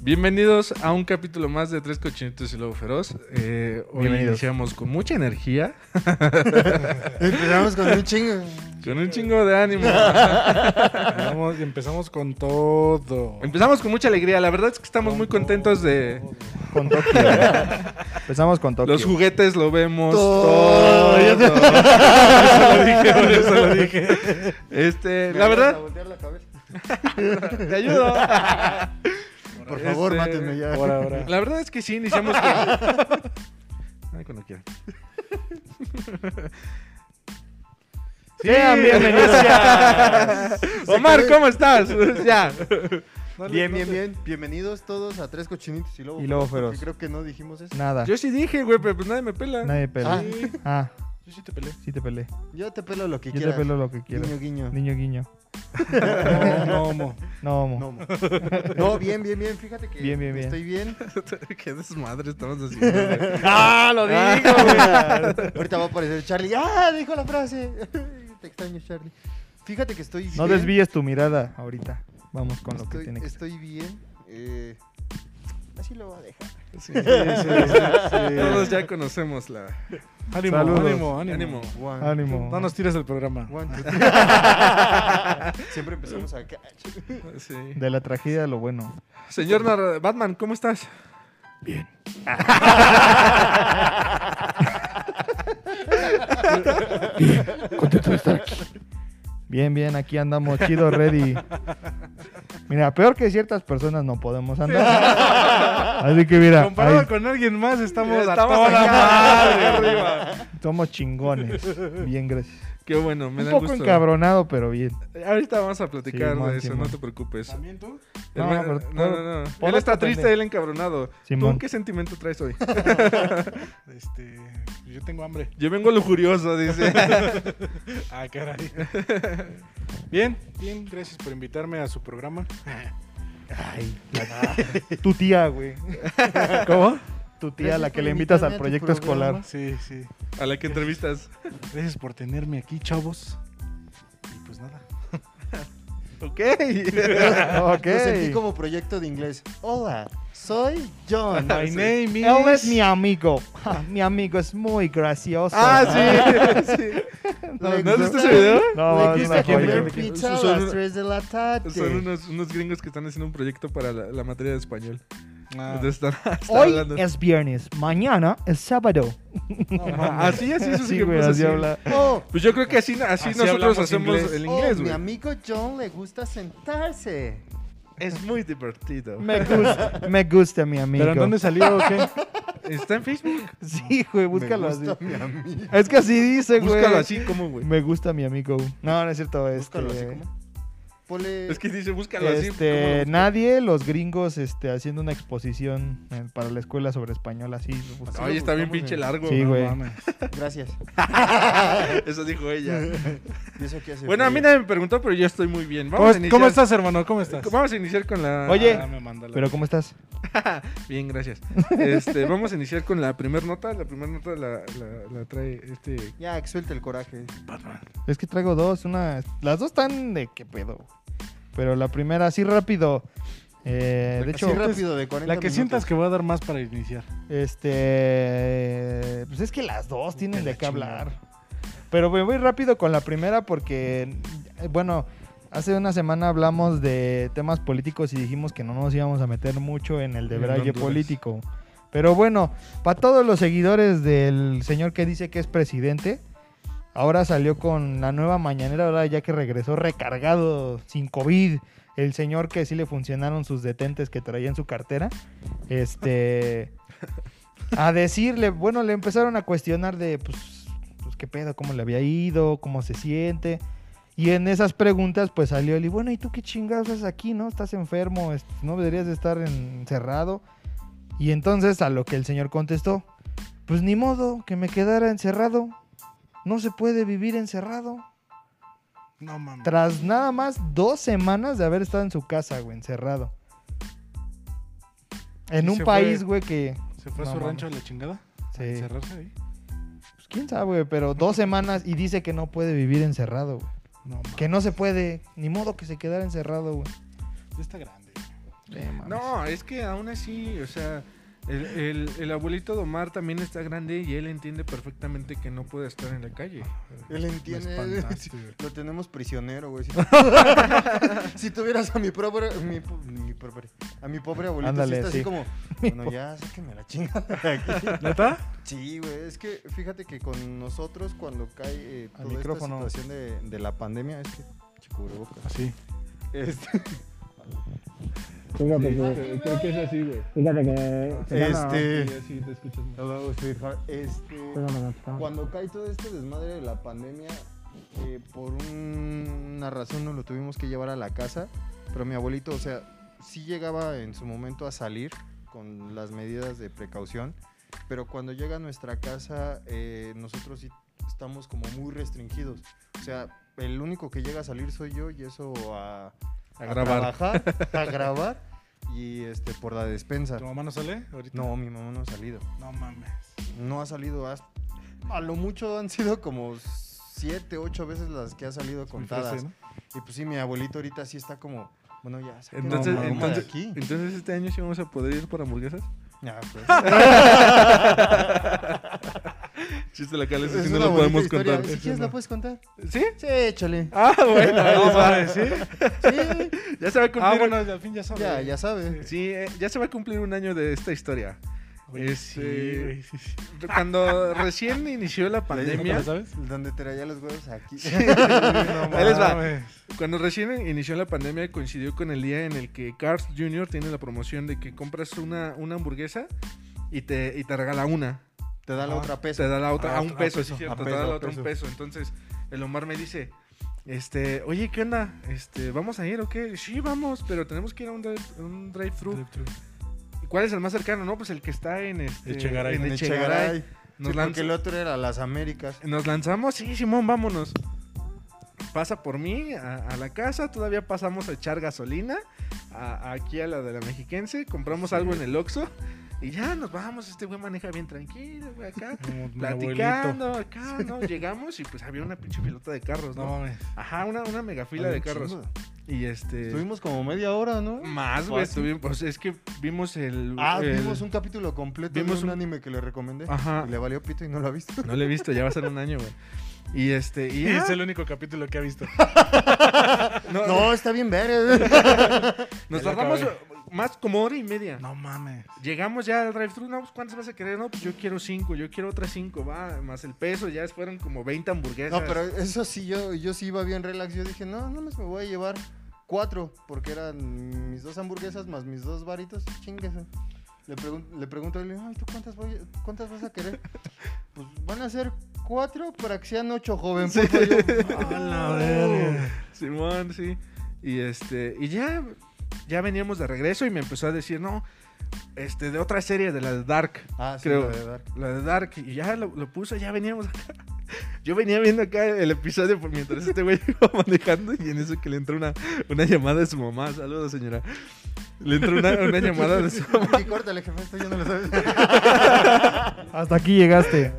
Bienvenidos a un capítulo más de Tres Cochinitos y Lobo Feroz. Eh, hoy Bienvenidos. iniciamos con mucha energía, Empezamos con un chingo. con un chingo de ánimo. Vamos, y empezamos con todo. Empezamos con mucha alegría. La verdad es que estamos muy contentos de Con Tokio. Empezamos con Tokio. los juguetes, lo vemos. Todo. Todo. Por eso lo dije, por eso lo dije. Este, la verdad, te ayudo. Por favor, Este, mátenme ya. Por ahora. La verdad es que sí, iniciamos con... Ay, cuando quieran. Sean bienvenidos. Omar, ¿cómo estás? ya. Bien, bien, bien. Bienvenidos todos a Tres Cochinitos y Lobo Y Lobo porque Feroz. Creo que no dijimos eso. Nada. Yo sí dije, güey, pero pues nadie me pela. Ah. Nadie Ah, pelea. Ah. Yo sí te peleé. sí te peleé. yo te pelo lo que Yo quieras. te pelo lo que quiero. Guiño, guiño. Niño guiño. No, no, mo. No, mo. No, mo. no, bien, bien, bien. Fíjate que Bien, bien, bien. estoy bien. Qué desmadre estamos haciendo. güey. ¡Ah, lo digo! güey. Ahorita va a aparecer Charlie. ¡Ah, dijo la frase! te extraño, Charlie. Fíjate que estoy bien. No desvíes tu mirada ahorita. Vamos con lo que Estoy, tiene que ser. estoy bien. eh, así lo voy a dejar. Sí, sí, sí. Todos ya conocemos la. Ánimo, Saludos. ánimo, ánimo, Ánimo. One, Ánimo. No nos tires el programa. One, two, three. Siempre empezamos acá. Sí. De la tragedia a lo bueno. Señor Nar- Batman, ¿cómo estás? Bien, bien, aquí andamos chido, ready. Mira, peor que ciertas personas no podemos andar. Así que mira, Comparado ahí con alguien más, estamos, a Estamos toda acá, madre. acá arriba. somos chingones. Bien, gracias. Qué bueno, me Un da poco gusto. encabronado, pero bien. Ahorita vamos a platicar Simón, de eso, Simón. no te preocupes. ¿También tú? El No, ma- pero no, puedo- no, no. Él puedo está pretender. triste, él encabronado. Simón. ¿Tú qué sentimiento traes hoy? Este, yo tengo hambre. Yo vengo lujurioso, dice. Ah, caray. Bien, bien, gracias por invitarme a su programa. Ay, la- tu tía, güey. ¿Cómo? Tu tía, Gracias la que por le invitas invitarme a al tu proyecto escolar. Sí, sí. A la que entrevistas. Gracias por tenerme aquí, chavos. Y pues nada. Ok. Ok. Lo sentí como proyecto de inglés. Hola, soy John. My name is... Él es mi amigo. Ja, mi amigo es muy gracioso. ah, sí. sí. ¿No Le has visto gusta- ese video? No, le es gusta una comer joya. pizza Son- a las 3 de la tarde. Son unos, unos gringos que están haciendo un proyecto para la, la materia de español. Ah, Entonces están, están Hoy hablando. es viernes, mañana es sábado. no, mames. Así, así, esos Sí, güey, ejemplos así así. habla. Oh, Pues yo creo que así, así, Así nosotros hablamos hacemos inglés. el oh, inglés, mi güey. amigo John le gusta sentarse. es muy divertido. Me gusta, me gusta mi amigo. ¿Pero en dónde salió o qué? Está en Facebook. Sí, güey, búscalo Me así. gusta mi amigo. Es que así dice, güey. Búscalo así, ¿cómo, güey? Me gusta mi amigo. No, no es cierto. Este, Búscalo así como. Ponle. Es que dice, búscalo así. ¿cómo lo este, busco? nadie, los gringos, este, haciendo una exposición eh, para la escuela sobre español así. lo busca. Ay, está bien buscamos, pinche güey. largo. Sí, ¿no? güey. mames. Gracias. Eso dijo ella. ¿Y eso qué hace? Bueno, a mí nadie me preguntó, pero yo estoy muy bien. Vamos ¿Cómo, a iniciar. cómo estás, hermano? ¿Cómo estás? Vamos a iniciar con la. Oye. Ah, me manda la- Pero ¿cómo estás? Bien, gracias. Este, vamos a iniciar con la primera nota. La primera nota la, la- la trae este. Ya, que suelte el coraje. Es que traigo dos, una. Las dos están de qué pedo. Pero la primera, así rápido. eh, de Así hecho, rápido, de 40 La que minutos. sientas que voy a dar más para iniciar. este. Pues es que las dos tienen la de qué chingada. hablar. Pero me voy rápido con la primera porque. eh, Bueno, hace una semana hablamos de temas políticos y dijimos que no nos íbamos a meter mucho en el En debraye Honduras. político. Pero bueno, para todos los seguidores del señor que dice que es presidente, ahora salió con la nueva mañanera, ahora ya que regresó recargado, sin COVID, el señor que sí le funcionaron sus detentes que traía en su cartera, este, a decirle, bueno, le empezaron a cuestionar de, pues, pues, qué pedo, cómo le había ido, cómo se siente. Y en esas preguntas, pues salió él y bueno, ¿y tú qué chingados haces aquí, no? Estás enfermo, est- no deberías de estar en- encerrado. Y entonces a lo que el señor contestó, pues ni modo, que me quedara encerrado. No se puede vivir encerrado. No mames. Tras nada más dos semanas de haber estado en su casa, güey, encerrado. En Y un se país, fue. güey, que... ¿Se fue a No su mames. rancho a la chingada? Sí. ¿A encerrarse ahí? Pues quién sabe, güey, pero dos semanas y dice que no puede vivir encerrado, güey. No mames. Que no se puede, ni modo que se quedara encerrado, güey. Está grande. Eh, mames. No, es que aún así, o sea, el, el- el abuelito de Omar también está grande y él entiende perfectamente que no puede estar en la calle. Él Me entiende. güey. espantaste, güey. Lo tenemos prisionero, güey. Si, si tuvieras a mi pobre, mi, po- mi pobre- a mi pobre abuelito, sí Ándale, está sí. así como, bueno, ya sáquenme la chingada de aquí. ¿Neta? Sí, güey, es que fíjate que con nosotros cuando cae eh, Al toda esta micrófono. situación de, de la pandemia, es que che, cubrebocas. Así. Este, Fíjate que, creo que es así, güey. Fíjate que... Este- Sí, así te escuchas más. este, Pégame, pégame. cuando cae todo este desmadre de la pandemia, eh, por un- una razón nos lo tuvimos que llevar a la casa, pero mi abuelito, o sea, sí llegaba en su momento a salir con las medidas de precaución, pero cuando llega a nuestra casa, eh, nosotros sí estamos como muy restringidos. O sea, el único que llega a salir soy yo y eso a, A grabar. trabajar, a grabar y este por la despensa. ¿Tu mamá no sale ahorita? No, mi mamá no ha salido. No mames. No ha salido. has- a lo mucho han sido como siete, ocho veces las que ha salido Muy contadas. fresa, ¿no? Y pues sí, mi abuelito ahorita sí está como, bueno, ya. saquen la Entonces, mamá de entonces, aquí. entonces este año sí vamos a poder ir por hamburguesas. Ya, pues. Chiste la cala, Es si no una lo bonita podemos historia. contar. Si quieres, la puedes contar. ¿Sí? Sí, échale. Ah, bueno, ahí les va. Sí, Ya se va a cumplir. Ah, bueno, al fin ya sabes. ya, ya sabes. Sí, eh, ya se va a cumplir un año de esta historia. Oye, Este- Sí, güey, sí, sí. Cuando recién inició la pandemia, ¿No sabes? Donde traía los huevos aquí. Ahí les va. mames. Cuando recién inició la pandemia coincidió con el día en el que Carl Jr. tiene la promoción de que compras una, una hamburguesa y te, y te regala una. Te da la Ah, otra Te pesa. da la otra Ah, a un a peso, peso, sí, cierto, a te da peso, la a otra a un peso. peso. Entonces, el Omar me dice, este, oye, ¿qué onda? Este, ¿vamos a ir o qué? Sí, vamos, pero tenemos que ir a un, drive- un drive-thru. Drive-thru. ¿Y ¿Cuál es el más cercano? No, pues el que está en este... Echegaray. En En Echegaray. Echegaray. Nos, Sí, lanz- porque el otro era las Américas. nos lanzamos, sí, Simón, vámonos. Pasa por mí a, a la casa, todavía pasamos a echar gasolina a- aquí a la de la mexiquense, compramos algo en el Oxxo y ya nos vamos, este güey maneja bien tranquilo, güey, acá. Como mi abuelito. platicando acá, ¿no? Llegamos y pues había una pinche pelota de carros, No ¿no? mames. Ajá, una, una mega fila Había de un carros. chingo. Y este. Estuvimos como media hora, ¿no? Más, güey, Fácil. estuvimos. pues, es que vimos el. Ah, el- vimos un capítulo completo vimos de un, un- anime que le recomendé. Ajá. Y le valió pito y no lo ha visto. No lo he visto, ya va a ser un año, güey. Y este. Y Y ya, es el único capítulo que ha visto. no, No, está bien ver. nos ya lo tardamos acabé. más como hora y media. No mames. Llegamos ya al drive-thru, no, pues ¿cuántas vas a querer? No, pues yo quiero cinco, yo quiero otras cinco, va, más el peso, ya fueron como 20 hamburguesas. No, pero eso sí, yo, yo sí iba bien relax. Yo dije, no, no me voy a llevar cuatro, porque eran mis dos hamburguesas más mis dos varitos. Chinguese. Le, pregun- le pregunto a él, ay, ¿tú cuántas, voy- cuántas vas a querer? pues van a ser cuatro para que sean ocho, joven. puto. Yo, A la verga. Simón, sí. Y este, y ya, ya veníamos de regreso y me empezó a decir, no, este, de otra serie, de la de Dark, ah, sí, Creo. la de Dark. la de Dark, y ya lo, lo puso, ya veníamos acá. Yo venía viendo acá el episodio por mientras este güey iba manejando y en eso que le entró una, una llamada de su mamá, saludos señora. Le entró una, una llamada de su mamá Y córtale, jefe, esto ya no lo sabes. Hasta aquí llegaste.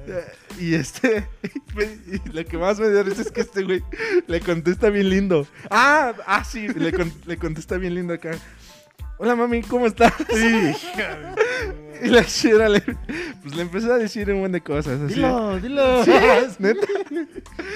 y este, y lo que más me da risa es que este güey le contesta bien lindo. Ah, ah sí, le, con- le contesta bien lindo acá. Hola mami, ¿cómo estás? y la chera le, pues le empezó a decir un buen de cosas. Así. Dilo, dilo. Sí, neta.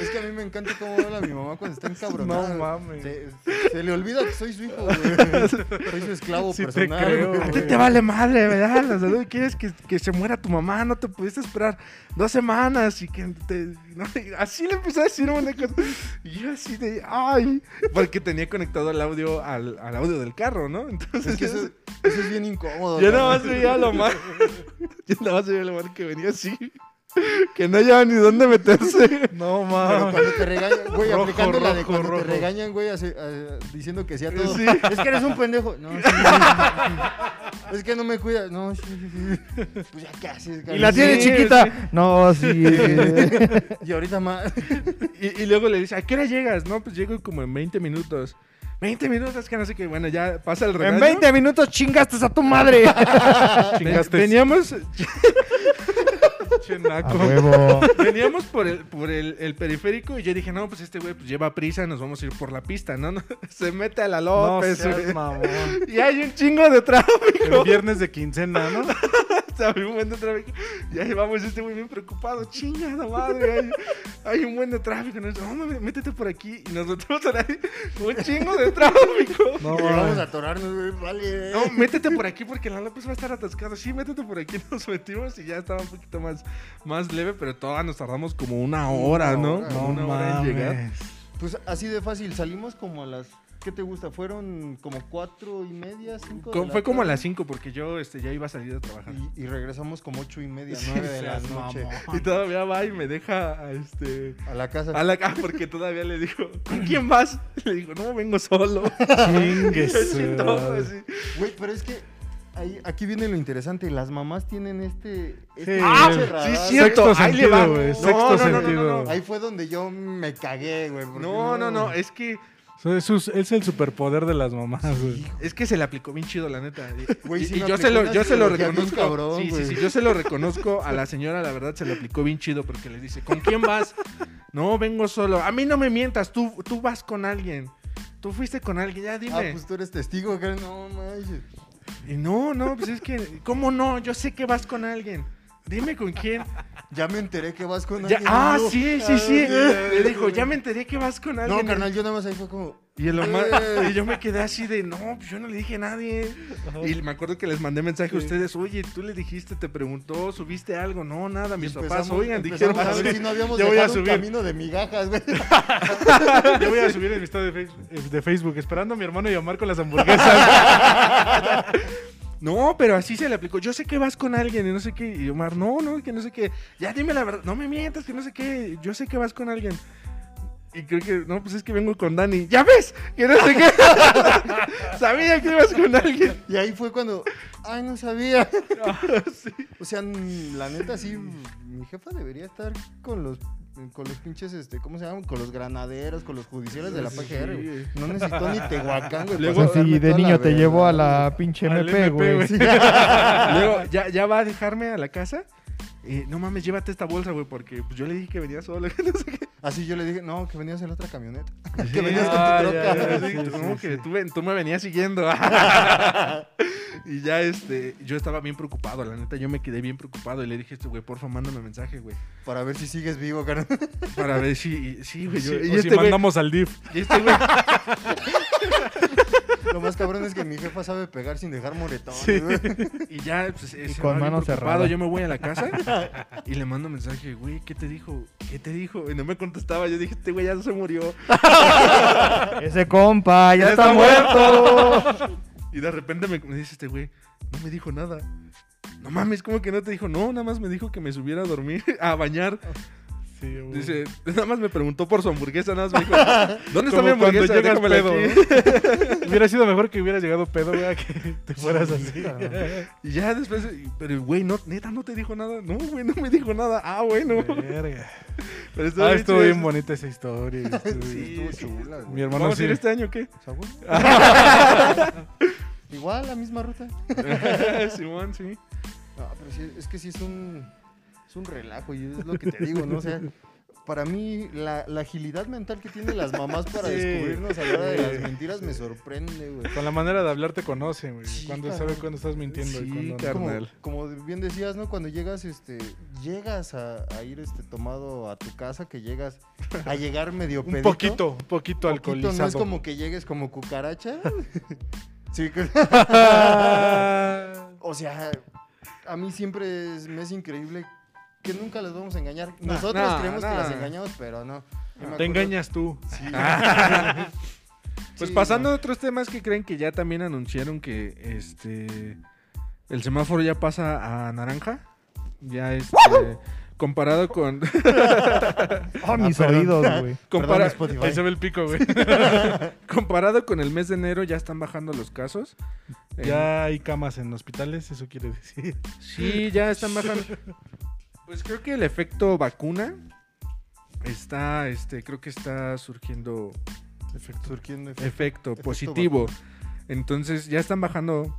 Es que a mí me encanta cómo habla mi mamá cuando está encabronada. No mames. Se, se- se le olvida que soy su hijo, güey. Soy su esclavo Sí te personal. creo, güey. A ti güey. te vale madre, ¿verdad? La salud, quieres que, que se muera tu mamá, no te pudiste esperar dos semanas y que te- no, y así le empezó a decir un montón de cosas. Y yo así de, ay, porque tenía conectado el audio al, al audio del carro, ¿no? Entonces, Es que eso, eso es bien incómodo. yo la nada más neta. veía lo mal, yo nada más veía lo mal que venía así, que no llevaba ni dónde meterse. No Pero mames. cuando te regañan, güey, Rojo, aplicando la de rojo, cuando rojo. te regañan, güey, así, eh, diciendo que sí a todo. Sí. Es que eres un pendejo. No, sí, sí, sí. Es que no me cuidas. No, sí, sí, sí. Pues ya, ¿qué haces, Y cabrón? la tiene Sí, chiquita. No, sí. Y ahorita más. Y, y luego le dice, ¿a qué hora llegas? No, pues llego como en 20 minutos. 20 minutos, que no sé qué, bueno, ya pasa el regaño. En 20 minutos chingaste a tu madre. Veníamos, Pinche naco. A huevo. Veníamos por, el, por el, el periférico y yo dije, no, pues este güey pues lleva prisa, nos vamos a ir por la pista, ¿no? No, Se mete a la No López, seas güey. mamón. Y hay un chingo de El tráfico. viernes de quincena, ¿no? O sea, había un buen de tráfico. Y ahí vamos, este güey bien preocupado. Chingada madre, hay, hay un buen de tráfico. Nos dice, no, mames, métete por aquí. Y nosotros ahora hay un chingo de tráfico. No, Vamos mames. a atorarnos, güey, vale. No, métete por aquí porque la López va a estar atascada. Sí, métete por aquí. Nos metimos y ya estaba un poquito más, más leve, pero todavía nos tardamos como una hora, ¿no? hora. Como no una hora en llegar. mames. Pues así de fácil, salimos como a las... ¿Qué te gusta? Fueron como cuatro y media, cinco de Co- la Fue como a tarde. las 5 porque yo este, ya iba a salir a trabajar. Y, y regresamos como ocho y media, nueve de la seas noche. Y todavía va y me deja a este. A la casa. A la ah, porque todavía le dijo, ¿con quién vas? Le digo, no, vengo solo. Chingue Yo su así, no, madre. así. Güey, pero es que ahí- aquí viene lo interesante. Las mamás tienen este... este Ah, pinche sí, radar. cierto, Sexto ahí sentido, le va. güey, No, sexto no, no, no, sentido. no, no. Ahí fue donde yo me cagué, güey. porque No, no, no, es que, So, es, sus- es el superpoder de las mamás, güey. es que se le aplicó bien chido, la neta. Y, Güey, y- sí y me yo, aplicó se lo, una yo se lo psicología bien reconozco. cabrón, sí, sí, güey. sí, yo se lo reconozco a la señora, la verdad, se le aplicó bien chido porque le dice, ¿con quién vas? No, vengo solo. A mí no me mientas, tú, tú vas con alguien. Tú fuiste con alguien, ya dime. Ah, pues tú eres testigo, que no manches. Y no, no, pues es que, ¿cómo no? Yo sé que vas con alguien. Dime con quién. Ya me enteré que vas con Ya- alguien. ah, nuevo. sí, sí, Ah, sí. ok. Le dijo, ya me enteré que vas con alguien. No, carnal, yo nada más ahí fue como. Y, el Omar- Eh. y yo me quedé así de, no, pues yo no le dije a nadie. Y me acuerdo que les mandé mensaje a ustedes, oye, tú le dijiste, te preguntó, subiste algo. No, nada, mis papás, oigan, dijeron, empezamos a ver si no habíamos Ya voy a dejado un subir. camino de migajas, güey. Yo voy a subir el estado de Facebook, eh, de Facebook esperando a mi hermano y a Omar con las hamburguesas. no, pero así se le aplicó. Yo sé que vas con alguien y no sé qué. Y Omar, no, no, que no sé qué. Ya dime la verdad, no me mientas, que no sé qué. Yo sé que vas con alguien. Y creo que, no, pues es que vengo con Dani. ¿Ya ves? Que no sé qué. Sabía que ibas con alguien. Y ahí fue cuando. Ay, no sabía. O sea, n- la neta, sí. Mi jefa debería estar con los. Con los pinches, este, ¿cómo se llaman? Con los granaderos, con los judiciales de la PGR, güey. No necesito ni Tehuacán, güey. O para sea, darme si de toda niño te verga, llevó a güey. la pinche Al MP, güey. güey. Luego, ya, ya va a dejarme a la casa. Eh, no mames, llévate esta bolsa, güey, porque pues, yo le dije que venía solo. que no sé qué. Así yo le dije, no, que venías en la otra camioneta. Sí. que venías con Ah, tu ya, troca. ya, Así, sí, como sí, que Tú, ven- tú me venías siguiendo. y ya, este, yo estaba bien preocupado, la neta, yo me quedé bien preocupado. Y le dije, este, güey, porfa, mándame mensaje, güey. Para ver si sigues vivo, carnal. Para ver si, sí, güey. yo- O y, si este güey, mandamos al DIF. y este güey, Lo más cabrón es que mi jefa sabe pegar sin dejar moretones. Sí. güey. y ya, pues, ese con va bien preocupado, mano cerrada. Yo me voy a la casa y le mando mensaje, güey, ¿qué te dijo? ¿Qué te dijo? Y no me contestaba. Yo dije, este güey ya se murió. Ese compa ya, Ya está, está muerto. Y de repente me, me dice este güey, no me dijo nada. No mames, ¿cómo que no te dijo? No, nada más me dijo que me subiera a dormir, a bañar. Ah, Sí, güey. Dice, nada más me preguntó por su hamburguesa, nada más me dijo, ¿dónde está mi Como cuando hamburguesa? llegas Déjamela pedo. aquí". Hubiera sido mejor que hubiera llegado pedo, güey, a que te fueras así. Y ya después, y- pero güey, no, neta, no te dijo nada. No, güey, no me dijo nada. Ah, bueno. Verga. Pero estuvo Ah, bien estuvo chido. bien bonita esa historia. estuvo Sí. Estuvo chula, güey. Mi hermano ¿Vamos sí. a ir este año o qué? O sea, güey. Igual, la misma ruta. Simón, sí. No, pero sí, es que sí es un, es un relajo y es lo que te digo, ¿no? O sea, para mí la, la agilidad mental que tienen las mamás para Sí. descubrirnos a la hora de las mentiras me sorprende, güey. Con la manera de hablar te conocen, güey. cuando cabrón. sabe cuándo estás mintiendo Sí, y cuándo no. cabrón. Como, Carnal. como bien decías, ¿no? Cuando llegas, este, llegas a, a ir este, tomado a tu casa, que llegas a llegar medio Un pedito. poquito, un poquito poquito, alcoholizado. No es como que llegues como cucaracha. sí, que- O sea, a mí siempre es- me es increíble que nunca las vamos a engañar. Nosotros nah, creemos nah. que las engañamos, pero no. Yo me Te acuerdo- engañas tú. Sí. Pues Sí, pasando no. a otros temas que creen que ya también anunciaron que este el semáforo ya pasa a naranja. Ya este comparado con Ah, mis perdón. oídos, güey. compara- Perdón, Spotify. Ahí se ve el pico, güey. comparado con el mes de enero ya están bajando los casos. Eh, ya hay camas en hospitales, eso quiere decir. sí, ya están bajando. Pues creo que el efecto vacuna está este creo que está surgiendo Surgiendo efecto. efecto Efecto positivo. Entonces ya están bajando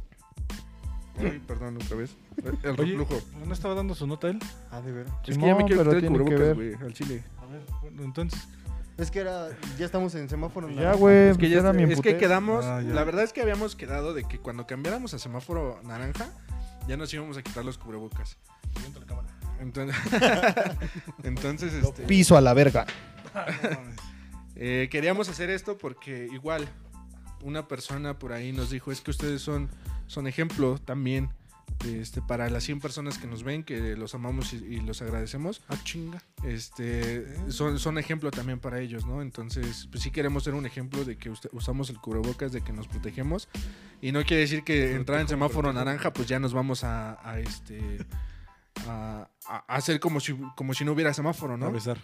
Ay, perdón, otra vez. El Oye, reflujo. ¿No estaba dando su nota él? Ah, de ver. Es que ya me Simón, quiero pero quitar el tiene que cubrebocas, ver. güey, al chile. A ver, bueno, entonces. Es que era. Ya estamos en semáforo. Ya, naranja. güey. pues Es que, ya era es- mi es que emputez. quedamos, Ah, ya. la verdad es que habíamos quedado de que cuando cambiáramos a semáforo naranja, ya nos íbamos a quitar los cubrebocas. Entonces, entonces este, Piso a la verga. eh, queríamos hacer esto porque igual una persona por ahí nos dijo, es que ustedes son, son ejemplo también este, para las 100 personas que nos ven, que los amamos y, y los agradecemos. Ah, chinga. Este, son, son ejemplo también para ellos, ¿no? Entonces, pues sí queremos ser un ejemplo de que usted- usamos el cubrebocas, de que nos protegemos. Y no quiere decir que entrar en semáforo naranja, pues ya nos vamos a, a este... A, a- a hacer como si, como si no hubiera semáforo, A ¿no? besar.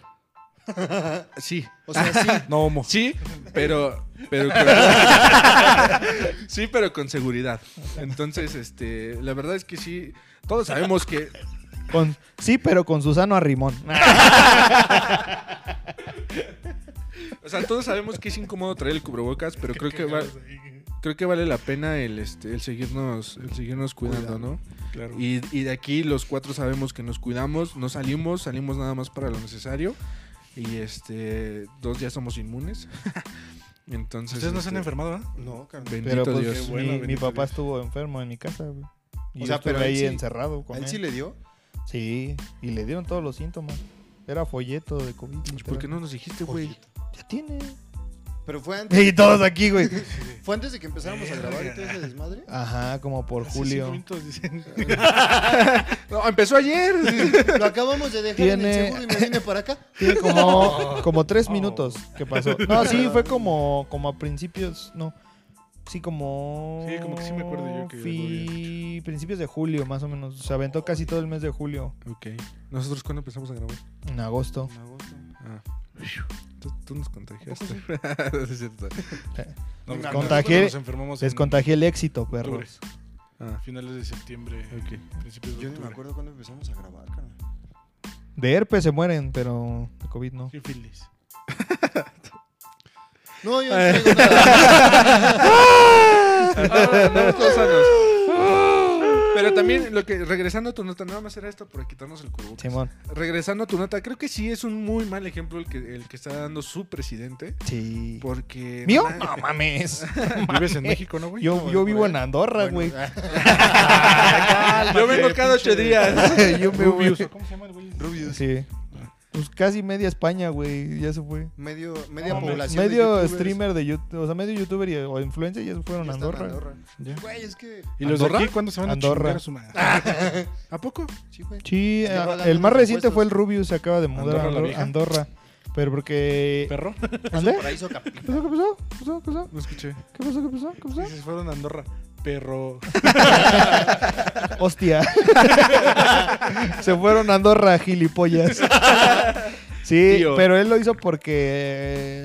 Sí, O sea, sí. No homo. Sí, pero, pero con- sí, pero con seguridad. Entonces, este, la verdad es que sí, todos sabemos que Con- sí, pero con Ah, Susano Arrimón. O sea, todos sabemos que es incómodo traer el cubrebocas, pero creo que, va- creo que vale la pena el, este, el seguirnos, el seguirnos cuidando, ¿no? Claro. Y, y de aquí los cuatro sabemos que nos cuidamos, no salimos, salimos nada más para lo necesario. Y este, dos ya somos inmunes. pues, Entonces. Ustedes no se han este, enfermado, ¿verdad? No, carnal. pero Bendito pues Dios. mi, Qué bueno, mi bendito papá Dios. estuvo enfermo en mi casa, güey. Y O o sea, sea, pero pero él ahí sí- encerrado con ¿A él. él sí le dio? Sí, y le dieron todos los síntomas. Era folleto de COVID. Pues, ¿Por qué no nos dijiste, güey? literal. Ya tiene. Pero fue antes, Y todos aquí, güey. fue antes de que empezáramos a grabar y todo ese desmadre. Ajá, como por Hace cinco julio. minutos dicen. No, empezó ayer. Lo acabamos de dejar en el Tiene- seguro y me vine para acá. Tiene como, como tres Oh. minutos que pasó. No, sí, fue como, como a principios, no. Sí, como... Sí, como que sí me acuerdo yo que algo había Fui principios de julio, más o menos. Se aventó casi todo el mes de julio, ok. ¿Nosotros cuándo empezamos a grabar? en agosto. Ah. Tú, tú nos contagiaste. Sí, es cierto. No, Les no, contagié- nos enfermamos Les en contagié el éxito, octubre, perros. Ah. Finales de septiembre, principios de Yo ni me octubre. acuerdo cuándo empezamos a grabar, carnal. De herpes se mueren, pero de COVID no. Qué feliz. No, yo no traigo nada. Ah, Pero también, lo que, regresando a tu nota, nada más era esto para quitarnos el cubrebocas. Simón. Regresando a tu nota, creo que sí es un muy mal ejemplo el que, el que está dando su presidente. Sí. Porque. ¿Mío? no, No mames. Vives en México, ¿no, güey? Yo, yo vivo en Andorra, Bueno, güey. Yo vengo cada ocho días. yo me voy. Rubius, ¿o ¿Cómo se llama el güey? Rubius. Sí. Pues casi media España, güey. Ya se fue. Medio, media No, hombre. población. de Medio youtubers streamer de YouTube, o sea, medio youtuber y, o influencer ya se ya fueron a están Andorra. Ya. Güey, es que. ¿Y los de ¿Andorra? aquí cuándo se van a Andorra. chingar a su madre? ¿A poco? Sí, güey. Sí, Ya eh, pagan el más los reciente impuestos. fue el Rubius, se acaba de mudar Andorra la a Andor- vieja. Andorra. Pero porque... ¿Perro? ¿Ande? Paraíso ¿Qué capital. pasó? ¿Qué pasó? ¿Qué pasó? ¿Qué pasó? No escuché. ¿Qué pasó? ¿Qué pasó? ¿Qué pasó? Sí, se fueron a Andorra. Perro. Hostia. Se fueron a Andorra, gilipollas. Sí, Tío. pero él lo hizo porque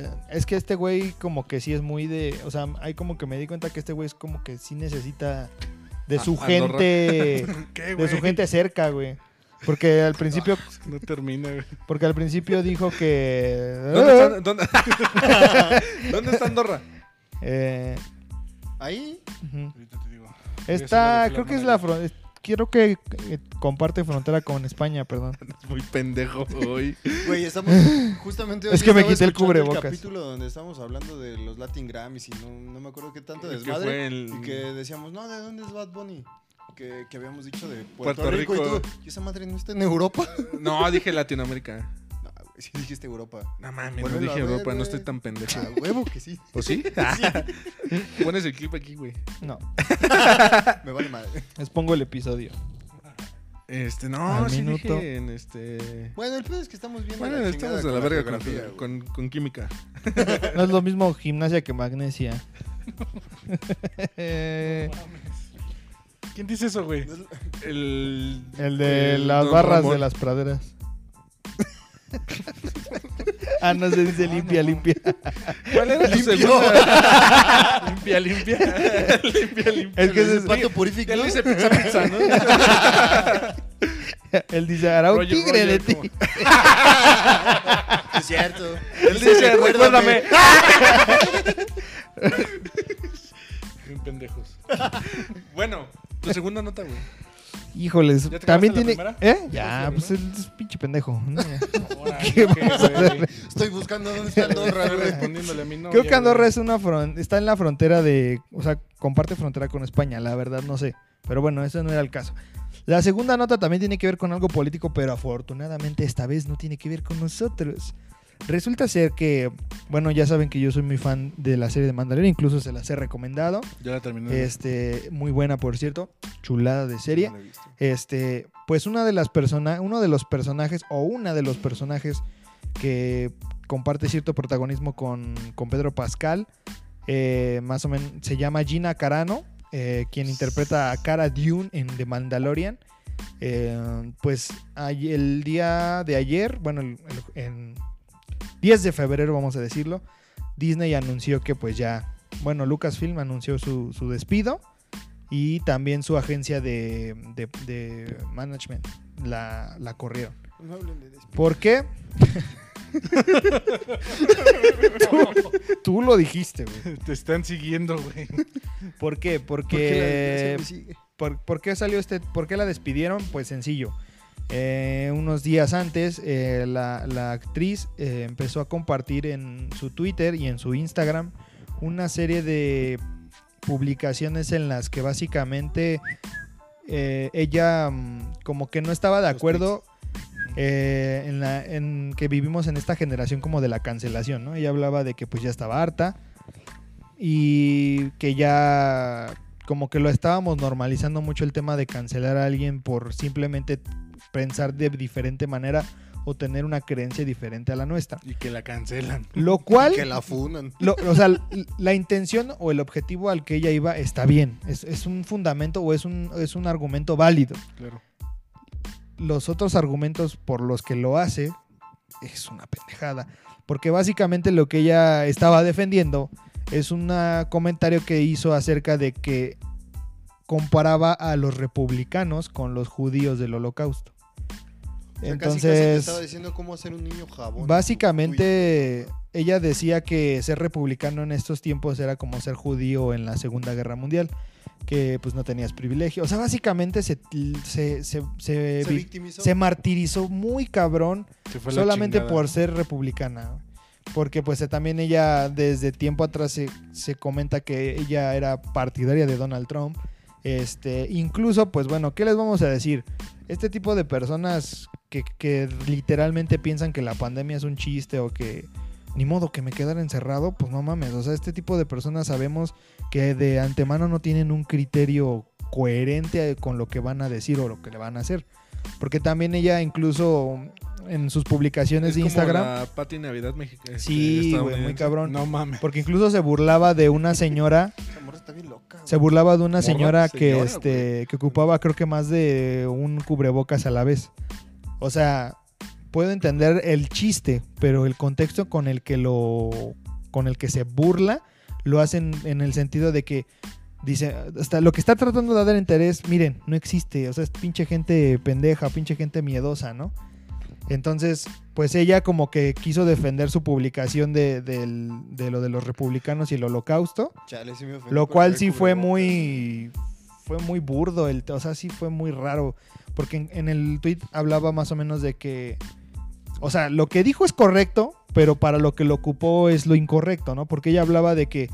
eh, es que este güey como que sí es muy de, o sea, hay como que me di cuenta que este güey es como que sí necesita de Ah, A- su Andorra. gente, ¿Qué, de su gente cerca, güey. Porque al principio, No termina, güey. porque al principio dijo que ¿Dónde ¿Eh? está, dónde, ¿Dónde está Andorra? Eh, Ahí. ujú. Ahorita te digo. está, creo que es la frontera, quiero que eh, comparte frontera con España, perdón. Muy pendejo hoy. Güey, estamos. Justamente hoy Es que me estaba quité el escuchando cubrebocas. El capítulo donde estábamos hablando de los Latin Grammys y no, no me acuerdo qué tanto El que desmadre. fue el- Y que decíamos, no, ¿de dónde es Bad Bunny? Que, que habíamos dicho de Puerto, Puerto Rico. Rico. Y tú, ¿y esa madre no está en Europa? No, dije Latinoamérica. no, güey, sí dijiste Europa. No mames, no Vuélvelo a dije ver, Europa, no güey. estoy tan pendejo. Ah, A huevo que sí. ¿O sí? Ah. Pones el clip aquí, güey. No, Me vale madre. les pongo el episodio. Este, no, Al sí minuto. dije en este... Bueno, el pedo es que estamos viendo. Bueno, la estamos chingada a la con verga con, geografía, güey. con, con química. No es lo mismo gimnasia que magnesia. ¿Quién dice eso, güey? No es- El, El de el las don barras Ramón. de las praderas. ah, no se dice limpia, limpia. ¿Cuál era tu segunda? limpia, limpia. limpia, limpia. Es que ese el pato purifica. Él dice pizza, pizza, ¿no? es- él dice, hará un Roger, tigre Roger, de ti. ¿cómo? Es cierto. Él dice, recuérdame. Bien pendejos. Bueno, Tu segunda nota, güey. Híjoles, ¿Ya te también acabaste tiene. la ¿Eh? ¿Ya Ya, acabaste la pues es, es pinche pendejo. ¿no? Ahora, ¿Qué ok, vamos a güey. hacer? Estoy buscando dónde está Andorra, Estoy güey. respondiéndole a mi novia, Creo que Andorra güey. es una fron- está en la frontera de, o sea, comparte frontera con España, la verdad no sé, pero bueno, ese no era el caso. La segunda nota también tiene que ver con algo político, pero afortunadamente esta vez no tiene que ver con nosotros. Resulta ser que, bueno, ya saben que yo soy muy fan de la serie de Mandalorian, incluso se las he recomendado. Ya la terminé. Este, muy buena, por cierto, chulada de serie. No la he visto. Este, pues una de las personas, uno de los personajes o una de los personajes que comparte cierto protagonismo con, con Pedro Pascal, eh, más o menos se llama Gina Carano, eh, quien interpreta a Cara Dune en The Mandalorian. Eh, pues ay- el día de ayer, bueno, el, el- en 10 de febrero vamos a decirlo, Disney anunció que pues ya, bueno, Lucasfilm anunció su, su despido y también su agencia de, de- de management la, la corrieron. No hablen de despido. ¿Por qué? tú, tú lo dijiste, güey. Te están siguiendo, güey. ¿Por qué? ¿Por qué la desgracia Porque me sigue? ¿Por, por qué salió este? ¿Por qué la despidieron? Pues sencillo. Eh, unos días antes, eh, la, la actriz eh, empezó a compartir en su Twitter y en su Instagram una serie de publicaciones en las que básicamente eh, ella mm, como que no estaba de acuerdo eh, en, la, en que vivimos en esta generación como de la cancelación, ¿no? Ella hablaba de que pues ya estaba harta y que ya como que lo estábamos normalizando mucho el tema de cancelar a alguien por simplemente pensar de diferente manera o tener una creencia diferente a la nuestra. Y que la cancelan. Lo cual... Que la funan. Lo- o sea, l- la intención o el objetivo al que ella iba está bien. Es, es un fundamento o es un, es un argumento válido. Claro. Los otros argumentos por los que lo hace es una pendejada. Porque básicamente lo que ella estaba defendiendo es un comentario que hizo acerca de que comparaba a los republicanos con los judíos del holocausto. O sea, casi, casi te Entonces... estaba diciendo cómo hacer un niño jabón. Básicamente, ella decía que ser republicano en estos tiempos era como ser judío en la Segunda Guerra Mundial, que pues no tenías privilegio. O sea, básicamente se, se, se- se- se eh, vi- victimizó. se martirizó muy cabrón Se fue a la solamente chingada. por ser republicana. Porque pues eh, también ella desde tiempo atrás se, se comenta que ella era partidaria de Donald Trump. Este, incluso, pues bueno, ¿qué les vamos a decir? Este tipo de personas que, que literalmente piensan que la pandemia es un chiste o que ni modo que me quedara encerrado, pues no mames. O sea, este tipo de personas sabemos que de antemano no tienen un criterio coherente con lo que van a decir o lo que le van a hacer. Porque también ella incluso en sus publicaciones Es de como Instagram... la Pati Navidad mexicana. Sí, güey, muy cabrón. No mames. Porque incluso se burlaba de una señora, Esa morra está bien loca. se burlaba de una Morra, señora que, señora, este, que ocupaba creo que más de un cubrebocas a la vez. O sea, puedo entender el chiste, pero el contexto con el que lo con el que se burla lo hacen en el sentido de que dice, hasta lo que está tratando de dar interés, miren, no existe, o sea, es pinche gente pendeja, pinche gente miedosa, ¿no? Entonces, pues ella como que quiso defender su publicación de, del- de lo de los republicanos y el holocausto. Chale, sí me ofendí Lo por cual traer sí fue cubrebocas. muy. Fue muy burdo. El, o sea, sí fue muy raro. Porque en, en el tweet hablaba más o menos de que. O sea, lo que dijo es correcto, pero para lo que lo ocupó es lo incorrecto, ¿no? Porque ella hablaba de que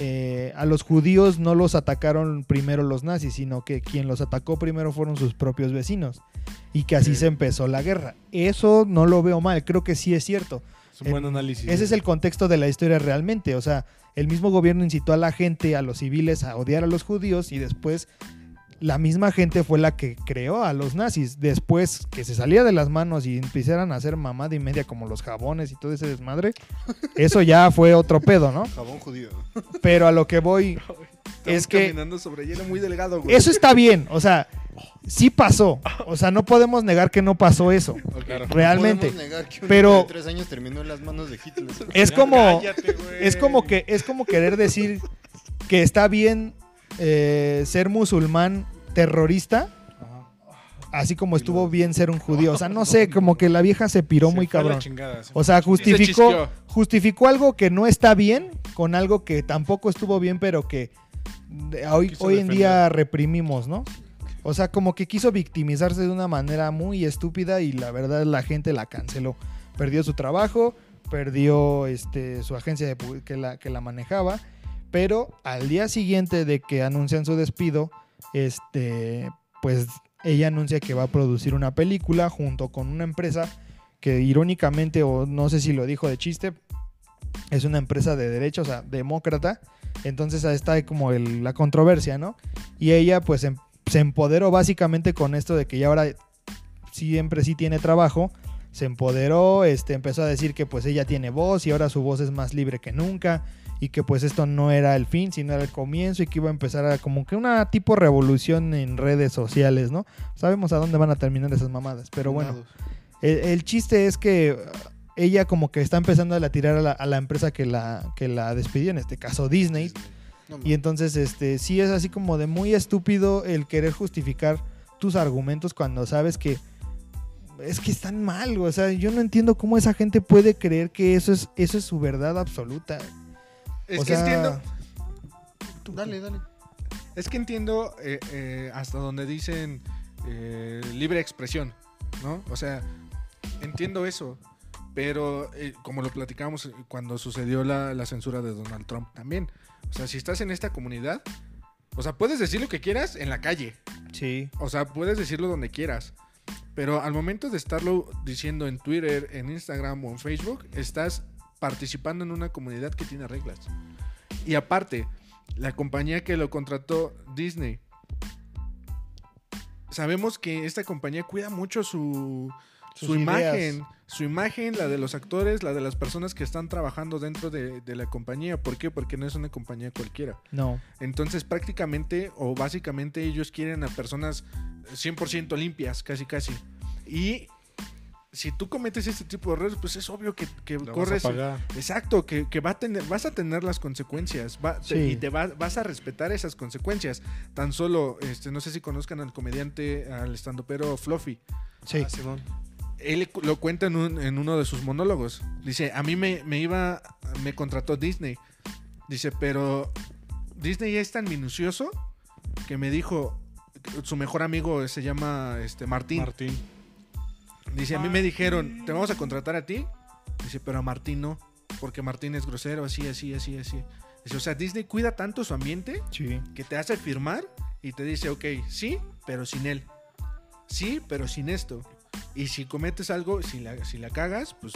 eh, a los judíos no los atacaron primero los nazis, sino que quien los atacó primero fueron sus propios vecinos. Y que así Sí. se empezó la guerra. Eso no lo veo mal, creo que sí es cierto. Es un buen análisis. Em, Ese es el contexto de la historia realmente. O sea, el mismo gobierno incitó a la gente, a los civiles, a odiar a los judíos y después la misma gente fue la que creó a los nazis. Después que se salía de las manos y empezaran a hacer mamada y media como los jabones y todo ese desmadre, eso ya fue otro pedo, ¿no? Jabón judío. Pero a lo que voy es que caminando sobre hielo muy delgado, güey. eso está bien. O sea, sí pasó. O sea, no podemos negar que no pasó eso. Claro. Realmente. Podemos negar que un Pero- niño de tres años terminó en las manos de Hitler. Es Ya como... cállate, güey. Es como que es como querer decir que está bien eh, ser musulmán terrorista, Ajá. así como estuvo bien ser un judío. O sea, no sé, como que la vieja se piró Se muy fue a la cabrón. chingada, se O sea, justificó, chisqueó. justificó algo que no está bien con algo que tampoco estuvo bien, pero que de- hoy, Quiso hoy en día defender. reprimimos, ¿no? O sea, como que quiso victimizarse de una manera muy estúpida y la verdad la gente la canceló. Perdió su trabajo, perdió este, su agencia de pu- que, la, que la manejaba, pero al día siguiente de que anuncian su despido, este, pues ella anuncia que va a producir una película junto con una empresa que irónicamente, o no sé si lo dijo de chiste, es una empresa de derecha, o sea, demócrata. Entonces ahí está como el- la controversia, ¿no? Y ella pues em- se empoderó básicamente con esto de que ya ahora siempre sí tiene trabajo. Se empoderó, este, empezó a decir que pues ella tiene voz y ahora su voz es más libre que nunca. Y que pues esto no era el fin, sino era el comienzo y que iba a empezar a como que una tipo revolución en redes sociales, ¿no? Sabemos a dónde van a terminar esas mamadas, pero bueno. El, el chiste es que uh, ella como que está empezando a la tirar a la, a la empresa que la, que la despidió, en este caso Disney. No, Y entonces, este, sí es así como de muy estúpido el querer justificar tus argumentos cuando sabes que es que están mal. O sea, yo no entiendo cómo esa gente puede creer que eso es, eso es su verdad absoluta. Es O que sea, entiendo, dale, dale. es que entiendo eh, eh, hasta donde dicen eh, libre expresión, ¿no? O sea, entiendo eso, pero eh, como lo platicamos eh, cuando sucedió la, la censura de Donald Trump también, o sea, si estás en esta comunidad, o sea, puedes decir lo que quieras en la calle, Sí. o sea, puedes decirlo donde quieras. Pero al momento de estarlo diciendo en Twitter, en Instagram o en Facebook, estás participando en una comunidad que tiene reglas. Y aparte, la compañía que lo contrató, Disney, sabemos que esta compañía cuida mucho su, Sus su ideas. imagen. Su imagen, la de los actores, la de las personas que están trabajando dentro de, de la compañía. ¿Por qué? Porque no es una compañía cualquiera. No. Entonces prácticamente o básicamente ellos quieren a personas 100% limpias, casi casi. Y si tú cometes este tipo de errores, pues es obvio que, que Lo vas a corres... pagar. Exacto, que, que va a tener, vas a tener las consecuencias va- te- Sí. y te va- vas a respetar esas consecuencias. Tan solo, este, no sé si conozcan al comediante, al estandopero Fluffy. Sí. Ah, Simón. Él cu- lo cuenta en, un- en uno de sus monólogos. Dice, a mí me, me iba, me contrató Disney. Dice, pero Disney es tan minucioso que me dijo, su mejor amigo se llama este, Martín. Martín. Dice, a mí me dijeron, te vamos a contratar a ti. Dice, pero a Martín no, porque Martín es grosero, así, así, así, así. Dice, o sea, Disney cuida tanto su ambiente Sí. que te hace firmar y te dice, ok, sí, pero sin él. Sí, pero sin esto. Y si cometes algo, si la, si la cagas, pues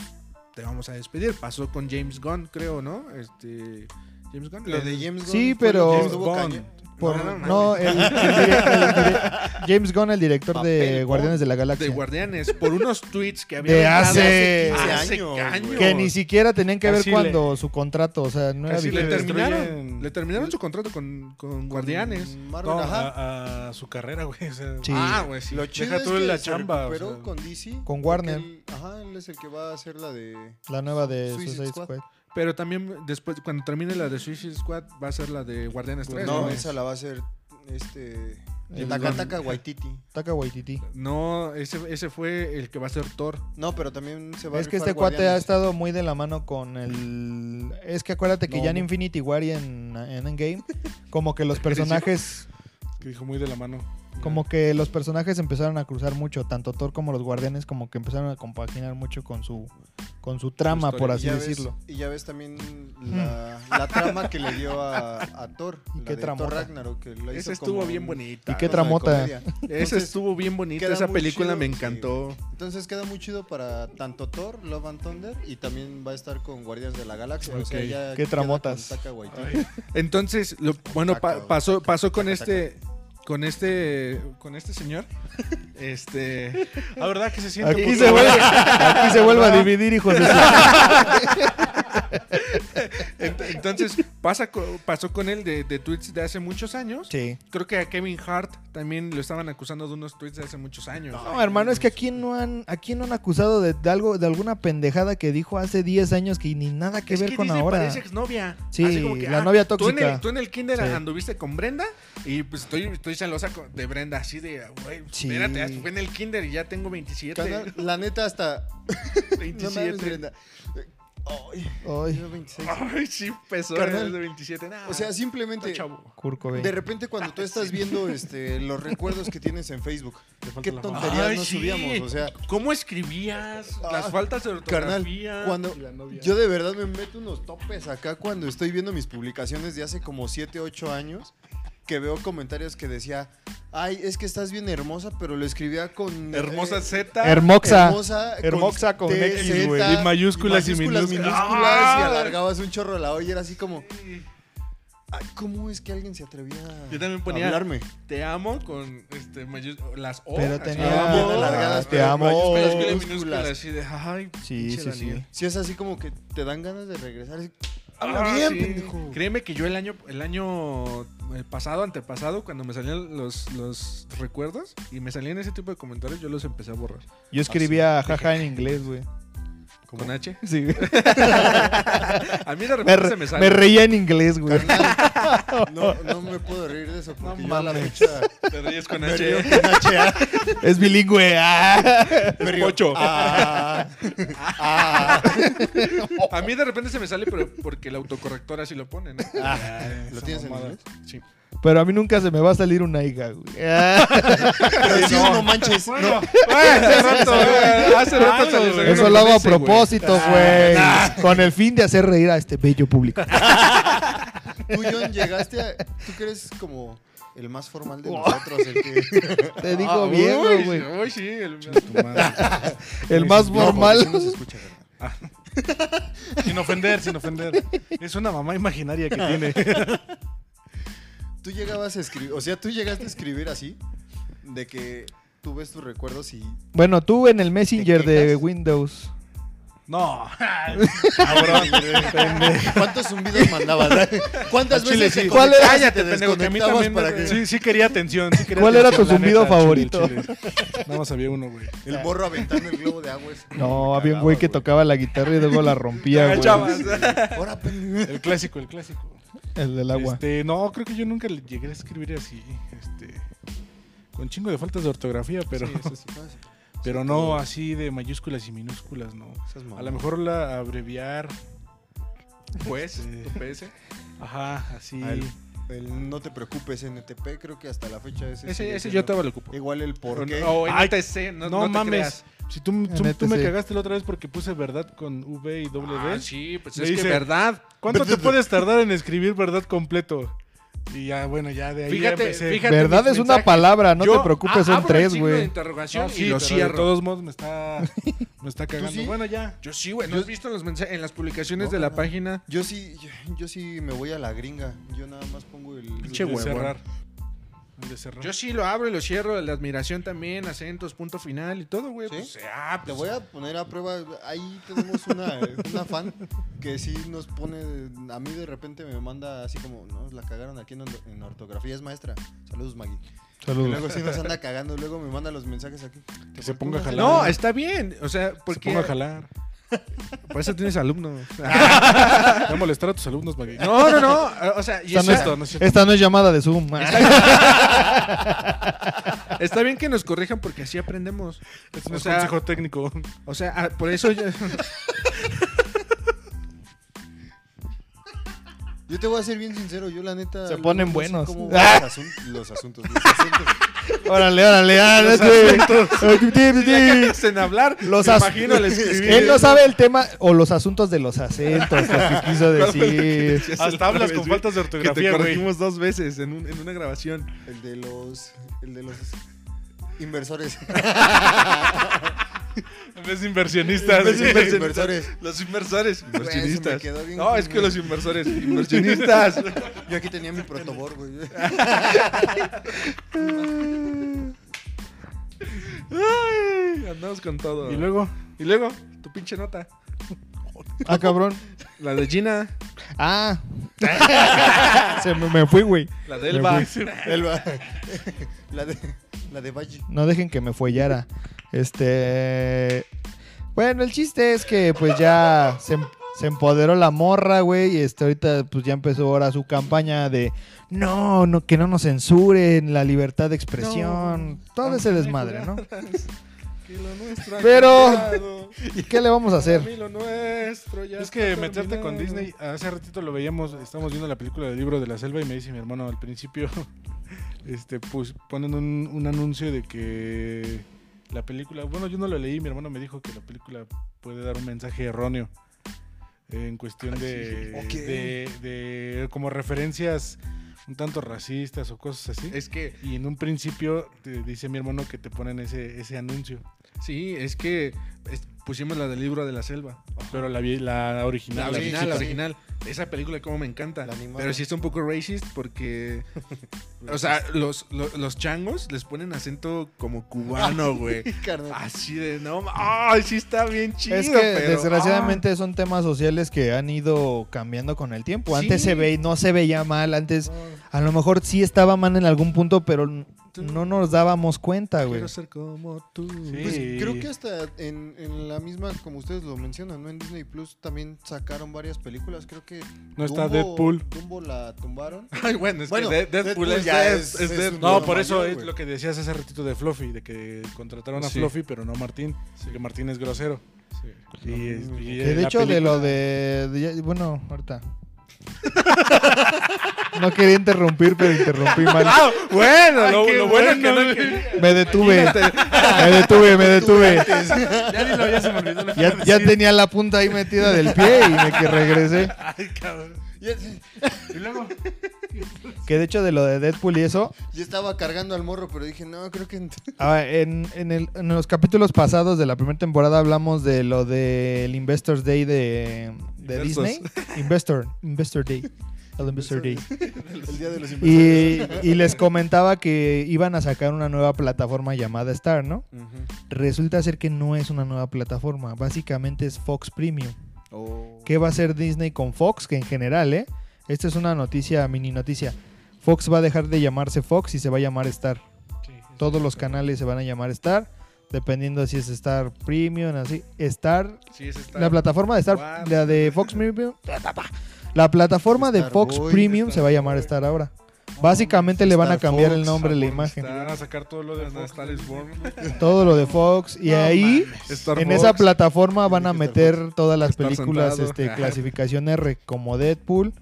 te vamos a despedir. Pasó con James Gunn, creo, ¿no? Este, James Gunn. Lo El- de James Gunn. Sí, fue pero- lo que estuvo Bond. cañón. Por- No, no, no, no, el, el dire- el dire- James Gunn, el director Papel de con- Guardianes de la Galaxia. de Guardianes, por unos tweets que había De dejado hace- hace 15 años, güey. Que ni siquiera tenían que ver Casi le- cuando su contrato, o sea, no era Casi le vigente. terminaron, destruyen- le terminaron su contrato con, con Guardianes. Marvel, No, ajá. a, a su carrera, güey. o sea, Sí. Ah, güey, sí. Lo chido Deja es tú que la se chamba, o recuperó sea. con DC. Con porque Warner. él- ajá, él es el que va a hacer la de... La nueva de Suicide Suicide Squad. Squad. Pero también después, cuando termine la de Suicide Squad, va a ser la de Guardianes Pues 3. No, No, esa la va a hacer este... Pues El- Takataka Waititi. Taika Waititi. No, ese, ese fue el que va a ser Thor. No, pero también se va Es a que rifar este cuate ha Guardianes. estado muy de la mano con el... Es que acuérdate que No, ya en no. Infinity War y en, en Endgame, como que los personajes... Que dijo muy de la mano. Como que los personajes empezaron a cruzar mucho, tanto Thor como los guardianes, como que empezaron a compaginar mucho con su con su trama, historia. por Y así ya ves- decirlo. Hmm. y ya ves también la, la trama que le dio a, a Thor. ¿Y la qué de tramota? Thor Ragnarok. Que la hizo Esa estuvo como bien un- bonita. ¿Y qué cosa de tramota? comedia. Esa Entonces, estuvo bien bonita. queda Esa muy película chido, me sí, encantó. Entonces queda muy chido para tanto Thor, Love and Thunder y también va a estar con Guardianes de la Galaxia. O sea, Ok. ya Qué queda tramotas. con Taika Waititi. Entonces, lo, bueno, pa- Taca. pasó, pasó con Taca, este. Con este. Con este señor. Este. La verdad que se siente Aquí puto, se güey. vuelve, aquí se vuelve a dividir, hijos de su- ent- Entonces, pasa, co- pasó con él de, de tweets de hace muchos años. Sí. Creo que a Kevin Hart también lo estaban acusando de unos tweets de hace muchos años. No, hermano, es que aquí no han, aquí no han acusado de, de algo, de alguna pendejada que dijo hace 10 años que ni nada que Es ver que con Disney ahora. parece exnovia. Sí, Así como que, "Ah, la novia Tú en tóxica. el, tú en el kinder Sí. anduviste con Brenda y pues estoy, estoy celosa con- de Brenda, así de, güey, Sí. espérate, fue en el kinder y ya tengo 27. Canal- La neta hasta... no mames, 27. Brenda. Yo 26. Ay, sí, pesó. Carnal, es de 27. Nah, O sea, está simplemente chavo. Ah, Kurt Cobain. de repente cuando tú estás viendo este los recuerdos que tienes en Facebook, qué la tonterías Ay, nos sí. subíamos, o sea, ¿Cómo escribías? Ah, Las faltas de carnal, ortografía. cuando y la novia. yo de verdad me meto unos topes acá cuando estoy viendo mis publicaciones de hace como 7, 8 años, que veo comentarios que decía, "Ay, es que estás bien hermosa", pero lo escribía con Hermosa eh, Z. Hermoxa. Hermosa, Hermoxa con T, X, Z, güey. Y mayúsculas y minúsculas. minúsculas. minúsculas, y ¡Ah! alargabas un chorro a la olla. Era así como. "Ay, ¿Cómo es que alguien se atrevía Yo también ponía- a hablarme? Te amo con este, mayús- las O. Pero así, tenía- ah, bien Ah, alargadas, te pero amo. mayúsculas, minúsculas, Minúsculas. Así de, ay, Sí, pinche sí, sí. Daniel. Si es así como que te dan ganas de regresar. así, Habla Ah, bien, sí. pendejo. Créeme que yo el año, el año eh, pasado, antepasado, cuando me salían los, los recuerdos y me salían ese tipo de comentarios, yo los empecé a borrar. Yo Ah, escribía jaja en inglés, güey. ¿Con H? Sí, güey. A mí de me, repente re- se me sale. me reía en inglés, güey. No, no me puedo reír de eso porque No yo a la mames. fecha Te ríes con me H. río con HA. Es bilingüe. ah. Me río. Pocho. Ah, ah, A mí de repente se me sale, pero porque el autocorrector así lo pone, ¿no? ah. ¿Lo Esa tienes en mamada. inglés? Sí. Pero a mí nunca se me va a salir una hija, güey. Ah, Pero sí, no manches. No, Ah, Hace rato, güey, hace rato se le salió Eso una lo hago a frase, güey. Ah, propósito, güey. Con el fin de hacer reír a este bello público. tú, John, llegaste a. Tú que eres como el más formal de nosotros. El que. Te Ah, digo uy, bien, sí, güey. uy, pues, sí, el- tu madre. El más No, porque sí formal. nos escucha, ¿verdad? Sin ofender, sin ofender. Es una mamá imaginaria que tiene. Tú llegabas a escribir. O sea, tú llegaste a escribir así. De que tú ves tus recuerdos y. Bueno, tú en el Messenger de quejas? Windows. No. Ah, ¿Cuántos zumbidos mandabas? ¿Cuántas Al chile veces sí. te ¿Cuál conectabas era? y te Este Pendejo, que a mí desconectabas también me- para que Sí, sí quería atención. sí quería ¿Cuál era atención, tu la zumbido neta, al chile, favorito? al chile. Nada más había uno, güey. el morro aventando el globo de agua? es- No, me había un cagaba, güey que tocaba la guitarra y luego la rompía, güey. Agachabas. Ahora, pendejo. El clásico, el clásico. El del agua. Este, no, creo que yo nunca le llegué a escribir así, este, con chingo de faltas de ortografía, pero, pero no así de mayúsculas y minúsculas, no. Esas A mamadas. lo mejor la abreviar, Pues, Sí. tu PS. ajá, así. Ah, el- El no te preocupes, NTP, creo que hasta la fecha ese. Ese, sigue ese siendo- yo todavía lo ocupo. Igual el por qué. O Ay, NTC, no, No, no te mames. creas. Si tú, tú- tú me NTC. cagaste la otra vez porque puse verdad con V y doble Ah, V. sí, pues Le es dice- que verdad. ¿Cuánto te puedes tardar en escribir verdad completo? Y ya, bueno, ya de ahí ya Fíjate, empecé. fíjate. Verdad mis es una mensajes. palabra, no Yo te preocupes, a- son abro el tres, signo de güey. interrogación No, y sí, lo pero de cierro. todos modos me está, me está cagando. sí? Bueno, ya. Yo sí, güey. ¿No has visto en, los mensa- en las publicaciones de la página? Yo sí, yo sí me voy a la gringa. Yo nada más pongo el. Pinche de huevón. cerrar. El de cerrar. Yo sí lo abro y lo cierro. La admiración también, acentos, punto final y todo, güey. ¿Sí? Pues, ah, Te pues, voy a poner a prueba. Ahí tenemos una, una fan que sí nos pone. A mí de repente me manda así como. Nos la cagaron aquí en, or- en ortografía. Es maestra. Saludos, Maggie. Y Saludos. luego sí nos anda cagando. Luego me manda los mensajes aquí. Que se ponga a jalar. No, está bien. O sea, porque... porque. a jalar. Por eso tienes alumnos. No molestar a tus alumnos, Magui. no, no, no. O sea, y Esta no, está, esto, no es es, cierto. esta no es llamada de Zoom. Ah, está bien que nos corrijan porque así aprendemos. Esto no o es sea- consejo técnico. O sea, ah, por eso. yo- Yo te voy a ser bien sincero. Yo, la neta. Se luego ponen no sé buenos. cómo van los, asun- los asuntos. Los asuntos. órale, órale. ah, no sé. en hablar. Los me as- imagino al escribir. Él no sabe el tema o los asuntos de los acentos, lo que quiso decir. Ah, Hasta hablas con faltas de Que te ortografía, güey. corregimos dos veces en, un- en una grabación. El de los. El de los. Inversores. En vez de inversionistas. En vez de güey. inversionistas. inversores. Los inversores. Güey, se me Inversionistas. quedó bien- no, es que los inversores. Inversionistas. Yo aquí tenía mi protobor, güey. Ay, andamos con todo. Y luego, Y luego, tu pinche nota. Ah, cabrón. La de Gina. Ah. Se me, me fui, güey. La de Elba. El va- la de la de Valle. No dejen que me follara. Este. Bueno, el chiste es que pues ya se, em- se empoderó la morra, güey. Y este, ahorita pues ya empezó ahora su campaña de no, no, que no nos censuren, la libertad de expresión. todo ese desmadre, ¿no? que lo nuestro. ha Pero- cambiado. ¿Qué le vamos a A hacer? mí lo nuestro ya Es que está meterte con terminado. Disney, hace ratito lo veíamos, estamos viendo la película del libro de la selva y me dice mi hermano al principio, este, pues ponen un, un anuncio de que la película, bueno yo no lo leí, mi hermano me dijo que la película puede dar un mensaje erróneo eh, en cuestión de, Ok. de, de como referencias un tanto racistas o cosas así. Es que, Y en un principio te dice mi hermano que te ponen ese, ese anuncio, sí, es que es- pusimos la del libro de la selva. pero la, vi- la original. La la original, viejita. la original. Esa película como me encanta. La animada. Pero sí está un poco racist porque... o sea, los, lo- los, changos les ponen acento como cubano, güey. Carnal. Así de, no, ma- ay, sí está bien chido, Es que pero, ah. desgraciadamente son temas sociales que han ido cambiando con el tiempo. Antes Sí. se ve, no se veía mal, antes a lo mejor sí estaba mal en algún punto, pero n- no nos dábamos cuenta, ah, güey. quiero ser como tú. Sí. Pues creo que hasta en, en la misma, como ustedes lo mencionan, ¿no? En Disney Plus también sacaron varias películas. Creo que. No está Dumbo- Deadpool. Dumbo la tumbaron. Ay, bueno, es Bueno, que de- Deadpool, Deadpool es- ya es- es, es es Deadpool. un- No, Lo por eso mayor, es güey. lo que decías hace ratito de Fluffy, de que contrataron a Sí. Fluffy, pero no a Martín, que Martín es grosero. Pues Y, es- y Que de la hecho, de película- lo de. de ya- bueno, ahorita. No quería interrumpir, pero interrumpí mal. Ah, bueno, lo, qué lo bueno es bueno, que no... güey. Me detuve. Me detuve, me detuve. Ya dilo, ya se me olvidó lo que iba Ya, a ya decir. tenía la punta ahí metida del pie y me que regresé. Ay, cabrón. Y luego, Que de hecho, de lo de Deadpool y eso, Yo estaba cargando al morro, pero dije, no, creo que. ah, en, en el- en los capítulos pasados de la primera temporada hablamos de lo del Investors Day de, de Inversos. Disney. Investor, Investor Day. El Investor Day. El día de los pues, Y, y les comentaba que iban a sacar una nueva plataforma llamada Star, ¿no? Resulta ser que no es una nueva plataforma, básicamente es Fox Premium. ¿Qué va a hacer Disney con Fox? Que en general, ¿eh? Esta es una noticia, mini noticia. Fox va a dejar de llamarse Fox y se va a llamar Star. Todos los canales se van a llamar Star, dependiendo si es Star Premium, así. Star, Sí, es esta- la plataforma de Star, Wow. la de Fox Premium, la plataforma de Star Fox Boy, Premium se va a llamar Star ahora. Básicamente le van a Star cambiar el Fox, nombre, la Star imagen, te van a sacar todo lo de Star Fox, is Born. todo lo de Fox y ahí Star en Fox. esa plataforma van a Tiene que meter estar todas las Estar películas sentado. este, Ajá. clasificación R como Deadpool,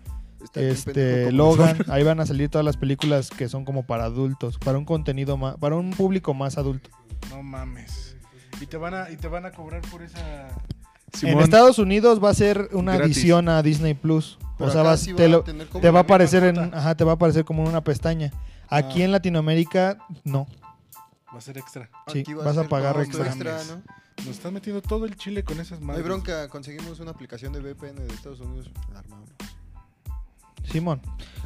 Está bien pendejo este como Logan, ahí van a salir todas las películas que son como para adultos, para un contenido más, para un público más adulto. No mames. Y te van a, y te van a cobrar por esa. En este Estados Unidos va a ser una Gratis. adición a Disney Plus, Pero o sea, acá vas- sí te, va lo- a tener como te va la a aparecer en, cuota. ajá, te va a aparecer como en una pestaña. Aquí Ah. en Latinoamérica no, Va a ser extra. ah, sí, Aquí va a vas a ser pagar costo extra. extra, ¿no? Nos están metiendo todo el chile con esas No hay madres. bronca, conseguimos una aplicación de VPN de Estados Unidos. La armamos. Simón.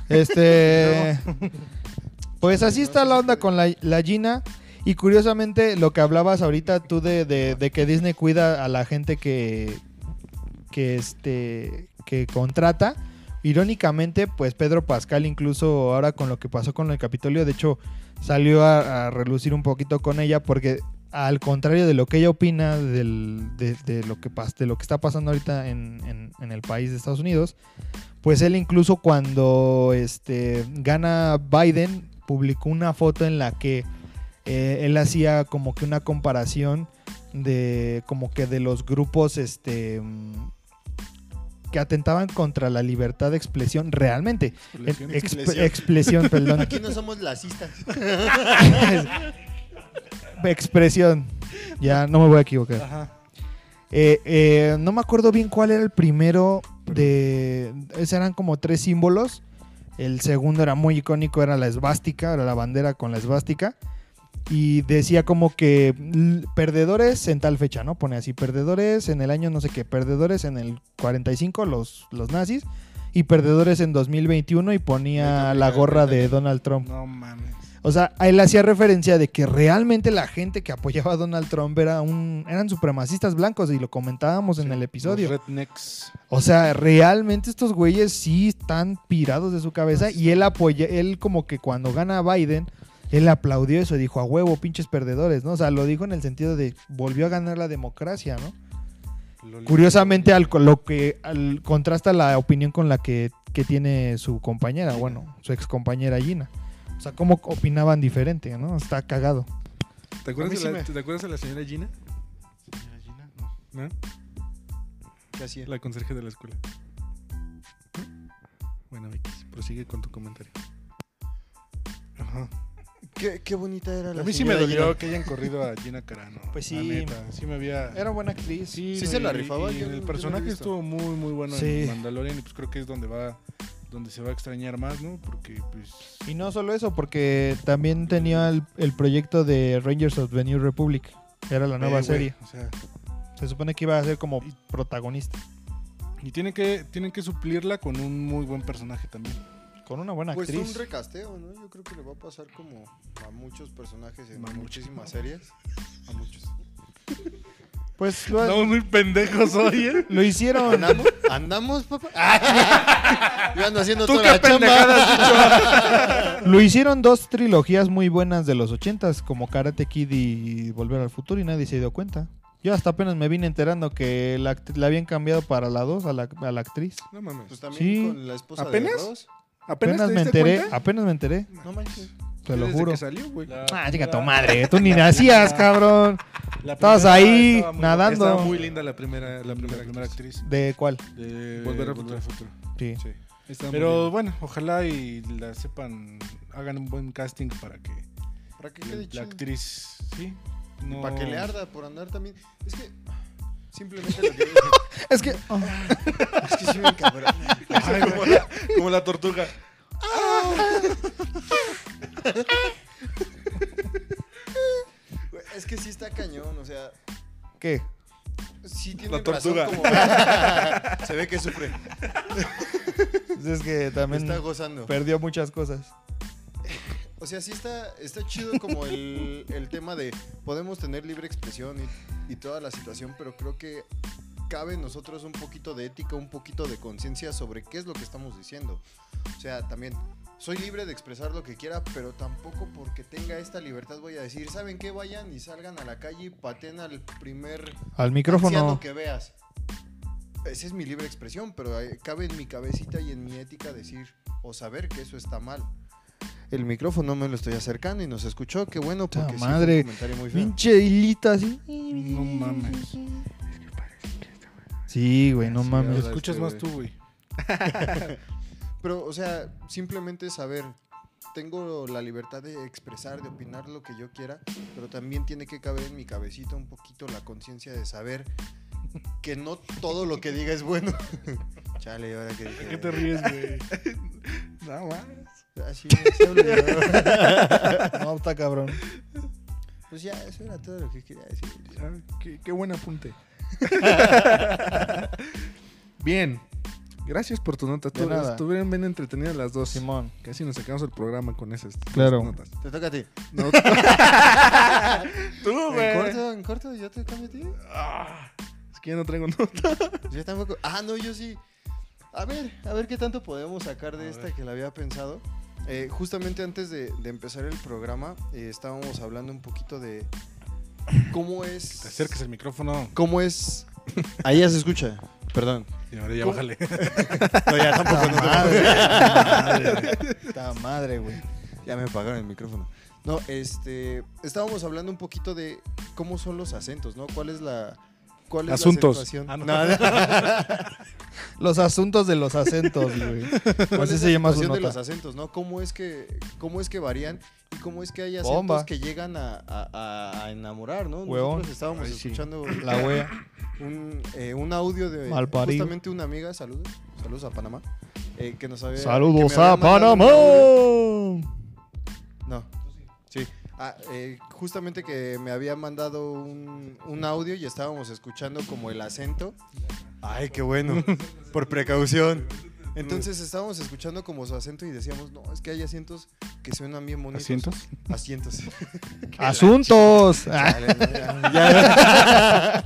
Este. pues así está la onda con la, la Gina. Y curiosamente, lo que hablabas ahorita tú de, de- de que Disney cuida a la gente que. que este. que contrata. Irónicamente, pues Pedro Pascal, incluso ahora con lo que pasó con el Capitolio, de hecho, salió a, a relucir un poquito con ella, porque al contrario de lo que ella opina del- de, de lo, que, pas- de lo que está pasando ahorita en- en- en el país de Estados Unidos, pues él incluso cuando este, gana Biden publicó una foto en la que eh, él hacía como que una comparación de como que de los grupos este mm, que atentaban contra la libertad de expresión realmente Expresión. Ex- Expresión. expresión perdón Aquí no somos lacistas. expresión ya no me voy a equivocar Ajá. Eh, eh, no me acuerdo bien cuál era el primero de... esos eran como tres símbolos. El segundo era muy icónico, era la esvástica, era la bandera con la esvástica. Y decía como que l- perdedores en tal fecha, ¿no? Pone así, perdedores en el año no sé qué, perdedores en el 45, los, los nazis, y perdedores en 2021 y ponía la gorra de Donald Trump. No mames. O sea, él hacía referencia de que realmente la gente que apoyaba a Donald Trump era un, eran supremacistas blancos y lo comentábamos en el Los episodio. Rednecks. O sea, realmente estos güeyes sí están pirados de su cabeza y él apoya, él como que cuando gana a Biden, él aplaudió eso y dijo a huevo, pinches perdedores, ¿no? O sea, lo dijo en el sentido de volvió a ganar la democracia, ¿no? Loli. Curiosamente, al, lo que al- contrasta la opinión con la que, que tiene su compañera, bueno, su excompañera Gina. O sea, cómo opinaban diferente, ¿no? Está cagado. ¿Te acuerdas, mí de sí la, me- ¿Te acuerdas de la señora Gina? ¿Señora Gina? No. ¿No? ¿Qué hacía? La conserje de la escuela. Bueno, X, prosigue con tu comentario. Ajá. Qué, qué bonita era la A mí sí me señora dolió Gina. que hayan corrido a Gina Carano. Pues la sí. neta, sí me había. Era buena actriz. Sí, Sí no, se y- la rifaba, y yo- yo la el he personaje visto. estuvo muy, muy bueno Sí. en Mandalorian. Y pues creo que es donde va. Donde se va a extrañar más, ¿no? Porque pues. Y no solo eso, porque también tenía el, el proyecto de Rangers of the New Republic. que Era la nueva eh, güey, serie. o sea, Se supone que iba a ser como protagonista. y tienen que, tienen que suplirla con un muy buen personaje también. Con una buena Pues actriz. un recasteo, ¿no? Yo creo que le va a pasar como a muchos personajes en A muchos. muchísimas series. A muchos. Pues lo, Estamos muy pendejos hoy, ¿eh? lo hicieron. ¿Andamos? ¿Andamos, papá? Yo ando haciendo ¿Tú toda qué la chamba. pendejadas has dicho? Lo hicieron dos trilogías muy buenas de los ochentas, como Karate Kid y Volver al Futuro, y nadie se dio cuenta. Yo hasta apenas me vine enterando que la, act- la habían cambiado para la dos a la, a la actriz. No mames. Pues también Sí. con la esposa de ¿Apenas? Ross. ¿Apenas, Apenas te me diste enteré, cuenta? apenas me enteré, No manches. te lo Desde juro. que salió, güey. Ah, chica tu madre, tú ni nacías, cabrón. La Estabas primera ahí, estaba muy- nadando. Estaba Muy muy linda la primera, la primera, actriz. actriz. Eh, ¿De cuál? De Volver al al futuro. Sí. Sí. Estaba muy Pero linda. bueno, ojalá y la sepan, hagan un buen casting para que ¿Para qué la, quede chido? actriz, sí, no... Para que le arda por andar también. Es que simplemente lo que... Es que. es que sí me encabrona. Ay, como, la, como la tortuga. Güey, Es que sí está cañón, o sea... ¿Qué? Sí tiene La tortuga. razón como- Se ve que sufre. Es que también Está gozando. perdió muchas cosas. O sea, sí está, está chido como el, el tema de podemos tener libre expresión y, y toda la situación, pero creo que cabe en nosotros un poquito de ética, un poquito de conciencia sobre qué es lo que estamos diciendo. O sea, también soy libre de expresar lo que quiera, pero tampoco porque tenga esta libertad voy a decir, ¿saben qué? Vayan y salgan a la calle y paten al primer Al anciano micrófono. que veas. Esa es mi libre expresión, pero eh, cabe en mi cabecita y en mi ética decir o saber que eso está mal. El micrófono me lo estoy acercando y nos escuchó. Qué bueno, Ta porque sí, madre. fue un comentario muy feo. Pinche hilita así. No mames. Sí, güey, no Sí, Lo mames. ahora- escuchas Este, más güey. tú, güey. Pero, o sea, simplemente saber. Tengo la libertad de expresar, de opinar lo que yo quiera, pero también tiene que caber en mi cabecita un poquito la conciencia de saber que no todo lo que diga es bueno. Chale, ¿y ahora que ¿De qué te ríes, güey? No, mames. Así se olvidó. No, está cabrón. Pues ya, eso era todo lo que quería decir. Ah, Qué, qué buen apunte. bien. Gracias por tu nota. De Tú- nada. Estuvieron bien entretenidas las dos. Simón. Casi nos sacamos el programa con esas Claro. esas notas. Te toca a ti. No, Tú, En güey. corto, en corto, yo te cambio a ti. Ah, es que ya no traigo nota. Yo tampoco. Ah, no, yo sí. A ver, a ver qué tanto podemos sacar de esta que la había pensado. Eh, justamente antes de, de empezar el programa, eh, estábamos hablando un poquito de cómo es. Te acerques el micrófono ¿Cómo es? Ahí ya se escucha. Perdón. y ahora ya ¿Cómo? bájale. No, ya tampoco. no, Madre, tampoco. Está madre, güey. Ya me apagaron el micrófono. No, este, estábamos hablando un poquito de cómo son los acentos, ¿no? ¿Cuál es la cuál es Asuntos. la acentuación? Ah, no. Los asuntos de los acentos, güey. ¿Cuál Así es Pues se la llama su situación de los nota. acentos, ¿no? ¿Cómo es que, cómo es que varían y cómo es que hay acentos Bomba. que llegan a, a- a- a enamorar, ¿no? Huevón. Nosotros estábamos Ay, sí. escuchando La wea. un, eh, un audio de Malparido. justamente una amiga, saludos, saludos a Panamá, eh, que nos había... Saludos que me había a mandado un Panamá. audio. No. Sí. Ah, eh, justamente que me había mandado un, un audio y estábamos escuchando como el acento. Ay, qué bueno. Por precaución. Entonces estábamos escuchando como su acento y decíamos, no, es que hay acentos que suenan bien bonitos. ¿Asientos? Asientos. Asuntos. Chale, ya, ya.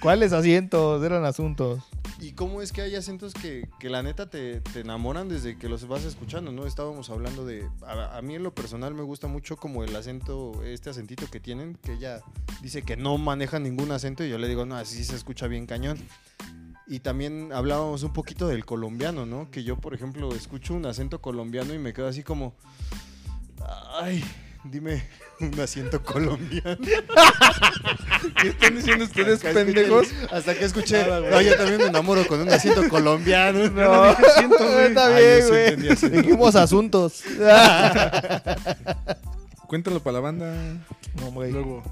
¿Cuáles asientos? Eran asuntos. ¿Y cómo es que hay acentos que, que la neta te, te enamoran desde que los vas escuchando, no? Estábamos hablando de... A, a mí en lo personal me gusta mucho como el acento, este acentito que tienen, que ella dice que no maneja ningún acento y yo le digo, no, así se escucha bien cañón. Y también hablábamos un poquito del colombiano, ¿no? Que yo, por ejemplo, escucho un acento colombiano y me quedo así como... Ay, Dime un asiento colombiano. ¿Qué están diciendo ustedes, Hasta que escuché- pendejos? Hasta que escuché. no, yo también me enamoro con un asiento colombiano. No, está Ay, yo sí entendí bien, asiento. güey. Dijimos asuntos. Cuéntalo para la banda. No, güey. Luego.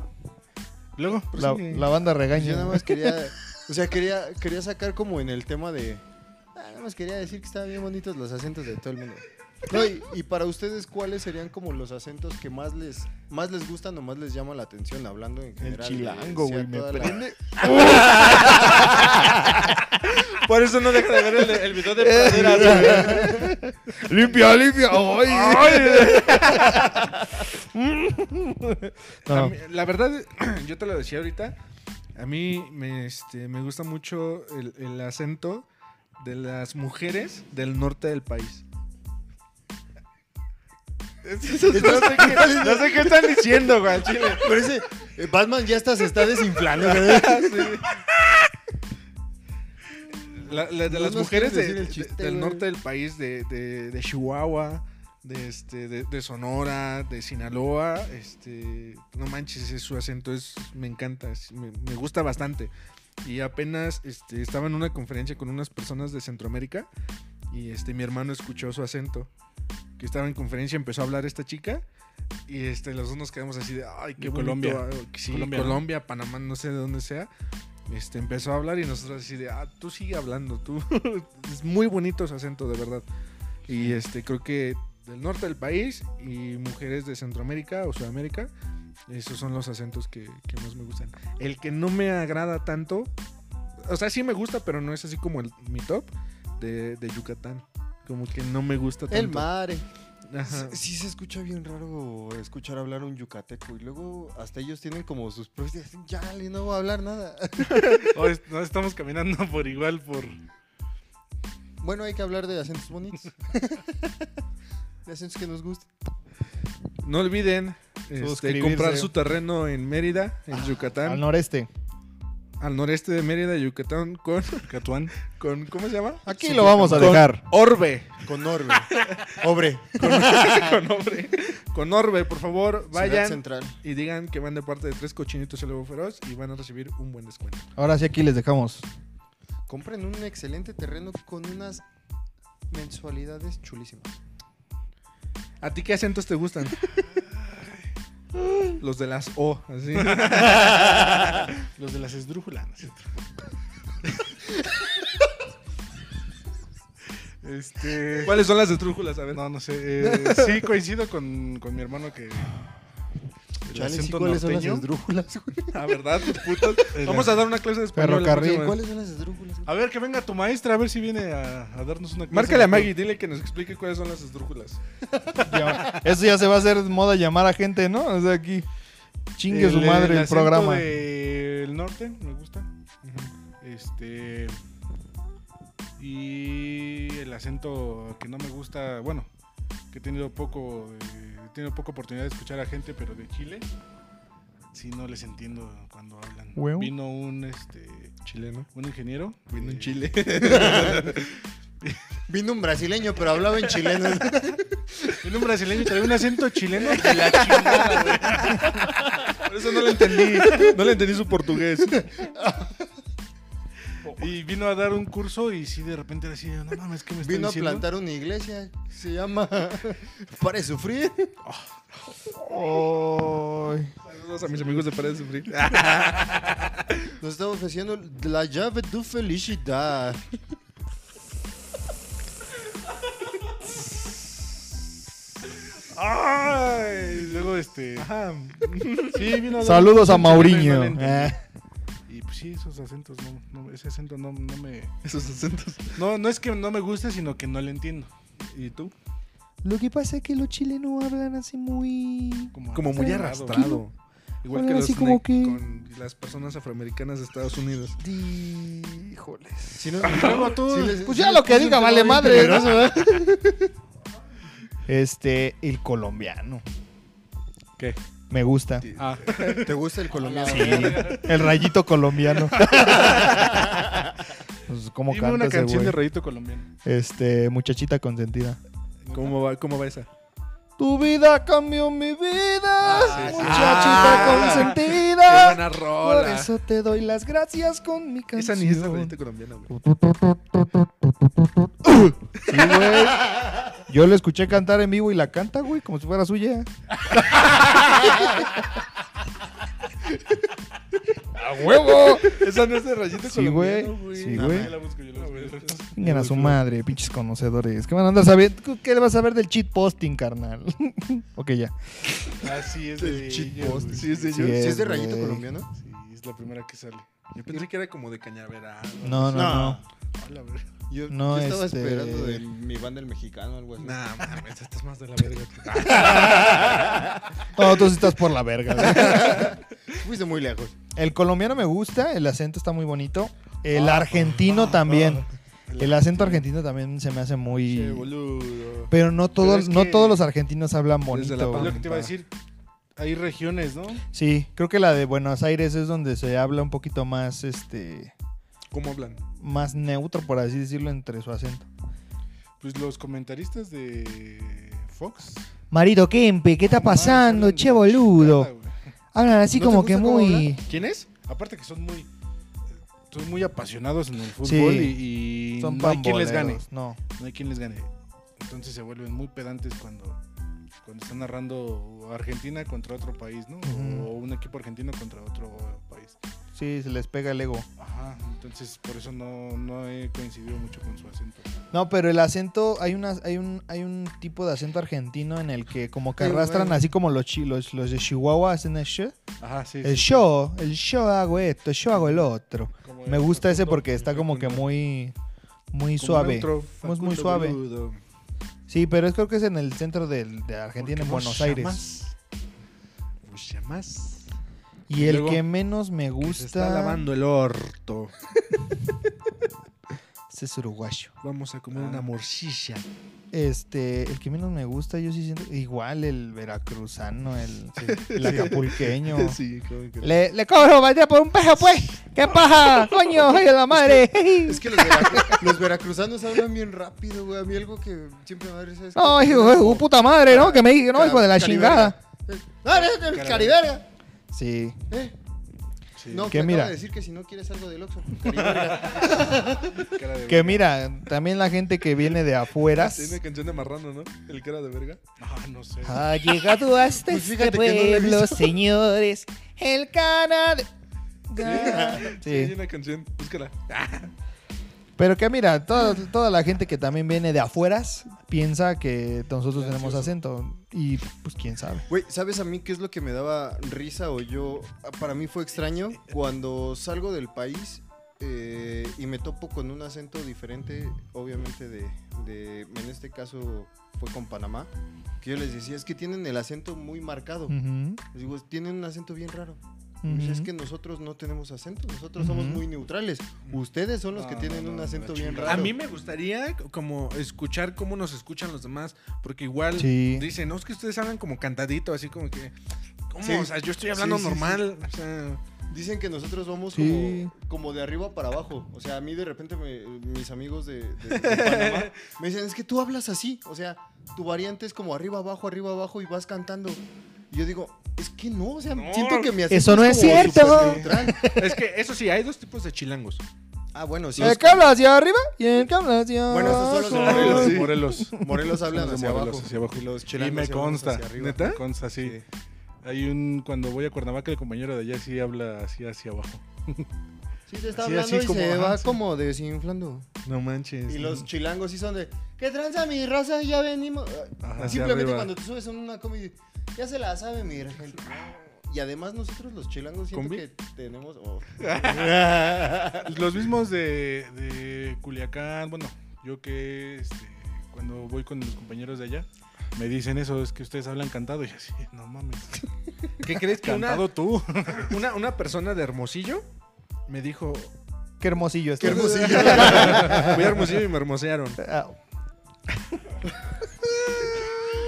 Luego, pues La, prosigue. la banda Yo regaña. nada más quería. O sea, quería, quería sacar como en el tema de. ah, Nada más quería decir que estaban bien bonitos los acentos de todo el mundo. No, y, y para ustedes, ¿cuáles serían como los acentos que más les, más les gustan o más les llama la atención hablando en general? chilango, sea güey, me toda la- Por eso no deja de ver el, el video de praderas, güey. limpia, limpia. A mí- la verdad, yo te lo decía ahorita. A mí me, este, me gusta mucho el, el acento de las mujeres del norte del país. No sé qué, no sé qué están diciendo, güey. al chile. Pero ese eh, Batman ya hasta se está desinflando. ¿verdad? La- la- de No las nos mujeres quieres de- decir el de- chiste, del güey. norte del país, de, de- de Chihuahua, de, este, de, de Sonora, de Sinaloa. Este, no manches, es- su acento es, me encanta, es- me, me gusta bastante. Y apenas este, estaba en una conferencia con unas personas de Centroamérica y este, mi hermano escuchó su acento. Que estaba en conferencia, empezó a hablar esta chica y este, los dos nos quedamos así de, ay, qué De Colombia. Colombia. Sí, Colombia, Colombia, ¿no? Panamá, no sé de dónde sea. Este, empezó a hablar y nosotros así de, ah, tú sigue hablando, tú. es muy bonito su acento, de verdad. Y este, creo que del norte del país y mujeres de Centroamérica o Sudamérica, esos son los acentos que, que más me gustan. El que no me agrada tanto, o sea, sí me gusta, pero no es así como el, mi top de, de Yucatán. Como que no me gusta tanto. El mare. Ajá. Sí, sí se escucha bien raro escuchar hablar un yucateco. Y luego hasta ellos tienen como sus propios. dicen, Ya, le no voy a hablar nada. O es- no estamos caminando por igual por. Bueno, hay que hablar de acentos bonitos. de acentos que nos gusten. No olviden este, Suscribirse. comprar su terreno en Mérida, en Yucatán, Al al, noreste. noreste de Mérida, Yucatán, con, Catuán. con ¿cómo se llama? Aquí lo vamos a Con dejar. Orbe, Con Orbe. Obre. con Orbe, con Orbe, por favor, Ciudad vayan Central. y digan que van de parte de tres cochinitos el lobo feroz y van a recibir un buen descuento. Ahora sí, aquí les dejamos. Compren un excelente terreno con unas mensualidades chulísimas. ¿A ti qué acentos te gustan? Los de las O, así. Los de las esdrújulas. este. ¿Cuáles son las de trújulas? A ver. No, no sé. eh, sí, coincido con, con mi hermano que. El acento norteño. esdrújulas? Ah, ¿verdad? Putas. El- Vamos a dar una clase de español. la Ferrocarril. próxima. ¿Cuáles son las esdrújulas? A ver, que venga tu maestra, a ver si viene a, a darnos una clase. Márcale a Maggie, dile que nos explique cuáles son las esdrújulas. Ya- Eso ya se va a hacer moda llamar a gente, ¿no? O sea, aquí. Chingue su madre el acento programa. del norte, me gusta. Este. Y el acento que no me gusta, bueno, que he tenido poco, eh, he tenido poca oportunidad de escuchar a gente, pero de Chile, sí no les entiendo cuando hablan. Huevo. Vino un este Chileno. un ingeniero. Vino en eh, Chile. Vino un brasileño, pero hablaba en chileno. Vino un brasileño, traía un acento chileno de la chingada, güey. Por eso no le entendí. No le entendí su portugués. Y vino a dar un curso y sí, de repente era así, no mames, ¿qué me está Vino a diciendo? plantar una iglesia. Se llama Para de Sufrir. Ay. Saludos a mis amigos de Paredes de Sufrir. Nos está ofreciendo la llave de felicidad. Ay, luego este. Sí, vino a dar Saludos a un curso y no Mauriño. le entendí. Eh, Y pues sí, esos acentos, no, no, ese acento no, no me. Esos acentos. No, no es que no me guste, sino que no le entiendo. ¿Y tú? Lo que pasa es que los chilenos hablan así muy. Como muy arrastrado. Igual que Hablan los así como ne- que- con las personas afroamericanas de Estados Unidos. Híjoles. Si no, luego tú- si les- Pues si ya les lo que puse un diga tema vale bien madre. ¿no? temeroso, ¿verdad? Este, el colombiano. ¿Qué? Me gusta. Ah, ¿Te gusta el colombiano? El rayito colombiano. Pues, ¿Cómo dime canta una ese canción güey? de rayito colombiano. Este, muchachita consentida. ¿Cómo va, ¿Cómo va esa? Tu vida cambió mi vida, sí, sí. Ah, muchachita Qué consentida. buena Por rola. eso te doy las gracias con mi Esa canción. ni es la bolita colombiana, güey. Sí, güey. Yo la escuché cantar en vivo y la canta, güey, como si fuera suya. ¡A huevo! Esa no es de rayito Sí, güey. colombiano, güey. Sí, No, güey. Yo la busco, yo la busco. Vengan a su madre, pinches conocedores. ¿Qué van a andar sabiendo? ¿Qué le vas a ver del cheat posting, carnal? ok, ya. Ah, Así es de Cheat ellos, post. güey. Sí, es de Sí ellos. ¿Sí es de güey. rayito colombiano? Sí, es la primera que sale. Yo pensé que era como de cañaveral. No, no, no. Hola, verga. Yo, No, yo estaba este- esperando de mi banda el mexicano algo así. Nah, mames, esta es más de la verga. ah, No, tú sí estás por la verga, güey. Fuiste muy lejos. El colombiano me gusta, el acento está muy bonito. El argentino también. El acento argentino también se me hace Che, muy. boludo. Pero no todos, Pero es no que- todos los argentinos hablan Desde la bonito. Es güey. lo que te iba a decir. Hay regiones, ¿no? Sí, creo que la de Buenos Aires es donde se habla un poquito más, este, ¿Cómo hablan? más neutro, por así decirlo, entre su acento. Pues los comentaristas de Fox. Marido Kempe, ¿qué está pasando, Hablan de che la boludo? chingada, güey. Hablan así ¿No te como gusta que cómo muy... ¿Quién es? Aparte que son muy son muy apasionados en el fútbol Sí. y, y Son no hay quien les gane, pamboleros, No. no hay quien les gane. Entonces se vuelven muy pedantes cuando cuando están narrando Argentina contra otro país, ¿no? Ujú. O un equipo argentino contra otro país. Sí, se les pega el ego. Ajá, entonces por eso no, no he coincidido mucho con su acento. No, pero el acento, hay una, hay un, hay un tipo de acento argentino en el que como que Sí, arrastran güey. así como los chi- los, los de Chihuahua hacen el show. Ajá, sí. El sí. yo, el yo hago esto, yo hago el otro. Como Me el gusta ese Facundo, porque el está como que Facundo. muy, muy Como suave. neutro, Es muy Facundo, suave. boludo. Sí, pero es creo que es en el centro del- de, Argentina, en Porque Buenos vos Aires. llamás, vos llamás. Y el Luego, que menos me Se está gusta lavando el orto. es uruguayo. Vamos a comer una morcilla. Este, el que menos me gusta, yo sí siento igual el veracruzano, el, el acapulqueño. Sí, como que... Le, le cobro vaya por un peso, pues. ¿Qué paja? Coño, ay, la madre. Es que los, veracru- los veracruzanos hablan bien rápido, güey. A mí algo que siempre me da risa es... que- No, hijo, hijo, puta madre, ¿no? Que me dije, no, hijo de la Cariberga. chingada. Eh, No, no, no, cariberga. Sí. Eh, Sí, no, Que que me mira. mira. de decir que si no quieres algo del Oxxo, cariberga. cara de Que verga. mira, también la gente que viene de Tiene afueras. una canción de marrano, ¿no? El cara de verga. Ah, no sé. Ha llegado hasta Pues este fíjate que no la he pueblo, visto. señores. El canal. Sí. hay una canción. Búscala. Pero que mira, toda, toda la gente que también viene de afueras piensa que nosotros tenemos acento. Y pues quién sabe. Güey, ¿sabes a mí qué es lo que me daba risa o yo? Para mí fue extraño cuando salgo del país eh, y me topo con un acento diferente, obviamente de, de- en este caso fue con Panamá, que yo les decía, es que tienen el acento muy marcado. Ujú, Les digo, tienen un acento bien raro. Mm. ujú. Pues Es que nosotros no tenemos acento, nosotros somos Ujú. muy neutrales. Ustedes son los que No, tienen no, un no, acento la bien chingada. raro. A mí me gustaría como escuchar cómo nos escuchan los demás, porque igual Sí. dicen, no, es que ustedes hablan como cantadito, así como que, ¿cómo? Sí. O sea, yo estoy hablando Sí, sí, normal, o sea, Dicen que nosotros vamos Sí. como, como de arriba para abajo. O sea, a mí de repente me- mis amigos de, de- de Panamá me dicen, es que tú hablas así. O sea, tu variante es como arriba, abajo, arriba, abajo y vas cantando. Y yo digo, es que no, o sea, No, siento que mi acento eso no es como cierto. súper neutral. es que eso sí, hay dos tipos de chilangos. Ah, bueno, sí. El que habla hacia arriba y el que habla hacia Bueno, esos son los de abajo. Morelos, sí. Morelos. Morelos hablan hacia abajo. hacia abajo. Y los Y chilangos me hablamos consta, hacia arriba. neta, me consta, sí. Sí. Hay un, cuando voy a Cuernavaca, el compañero de allá sí habla así hacia abajo. Sí, te está Así, hablando así y como, se ajá, va sí. como desinflando. No manches. Y los chilangos sí son de, ¿qué tranza mi raza? Ya venimos. Ajá, hacia Simplemente arriba. cuando tú subes en una comida, ya se la sabe mi gente. Y además nosotros los chilangos siento ¿Combi? que tenemos... oh, Pues Los mismos de, de Culiacán, bueno, yo que este, cuando voy con los compañeros de allá, me dicen eso, es que ustedes hablan cantado y así, no mames. ¿Qué crees que una, Cantado tú. una, una persona de Hermosillo me dijo, Qué hermosillo este. está. qué hermosillo. fui a Hermosillo y me hermosearon. Ah,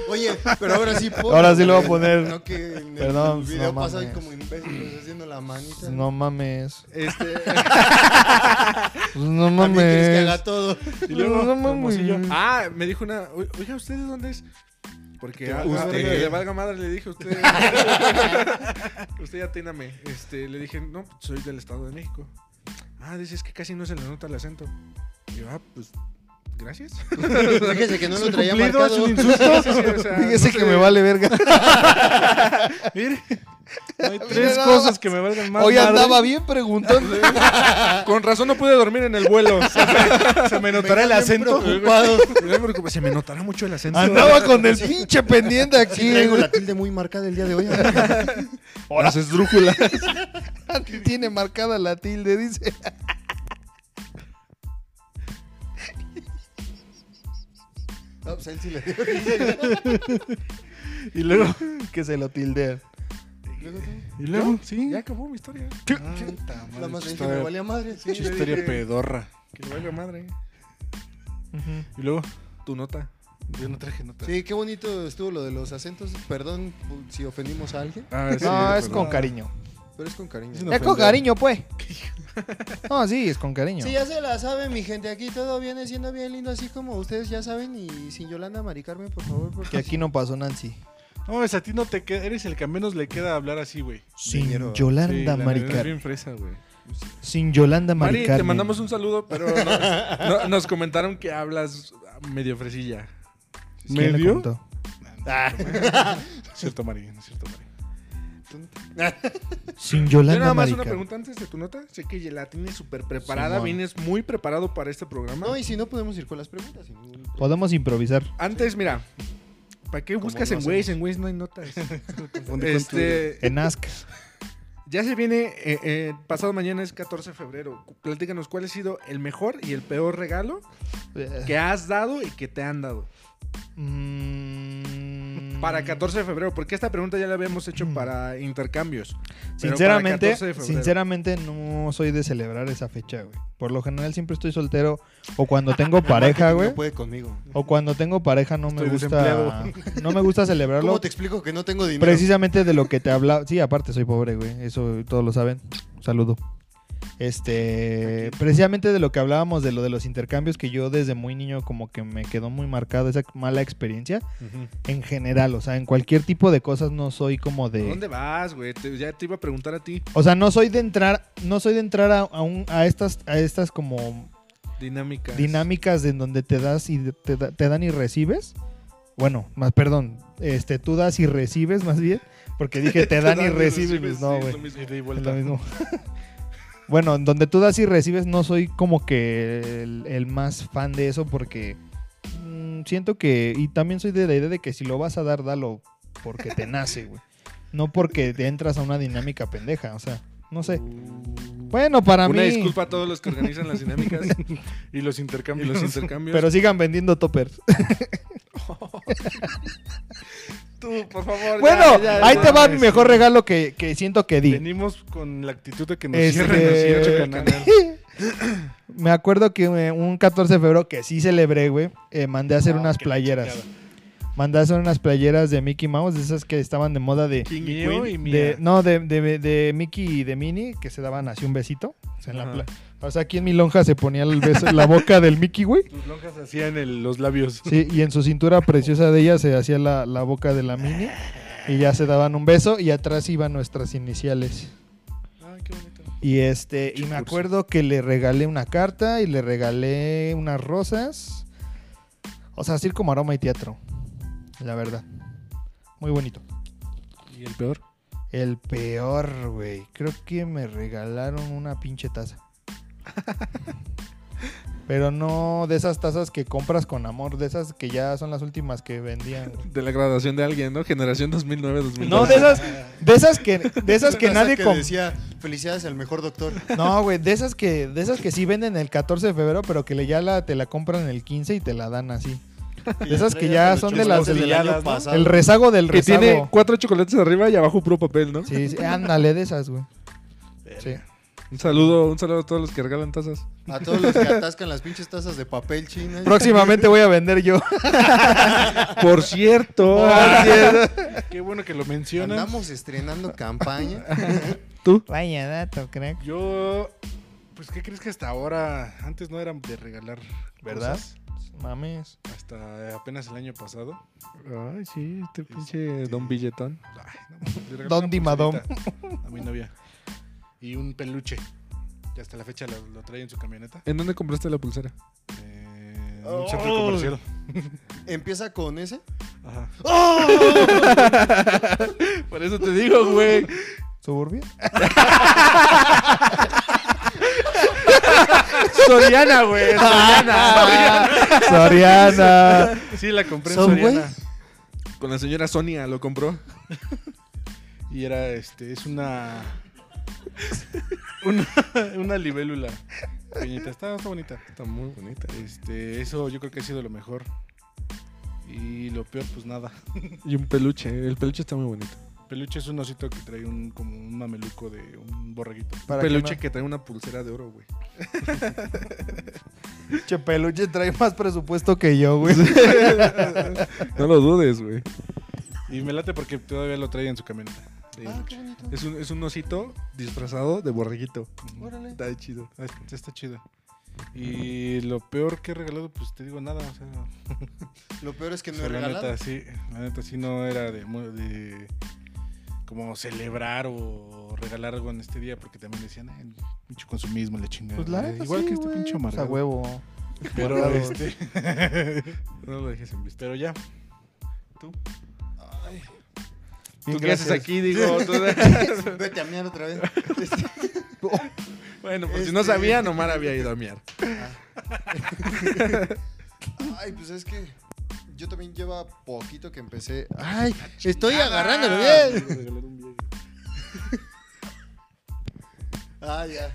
Oye, pero ahora sí ponlo, Ahora sí lo voy güey. a poner. No que en el Perdón, pues, video no pasado y mames. como imbécil pues, haciendo la manita. No mames. Este, Pues No también quieres que haga mames. todo. Y luego, No mames. Hermosillo, Ah, me dijo una, "Oi- oiga, ¿ustedes dónde es? Porque Que a- valga a- madre. le valga madre, le dije a usted. usted atíname. Este, le dije, no, pues, soy del Estado de México. Ah, dice, es que casi no se le nota el acento. Y yo, ah, pues, gracias. Fíjese que no lo traía cumplido, es marcado. un insulto. Sí, o sea, Fíjese no que sé. me vale verga. Mire, hay Mira tres nada cosas más. que me valgan más. Hoy madre. andaba bien preguntando. Con razón no pude dormir en el vuelo. Ah. Se me notará el acento. Ah, Se me notará mucho el acento. Andaba con el pinche pendiente aquí. Traigo güey. la tilde muy marcada el día de hoy. Ah, Las esdrújulas. Tiene marcada la tilde, dice. No, pues él sí le Y luego, Que se lo tildea. y luego, sí. Ya acabó mi historia. La más bien que me historia, valía madre. sí. pinche historia pedorra. Que le valga madre. Y luego, Tu nota. yo no traje nota. Sí, qué bonito estuvo lo de los acentos. Perdón pu- si ofendimos a alguien, Ah, sí, Pues No, es perdón. con cariño. pero es con cariño. Sí, no. Es con ofender. cariño, pues. No, sí, es con cariño. Sí, ya se la saben, mi gente. Aquí todo viene siendo bien lindo, así como ustedes ya saben. Y sin Yolanda Maricarmen, por favor. Porque Que aquí no pasó Nancy. No, es a ti no te queda. Eres el que menos le queda hablar así, güey. Sin Dinero. Sí, Yolanda la neta, eres Maricar. bien fresa, güey. Sin Yolanda Mari, Maricar. te mandamos un saludo, pero no- no- nos comentaron que hablas medio fresilla. ¿Medio? No es Cierto, Mari, no es cierto, Mari. Sin Yo Yolanda nada más una Maricar. pregunta antes de tu nota. Sé que la tienes súper preparada, Simón. vienes muy preparado para este programa. No, y si no, podemos ir con las preguntas. sin ningún problema. Podemos improvisar. Antes, mira, ¿para qué buscas no en hacemos. Waze? En Waze no hay notas. Confundí con este, En Ask. ya se viene, eh, eh, pasado mañana es 14 de febrero. Cu- Platícanos cuál ha sido el mejor y el peor regalo que has dado y que te han dado. Mm, Para 14 de febrero, porque esta pregunta ya la habíamos hecho Mm. para intercambios. pero para Sinceramente, 14 de febrero. sinceramente no soy de celebrar esa fecha, güey. Por lo general siempre estoy soltero o cuando tengo pareja, No güey. puede conmigo. O cuando tengo pareja no me Estoy gusta no me gusta ¿Cómo celebrarlo. te explico que no tengo Pues, dinero? Precisamente de lo que te hablaba. Sí, aparte soy pobre, güey. Eso todos lo saben. Saludo. Este, precisamente de lo que hablábamos de lo de los intercambios que yo desde muy niño como que me quedó muy marcado esa mala experiencia en general, o sea, en cualquier tipo de cosas no soy como de ¿Dónde vas, güey? Te- ya te iba a preguntar a ti. O sea, no soy de entrar, no soy de entrar a, a un- a estas a estas como Dinámicas. dinámicas de en donde te das y te, da- te dan y recibes. Bueno, más perdón, este tú das y recibes más bien, porque dije te dan y recibes, pues no, güey. Ida y Es vuelta. lo mismo. bueno, en donde tú das y recibes, no soy como que el, el más fan de eso porque mm, siento que. Y también soy de la idea de que si lo vas a dar, dalo porque te nace, güey. No porque te entras a una dinámica pendeja, o sea, no sé. Bueno, para Una mí. disculpa a todos los que organizan las dinámicas Y los y intercambios. los intercambios. Pero sigan vendiendo toppers. tú, por favor. bueno, ya, ya, ahí ya, te va mames, mi mejor regalo que, que siento que di. Venimos con la actitud de que nos Este- cierren el pinche canal. Me acuerdo que eh, un 14 de febrero que sí celebré, güey, eh, mandé a hacer unas playeras. Mandé a hacer unas playeras de Mickey Mouse, de esas que estaban de moda de. King y Mío Queen. y Mía. de no, de, de- de Mickey y de Minnie, que se daban así un besito. O sea, en la Ajá. pla- o sea, aquí en mi lonja se ponía el beso en la boca del Mickey, güey. Tus lonjas hacían el- los labios. Sí, y en su cintura preciosa de ella se hacía la, la boca de la Minnie. Y ya se daban un beso y atrás iban nuestras iniciales. Ay, Ah, qué bonito. Y este, y Mucho me curso. acuerdo que le regalé una carta y le regalé unas rosas. O sea, circo, aroma y teatro. La verdad. Muy bonito. ¿Y el peor? El peor, güey. Creo que me regalaron una pinche taza. Pero no de esas tazas que compras con amor, de esas que ya son las últimas que vendían. güey. De la graduación de alguien, ¿no? Generación 2009, 2010. No de esas, de esas que, de esas que Raza nadie com- decía, felicidades al mejor doctor. No, güey, de esas que, de esas que sí venden el 14 de febrero, pero que le- ya la, te la compran el 15 y te la dan así. De esas que ya son de las- del año ¿no? pasado. El rezago del Que rezago. tiene cuatro chocolates arriba y abajo puro papel, ¿no? Sí, sí, ándale de esas, güey. Sí. Un saludo, un saludo a todos los que regalan tazas. A todos los que atascan las pinches tazas de papel china. Próximamente voy a vender yo. Por cierto, Ah. Qué bueno que lo mencionas. Andamos estrenando campaña. Vaya dato, crack. Yo, pues, ¿qué crees que hasta ahora? Antes no eran de regalar. ¿Verdad? cosas. Mames. Hasta apenas el año pasado. Ay, sí, este pinche Don Billetón. Ay, no, le regalé Don una Dimadón. pulserita A mi novia. Y un peluche. Que hasta la fecha lo, lo trae en su camioneta. ¿En dónde compraste la pulsera? Eh, en un centro comercial. Empieza con ese. Ajá. Por eso te digo, güey. ¿Suburbia? Soriana, güey. Soriana. Sí, la compré en ¿Son, güey? Soriana. Con la señora Sonia lo compró. Y era, este, es una... Una, una libélula. Pequeñita. Está, está bonita. Está muy bonita. Este, eso yo creo que ha sido lo mejor. Y lo peor, pues nada. Y un peluche. El peluche está muy bonito. Peluche es un osito que trae un, como un mameluco de un borreguito. Un Para que peluche no- que, trae una pulsera de oro, güey. Che, peluche trae más presupuesto que yo, güey. No lo dudes, güey. Y me late porque todavía lo trae en su camioneta. de Ah, qué peluche. bonito. Es un, es un osito disfrazado de borreguito. Ujú. Órale. Está chido. Ah, Está, está chido. Y lo peor que he regalado, pues te digo nada. O sea, Lo peor es que o no sea, he la regalado. neta, sí. La neta, sí no era de, mu- de como celebrar o regalar algo en este día, porque también decían, eh, el pinche consumismo, la chingada. Pues la Eh, neta Igual sí, que este güey. pinche Pues A amargado. huevo. Pero Amargado. este. no lo dejes en vista. Pero ya. Bien, ¿Tú qué haces gracias. aquí? Digo, tú- Vete a mirar otra vez. bueno, pues si no Este- sabían, Omar había ido a miar. Ay, pues es que yo también lleva poquito que empecé. Ay, Ah, estoy agarrándolo bien. Ah, ya.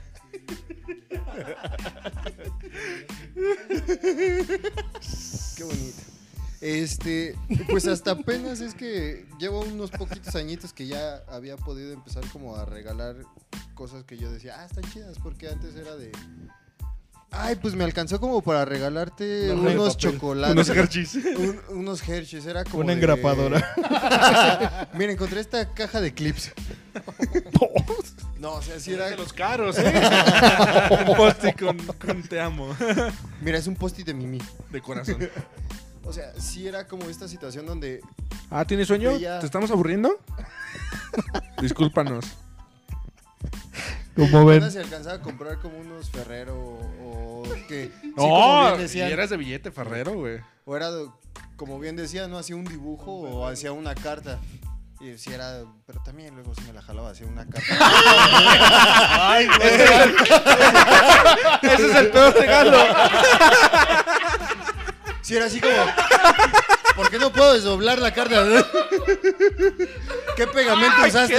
Qué bonito. Este, pues hasta apenas es que llevo unos poquitos añitos que ya había podido empezar como a regalar cosas que yo decía, ah, están chidas, porque antes era de... Ay, pues me alcanzó como para regalarte Una rola de unos papel. chocolates. Unos garchis. Un- unos Hershey's, era como. Una de- "Ah, engrapadora. Mira, encontré esta caja de clips. no, o sea, sí era. De los caros, ¿eh? Un poste con, con te amo. Mira, es un post-it de Mimi. De corazón. O sea, sí era como esta situación donde. Ah, ¿tienes sueño? Ella- ¿Te estamos aburriendo? Discúlpanos. Como ven. apenas se alcanzaba a comprar como unos Ferrero o que. sí, como No, bien si decían, eras de billete ferrero, güey. O era, de- como bien decía, ¿no? Hacía un dibujo o hacía una carta. Y si era. Pero también luego sí me la jalaba, hacía una carta. Ese es el peor regalo. Si era así como. ¿Por qué no puedo desdoblar la carta? ¿Qué pegamento usaste?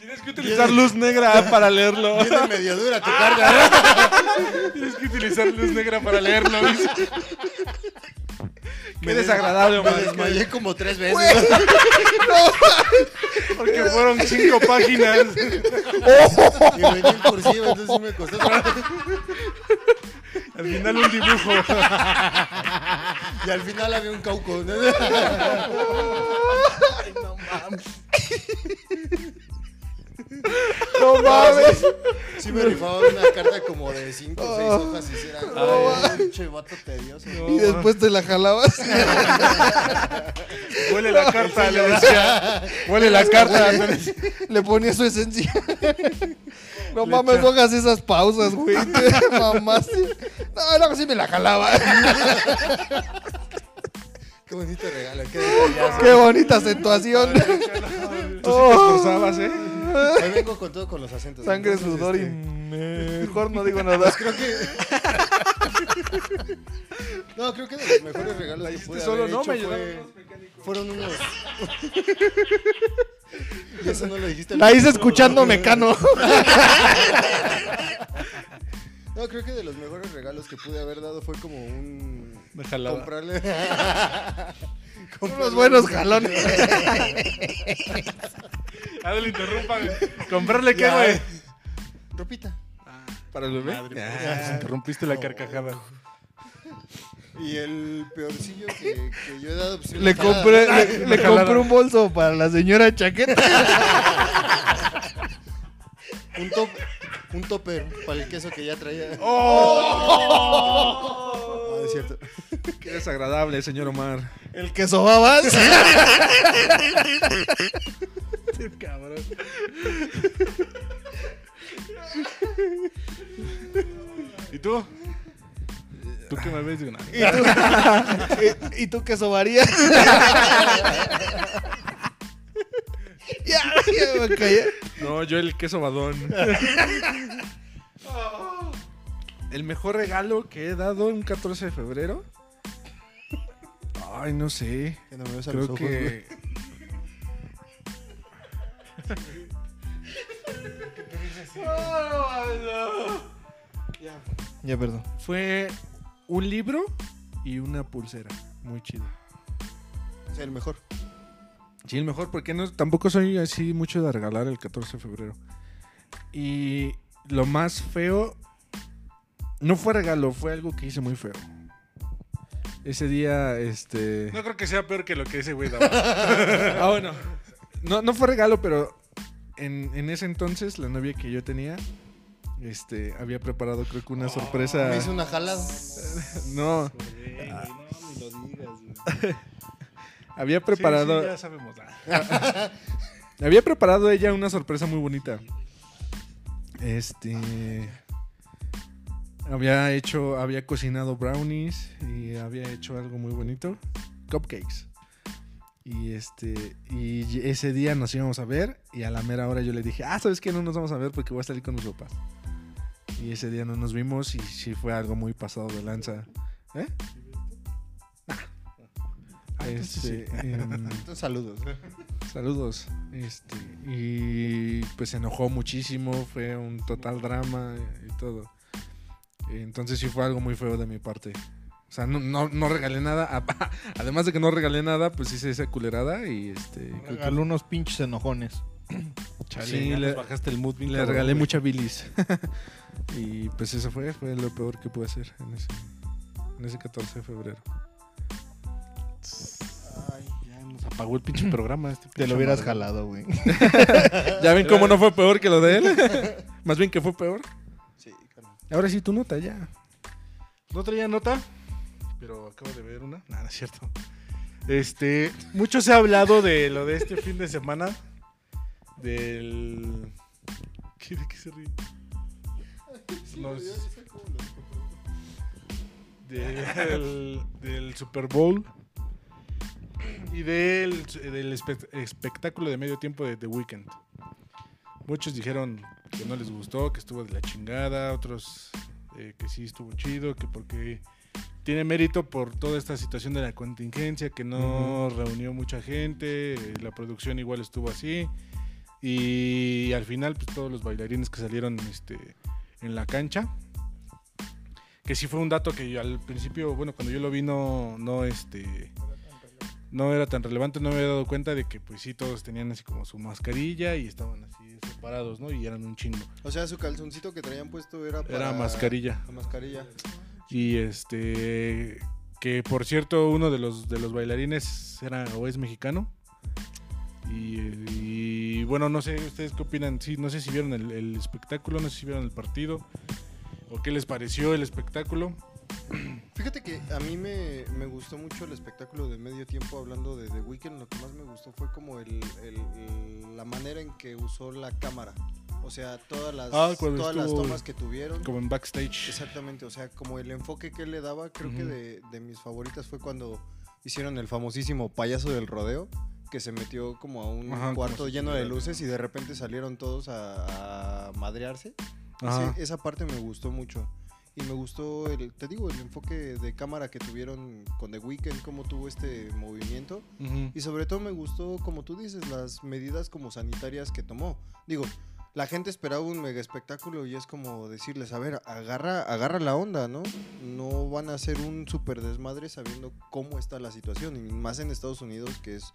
Tienes que utilizar luz negra para leerlo. Viene medio dura tu carga. Tienes que utilizar luz negra para leerlo. Qué desagradable, Me Omar. desmayé como tres veces. Porque fueron cinco páginas. Y venía en cursiva, entonces sí me costó trabajo. Al final un dibujo. Y al final había un cauco. ¿no? No mames. Sí me rifaba una carta como de cinco o seis hojas y si era "Ay, pinche vato tedioso. Y después te la jalabas. Huele la carta, le decía. Huele la carta. Le ponía su esencia. No mames, no hagas esas pausas, güey. Te mamaste. No, luego sí me la jalaba. Qué bonito regalo, qué detallazo. Qué bonita acentuación. Tú sí te esforzabas, ¿eh? Ahí vengo con todo con los acentos. Sangre, Entonces, sudor y este, mejor no digo nada. Creo que... No, creo que de los mejores regalos que pude solo, haber ¿no? hecho Me fue- Fueron unos... Y eso no lo dijiste. La hice escuchando Mecano. No, creo que de los mejores regalos que pude haber dado fue como un... Me jalaba. Comprarle... Unos buenos jalones. Adel, interrumpa. ¿Comprarle Ya. güey? Ropita. Ah. Para el bebé. Madre, interrumpiste la carcajada. Y el peorcillo que, que yo he dado... pues, Le una jalada. compré, Ah. le, le compré un bolso para la señora chaqueta. Un top... un topper para el queso que ya traía. Oh. No, es cierto. Qué desagradable, señor Omar. El queso babas. Cabrón. ¿Y tú? ¿Tú qué me ves? Digo, nada. ¿Y tú queso varía? ya, ya me callé. No, yo el queso badón. el mejor regalo que he dado un 14 de febrero. Ay, no sé. Ya no me ves a Creo los ojos, güey. que. Ya, perdón. Fue un libro y una pulsera. Muy chido. Es el mejor. Sí, el mejor, porque no, tampoco soy así mucho de regalar el 14 de febrero. Y lo más feo no fue regalo, fue algo que hice muy feo. Ese día, este. No creo que sea peor que lo que ese güey daba. Ah, bueno. No, no fue regalo, pero en, en ese entonces la novia que yo tenía este, había preparado creo que una Ah, sorpresa. Me hizo una jalada. No, Pues, no ni lo digas, había preparado, ya sabemos. ah. había preparado ella una sorpresa muy bonita. Este había hecho, había cocinado brownies y había hecho algo muy bonito, cupcakes. Y este y ese día nos íbamos a ver y a la mera hora yo le dije, "Ah, ¿sabes qué? No nos vamos a ver porque voy a salir con mis papás." Y ese día no nos vimos y sí fue algo muy pasado de lanza. ¿Eh? Ah. Este, em, Entonces, saludos. ¿eh? Saludos. Este, y pues se enojó muchísimo, fue un total drama y todo. Entonces sí fue algo muy feo de mi parte. O sea, no, no, no regalé nada. A- Además de que no regalé nada, pues hice esa culerada y este. creo que- Regaló unos pinches enojones. Ah, Chale, Sí, ya le- nos bajaste el mood. bien le cabrón, regalé güey. mucha bilis. y pues eso fue, fue lo peor que pude hacer en ese, en ese 14 de febrero. Ay, ya nos apagó el pinche programa. Este Te pinche lo hubieras madre. jalado, güey. ¿Ya ven cómo no fue peor que lo de él? Más bien que fue peor. Sí, carnal. Ahora sí, tu nota ya. No traía nota, pero acabo de ver una. Nada, no es cierto. Este, mucho se ha hablado de lo de este fin de semana. Del. ¿Qué, ¿De qué se ríe? Los- del, del Super Bowl y del, del espe- espectáculo de medio tiempo de The Weeknd. Muchos dijeron que no les gustó, que estuvo de la chingada, otros eh, que sí estuvo chido, que porque tiene mérito por toda esta situación de la contingencia, que no reunió mucha gente, eh, la producción igual estuvo así. Y al final, pues todos los bailarines que salieron este, en la cancha, que sí fue un dato que yo al principio, bueno, cuando yo lo vi no, no, este, no era tan relevante, no me había dado cuenta de que pues sí todos tenían así como su mascarilla y estaban así separados, ¿no? Y eran un chingo. O sea, su calzoncito que traían puesto era para... Era mascarilla. La mascarilla. Y este. Que por cierto, uno de los, de los bailarines era o es mexicano. Y, y, bueno, no sé ustedes qué opinan. Sí, no sé si vieron el, el espectáculo, no sé si vieron el partido. O qué les pareció el espectáculo. Fíjate que a mí me, me gustó mucho el espectáculo de medio tiempo hablando de The Weeknd. Lo que más me gustó fue como el, el- el- la manera en que usó la cámara. O sea, todas las, Ah, cuando todas las estuvo- tomas que tuvieron. Como en backstage. Exactamente, o sea, como el enfoque que le daba, creo que Ujú. de, de mis favoritas fue cuando hicieron el famosísimo payaso del rodeo, que se metió como a un Ajá, como cuarto si lleno de estuviera- luces y de repente salieron todos a, a madrearse. Ajá. Ese- esa parte me gustó mucho. Y me gustó, el, te digo, el enfoque de cámara que tuvieron con The Weeknd, cómo tuvo este movimiento. Ujú. Y sobre todo me gustó, como tú dices, las medidas como sanitarias que tomó. Digo, la gente esperaba un mega espectáculo y es como decirles, a ver, agarra, agarra la onda, ¿no? No van a hacer un super desmadre sabiendo cómo está la situación. Y más en Estados Unidos, que es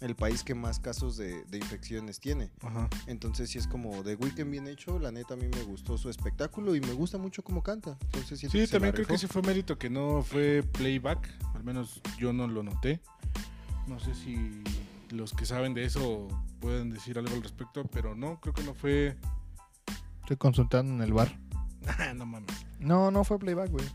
el país que más casos de, de infecciones tiene. Ajá. Entonces sí es como de Weekend bien hecho, la neta a mí me gustó su espectáculo y me gusta mucho cómo canta. Entonces siento Sí, que se la también creo que rifó. sí fue mérito que no fue playback. Al menos yo no lo noté. No sé si los que saben de eso pueden decir algo al respecto, pero no, creo que no fue Estoy consultando en el bar. no mames. No, no fue playback, güey.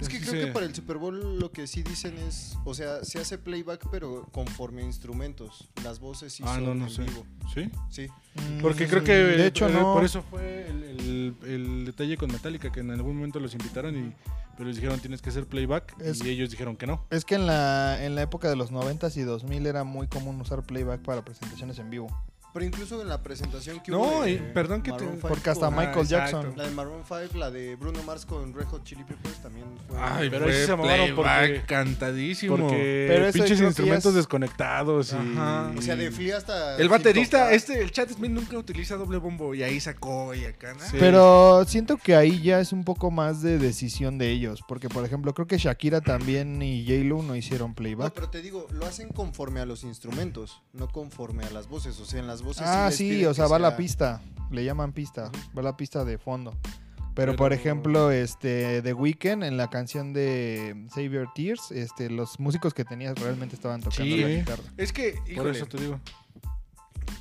Es que Sí, creo sí. que para el Super Bowl lo que sí dicen es, o sea, se hace playback pero conforme a instrumentos. Las voces sí Ah, son no, no en sé. vivo. ¿Sí? Sí. Mm, Porque creo que De eh, hecho, eh, no. por eso fue el, el- el detalle con Metallica, que en algún momento los invitaron y pero les dijeron tienes que hacer playback Es- y ellos dijeron que no. Es que en la, en la época de los 90s y 2000 era muy común usar playback para presentaciones en vivo. Pero incluso en la presentación que No, hubo de y perdón que te- Maroon five Porque hasta con- Michael exacto. Jackson. La de Maroon 5, la de Bruno Mars con Red Hot Chili Peppers también fue... Ay, Pero pero ahí sí se mamaron porque- cantadísimo. Porque Pero eso creo pinches que ya instrumentos es- desconectados y, Ajá. o sea, de Flea hasta... el baterista, Phil este, el Chad Smith nunca utiliza doble bombo y ahí sacó y acá, ¿no? Sí. Pero siento que ahí ya es un poco más de decisión de ellos. Porque, por ejemplo, creo que Shakira también y J-Lo no hicieron No, playback. pero te digo, lo hacen conforme a los instrumentos, no conforme a las voces. O sea, en las pues, voces. ah, les sí, piden o que sea, va la sea- pista. Le llaman pista. Va la pista de fondo. Pero, Pero- por ejemplo, este The Weeknd en la canción de Save Your Tears, este, los músicos que tenías realmente estaban tocando Sí. la guitarra. Es que, por híjole, eso te digo.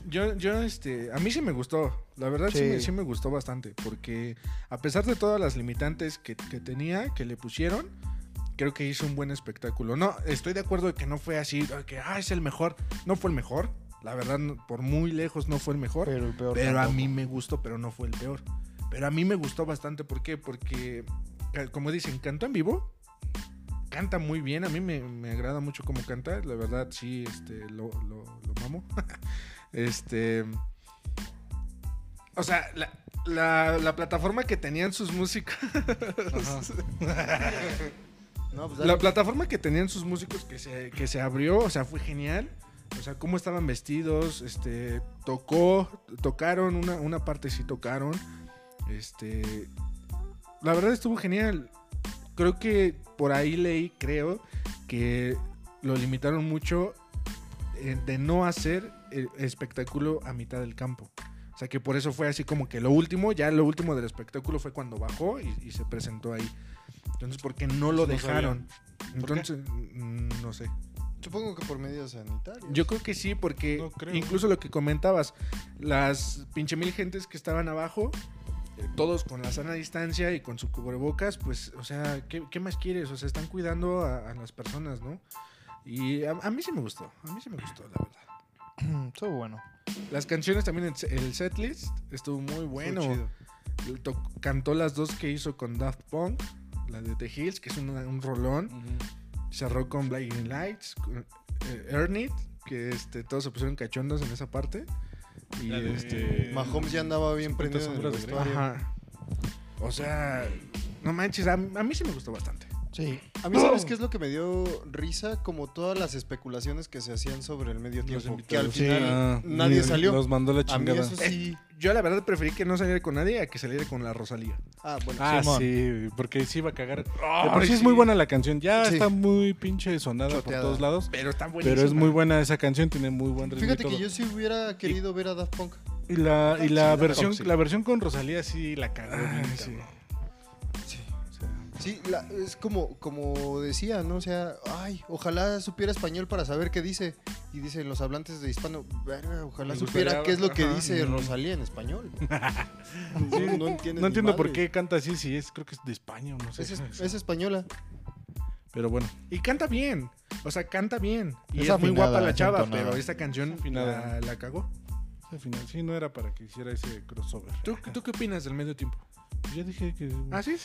yo, yo, este, a mí sí me gustó. La verdad sí. Sí. me, sí me gustó bastante. Porque a pesar de todas las limitantes que, que tenía, que le pusieron, creo que hizo un buen espectáculo. No, estoy de acuerdo de que no fue así, de que ah, es el mejor. No fue el mejor. La verdad, no- por muy lejos no fue el mejor. Pero el peor. Pero a tampoco. mí me gustó, pero no fue el peor. Pero a mí me gustó bastante, ¿por qué? Porque, ca- como dicen, cantó en vivo. Canta muy bien, a mí me, me agrada mucho cómo canta, la verdad sí, este, lo, lo, lo mamo. este. O sea, la, la- la plataforma que tenían sus músicos. No, pues, La dale. plataforma que tenían sus músicos que se, que se abrió, o sea, fue genial. O sea, cómo estaban vestidos, este, tocó, tocaron, una, una parte sí tocaron. Este, la verdad estuvo genial. Creo que por ahí leí, creo, que lo limitaron mucho eh, de no hacer el espectáculo a mitad del campo. O sea, que por eso fue así como que lo último, ya lo último del espectáculo fue cuando bajó y, y se presentó ahí. Entonces, ¿por qué no lo Eso no dejaron? ¿Por qué? Entonces, mm, no sé. Supongo que por medios sanitarios. Yo creo que sí, porque No creo. incluso lo que comentabas, las pinche mil gentes que estaban abajo, eh, todos con la sana distancia y con su cubrebocas, pues, o sea, ¿qué, qué más quieres? O sea, están cuidando a, a las personas, ¿no? Y a, a mí sí me gustó, a mí sí me gustó, la verdad. Estuvo bueno. Las canciones también, el se- el setlist estuvo muy bueno. To- Cantó las dos que hizo con Daft Punk, la de The Hills, que es una- un rolón. cerró con Blinding Lights, con, eh, Earn It, que este, todos se pusieron cachondos en esa parte. Y La de- este. Mahomes ya andaba bien 50 prendido en el sombras de vestuario. Ajá. O sea, no manches, a, a mí sí me gustó bastante. Sí. A mí, ¿sabes qué es lo que me dio risa? Como todas las especulaciones que se hacían sobre el medio tiempo. Que al final nadie salió. ah, Nos mandó la A mí chingada. eso sí. Eh, Yo la verdad preferí que no saliera con nadie a que saliera con la Rosalía. Ah, bueno. Ah, Simón. sí, porque sí iba a cagar. Ay, De por sí es sí. muy buena la canción. Ya Ah, Sí. está muy pinche sonada Choteada. por todos lados. Pero está buenísima. Pero es muy buena esa canción, tiene muy buen ritmo. y Fíjate que todo. yo sí hubiera querido ver a Daft Punk. Y la, y la Chingada. versión, Toxic. la versión con Rosalía sí la cagó bien, Ay, sí. cabrón. Sí. O sea, Sí, la- es como, como decía, ¿no? O sea, ay, ojalá supiera español para saber qué dice. Y dicen los hablantes de hispano, verga, ojalá Me supiera gustaría- qué es lo que ajá. dice Mm. Rosalía en español. no, no entiendo, no entiendo por qué canta así, si es, creo que es de España o no sé. Es, es- es española. Pero bueno, Y canta bien. O sea, canta bien. Y Es es, muy afinada, guapa la es chava, entonada. pero esta canción Es afinada. la, la cagó. al final sí no era para que hiciera ese crossover. ¿Tú, ¿Tú qué opinas del medio tiempo? Yo dije que ¿Ah, sí?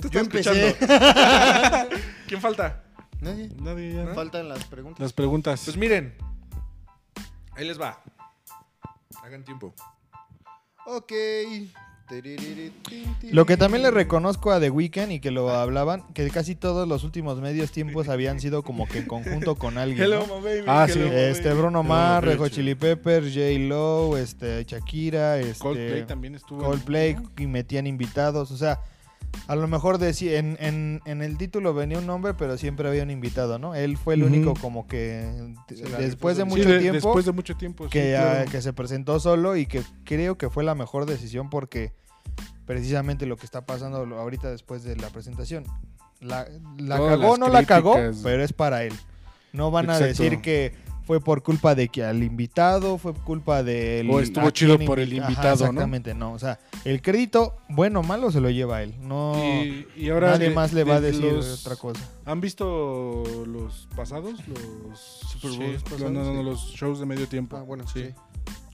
¿Tú estás empecé. escuchando? ¿Quién falta? Nadie. nadie ya. Faltan las preguntas. Las preguntas. Pues miren. Ahí les va. Hagan tiempo. Ok. Tiriri, tin, tin. Lo que también le reconozco a The Weeknd y que lo hablaban, que casi todos los últimos medios tiempos habían sido como que en conjunto con alguien. ¿no? baby, Ah, sí. hello, Este Bruno Hello, Mars, baby. Rejo Chili Peppers, J. Lo, este Shakira, este Coldplay también estuvo. en- Coldplay, y metían invitados, o sea, a lo mejor decía en, en- en el título venía un nombre, pero siempre había un invitado, ¿no? Él fue el Ujú. único como que de- Se la después de rifó Sí, mucho de- tiempo Después de mucho tiempo. Pues sí, que, claro. ah, que se presentó solo y que creo que fue la mejor decisión porque precisamente lo que está pasando lo- ahorita después de la presentación. La, la Todas cagó o las no la cagó, críticas. pero es para él. No van a Exacto. decir que fue por culpa de que al invitado, fue culpa del... O estuvo a chido quién por el invita- Ajá, invitado, ¿no? Exactamente, ¿no? O sea, el crédito, bueno o malo, se lo lleva a él. No, Y, y ahora nadie de- más le va a de decir los- otra cosa. ¿Han visto los pasados? Los Super Bowls pasados, no, no, no, sí. los shows de medio tiempo. Ah, bueno, sí.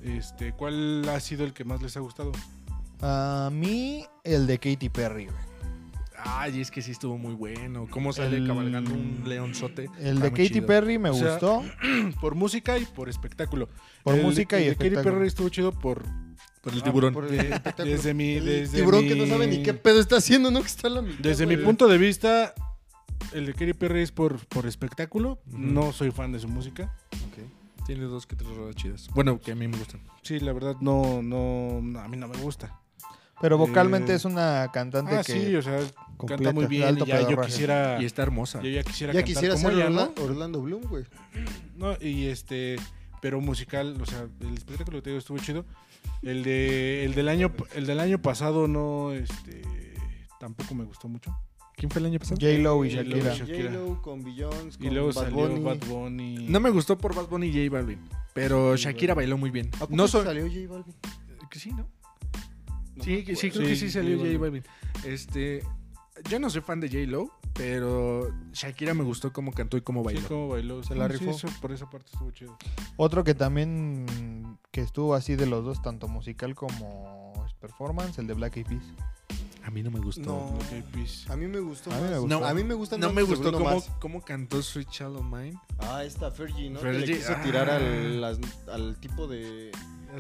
Este, ¿cuál ha sido el que más les ha gustado? A mí, el de Katy Perry, güey. Ay, es que sí estuvo muy bueno. ¿Cómo sale El- cabalgando un leonzote? El Está muy de Katy chido. Perry me Ah, O sea, gustó Por música y por espectáculo. por El de- música y el de Katy espectáculo. Perry estuvo chido por Por Ah, el tiburón. Por el de- espectáculo. desde mi El desde tiburón mi- que no sabe ni qué pedo está haciendo, ¿no? Que está a la mitad, Desde mi güey. punto de vista el de Katy Perry es por, por espectáculo. No soy fan de su música. Tiene dos que tres rolas chidas. Bueno, que a mí me gustan. Sí, la verdad no no, no, a mí no me gusta. Pero vocalmente Eh, es una cantante Ah, que sí, o sea, completa, canta muy bien alto y ya yo pedorraje. quisiera Y está hermosa. Ah. yo ya quisiera Ya cantar quisiera como ser ella, Orla- ¿no? Orlando Bloom, güey. No, y este, pero musical, o sea, el espectáculo que te digo estuvo chido. El de el del año el del año pasado no este tampoco me gustó mucho. ¿Quién fue el año pasado? J-Lo y J-Lo y Shakira. Shakira. J-Lo con Billions, con Y luego Bad salió Bunny. Bad Bunny. No me gustó por Bad Bunny y J Balvin. Pero Shakira bailó muy bien. ¿A poco No soy. salió J Balvin? que Sí, ¿no? No me sí, que- sí, acuerdo. creo que sí salió J J Balvin. Balvin. Este. Yo no soy fan de J Lo, pero Shakira me gustó cómo cantó y cómo Sí, bailó. cómo bailó. Se la la rifó. rifó. por esa parte estuvo chido. Otro que también mm, que estuvo así de los dos, tanto musical como performance, el de Black Eyed Peas. a mí no me gustó. No. Black Eyed Peas. A mí me gustó. A mí me más. gustó. A mí me gusta No más me el gustó Bruno cómo, Mars. cómo cantó Sweet Child of Mine. Ah, esta Fergie, ¿no? Que Fergie, le quiso ah. tirar al, las- al tipo de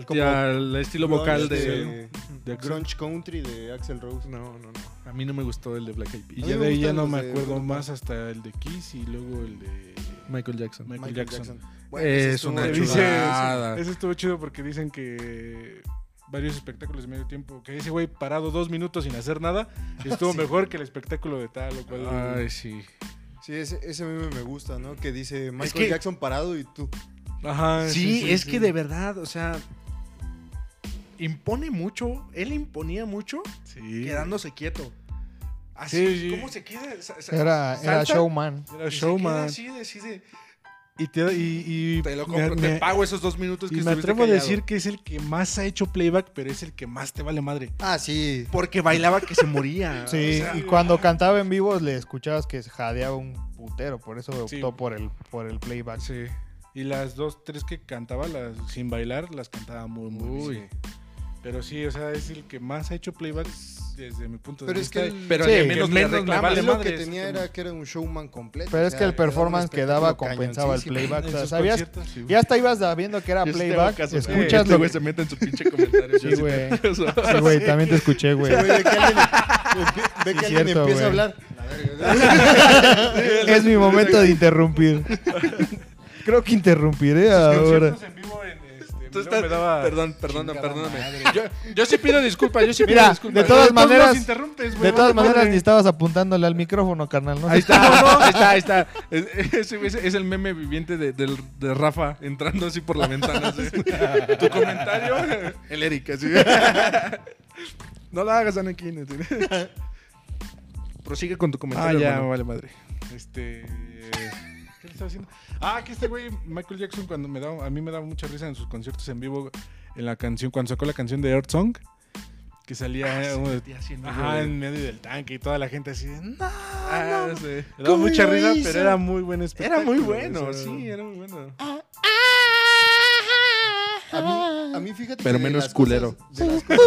Como al estilo vocal grunge de, de Axl. grunge country de Axel Rose. No, no, no. A mí no me gustó el de Black Eyed Y Peas. A mí ya me de ahí ya gustan no los me de acuerdo Bruno más hasta el de Kiss y luego el de Michael Jackson. Michael, Michael Jackson. Jackson. Es ese estuvo una Que chido. dice- chulada. eso- eso estuvo chido porque dicen que varios espectáculos de medio tiempo, que ese güey parado dos minutos sin hacer nada, estuvo mejor que el espectáculo de tal o cual. Ay, sí. Sí, ese, ese meme me gusta, ¿no? Que dice Michael que- Jackson parado y tú. Ajá, Sí, es que Ah, sí. de verdad, o sea, impone mucho, él imponía mucho Sí. quedándose quieto. Sí, Así, sí. ¿cómo se queda? Sa- sa- Era, era salta showman. Era y se queda showman. así, decide, Y te, y, y te lo me- compro, me- te pago esos dos minutos que y me estuviste atrevo a callado. decir que es el que más ha hecho playback, pero es el que más te vale madre. Ah, sí. Porque bailaba que se moría. Sí, Ah, o sea, y cuando cantaba en vivo le escuchabas que jadeaba un putero, por eso optó Sí. por el por el playback. Sí. Y las dos, tres que cantaba las, sin bailar, las cantaba muy, muy Uy. bien. Pero sí, o sea, es el que más ha hecho playback desde mi punto de Pero es vista. que el- Pero Sí, al que menos, menos le le reclama. vale Él lo madre, que tenía era que era un showman completo. Pero es o que sea, el era un performance que daba espectáculo compensaba el cañoncísimo. playback. o en sea, sus sabías, conciertos, sí, güey. ya hasta ibas viendo que era Yo sí te hago playback, Este caso, sí. escuchas Este lo güey se mete en su pinche comentario. Sí, güey. O sea, Sí, güey, también te escuché, güey. Güey, ve que alguien, empie- ve que Sí, alguien cierto, empieza güey. a hablar. La verga. Es mi momento de interrumpir. Creo que interrumpiré ahora. Conciertos en vivo en, este, tú luego estás- me daba- Perdón, perdón, perdóname. Yo, yo sí pido disculpas, yo sí pido Mira, disculpas. de todas Todos nos maneras, interrumpes, güey, de todas vale maneras madre. ni estabas apuntándole al micrófono, carnal. No Ahí sé está, ahí está, ahí está. Es, ese güey es- es el meme viviente de, del- de Rafa entrando así por la ventana. así. Tu comentario, el Eric. así. No la hagas, Anakin. así. Prosigue con tu Ah, comentario. ya, me hermano. vale madre. Este. eh, ¿Qué le estaba haciendo? Ah, que este güey, Michael Jackson, cuando me daba. A mí me daba mucha risa en sus conciertos en vivo. En la canción, cuando sacó la canción de Earth Song. Que salía. eh, uno de- ajá, en medio del tanque y toda la gente así. de, No, Ah, sí. Me daba mucha lo risa, hizo? pero era muy buen espectáculo. Era muy bueno, o sea, sí, era muy bueno. A mí, a mí fíjate Pero que de menos las culero. cosas- de las cosas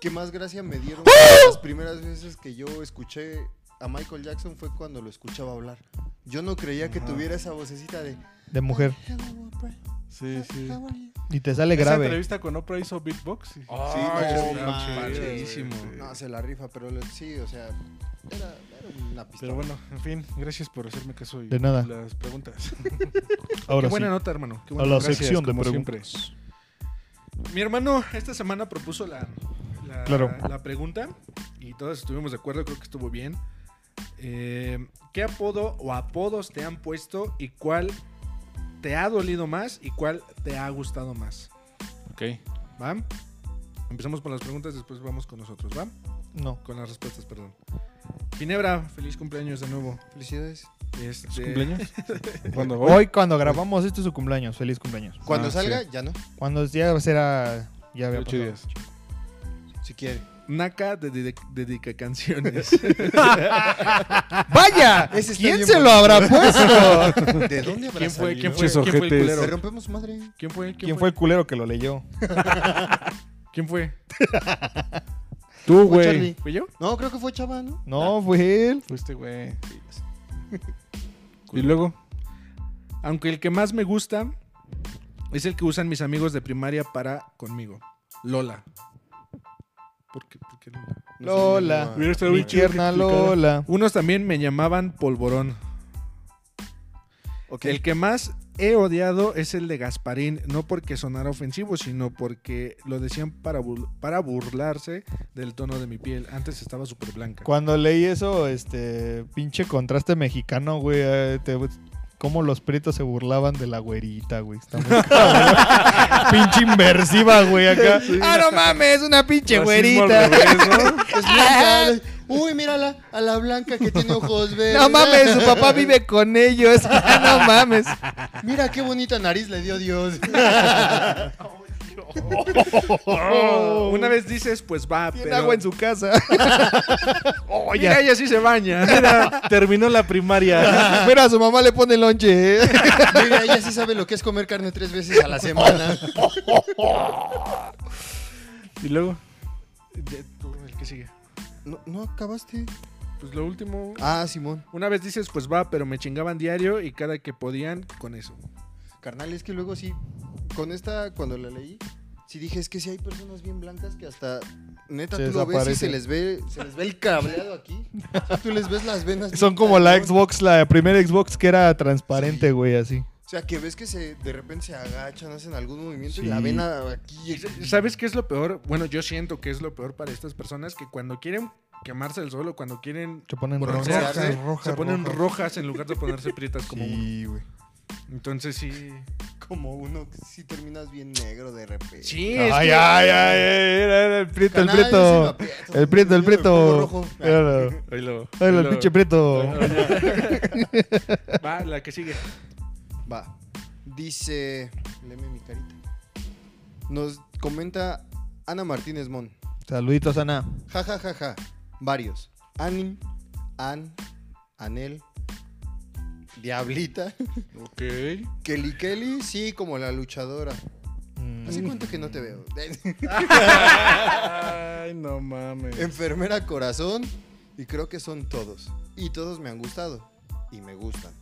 que más gracia me dieron fueron las primeras veces que yo escuché a Michael Jackson fue cuando lo escuchaba hablar. Yo no creía que tuviera esa vocecita de De mujer. Sí, sí. Y te sale Esa grave. entrevista con Oprah hizo beatbox. y- Ah, Sí, no, no manches, manches, padrísimo. No, se la rifa, pero lo- sí, o sea, era, era una pistola. Pero bueno, en fin, gracias por hacerme caso y De nada. las preguntas. Qué Ahora sí. buena nota, hermano. Qué A buena la nota. Gracias, sección de como preguntas. Mi hermano esta semana propuso la, la- Claro. la pregunta y todos estuvimos de acuerdo, creo que estuvo bien. Eh, ¿Qué apodo o apodos te han puesto y cuál te ha dolido más y cuál te ha gustado más? Ok. ¿Va? Empezamos por las preguntas, después vamos con nosotros, ¿va? No. Con las respuestas, perdón. Ginebra, feliz cumpleaños de nuevo. Felicidades. Este, ¿Es cumpleaños? Cuando voy. Hoy cuando grabamos este es su cumpleaños. Feliz cumpleaños. Cuando Ah, salga, ya no. Cuando ya será... Ya había Ocho pasado. días. Si quiere. Naka de- de- dedica canciones. ¡Vaya! Ese está ¿Quién bien se lo bonito. habrá puesto? ¿De dónde habrá ¿Quién fue? ¿Quién Pinches salido? fue? ¿Quién fue el ojetes. Le culero? rompemos su madre. ¿Quién fue? ¿Quién fue el culero que lo leyó? ¿Quién fue? Tú, Fue güey. Charlie. ¿Fui Eh, yo? No, creo que fue Chava, ¿no? No, fue él. Fuiste, güey. Y luego, Aunque el que más me gusta es el que usan mis amigos de primaria para conmigo. Lola. ¿Por qué, por qué Lola? Lola. hubiera estado Mi bien chido que tierna explicara. Lola. Unos también me llamaban Polvorón. Ok. El que más he odiado es el de Gasparín, no porque sonara ofensivo, sino porque lo decían para, bur- para burlarse del tono de mi piel. Antes estaba súper blanca. Cuando leí eso, este pinche contraste mexicano, güey. eh, te- Cómo los prietos se burlaban de la güerita, güey. Está muy cabrón. pinche inversiva, güey, acá. ah, no mames, una pinche Racismo al güerita. revés, ¿no? Es blanca. Uy, mírala. A la blanca que tiene ojos verdes. No mames, su papá vive con ellos. Ah, no mames. Mira qué bonita nariz le dio Dios. Oh, Una vez dices, pues va, Tiene pero- Oh, agua en su casa. Mira, ella sí se baña. Terminó la primaria. Mira, su mamá le pone lonche. ¿eh? Mira, ella sí sabe lo que es comer carne tres veces a la semana. Y luego, De- tú, el que sigue. No, no acabaste. Pues lo último. Ah, Simón. Una vez dices, pues va, pero me chingaban diario y cada que podían con eso. Carnal, es que luego sí, con esta, cuando la leí, sí dije, es que sí hay personas bien blancas que hasta, neta, Se tú lo ves y se desaparecen. les ve, se les ve el cableado aquí. O sea, tú les ves las venas. Son bien como la cabrón. Xbox, la primera Xbox que era transparente, güey, así. O sea, que ves que se, de repente se agachan, hacen algún movimiento y Sí. la vena aquí. ¿Sabes qué es lo peor? Bueno, yo siento que es lo peor para estas personas que cuando quieren quemarse el sol o cuando quieren Se ponen Por rojos. rojas, rojas, se ponen rojas en lugar de ponerse prietas como uno. Sí, güey. Entonces sí. Como uno, que sí terminas bien negro de repente. Sí, es Ay, ay, que- ay, ay, era era el prieto, el Canal, yo prieto. sí lo aprieto, El prieto, el yo me pongo prieto. rojo. Ah, Era- ahí lo. era el pinche prieto. Va, la que sigue. Va. Dice. Leme mi carita. Nos comenta Ana Martínez Mon. Saluditos, Ana. Ja, ja, ja, ja. Varios. Anin, An, Anel, Diablita, Ok. Kelly Kelly, sí, como la luchadora. Mm. Hace cuánto que no te veo. Ay, no mames. Enfermera Corazón, y creo que son todos. Y todos me han gustado. Y me gustan.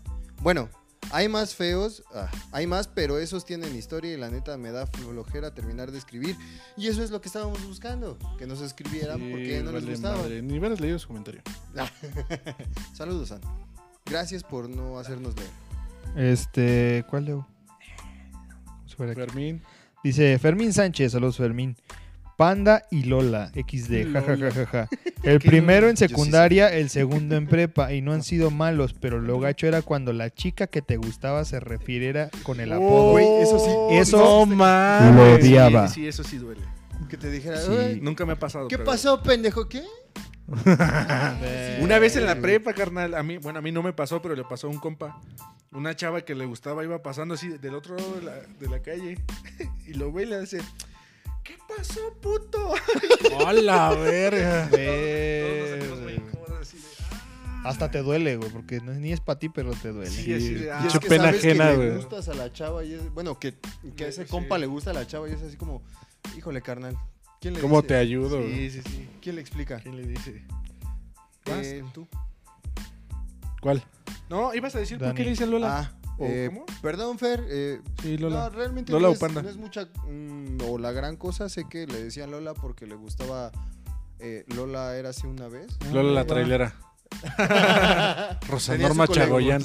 Bueno, hay más feos, ah, hay más, pero esos tienen historia y la neta me da flojera terminar de escribir. Y eso es lo que estábamos buscando, que nos escribieran porque Sí, no les vale gustaba. madre. Ni hubieras leído su comentario. Saludos, Ana. Gracias por no hacernos leer. Este, ¿cuál leo? Vamos a ver aquí. Fermín. Dice Fermín Sánchez, saludos Fermín. Panda y Lola, XD, ja, ja, ja, ja, ja. El primero en Yo sí sé. secundaria, el segundo en prepa, y no han sido malos, pero lo gacho era cuando la chica que te gustaba se refiriera con el apodo. Güey, eso Oh, sí. Eso Oh, no mames. lo odiaba. Sí, sí, eso sí duele. Que te dijera, Sí. "Ay, Nunca me ha pasado. ¿qué pero- pasó, pendejo? ¿Qué? Una vez en la prepa, carnal, a mí, bueno, a mí no me pasó, pero le pasó a un compa. Una chava que le gustaba iba pasando así del otro lado de la, de la calle y lo ve y le dice, ¿qué pasó, puto? Hola, verga. Eh, Todos nos Verga. sentimos muy incómodos, así de, "Ah". Hasta te duele, güey, porque no, ni es para ti, pero te duele. Sí, así de, "Ah". Y Mucha es que pena sabes ajena, que güey. le gustas a la chava y es, bueno, que, que a ese Sí. compa le gusta a la chava y es así como, híjole, carnal. ¿Quién le ¿Cómo dice? te ayudo? güey? Sí, sí, sí. ¿Quién le explica? ¿Quién le dice? Eh, tú. ¿Cuál? No, ibas a decir, ¿por Dani. qué le dicen Lola? Ah, ¿O eh, cómo? perdón, Fer. eh, Sí, no, Lola. realmente Lola no, o es, Panda. no es mucha mm, o la gran cosa. Sé que le decían Lola porque le gustaba eh, Lola era así una vez. Lola la trailera. Rosa Tenía su Norma colega. Chagoyán.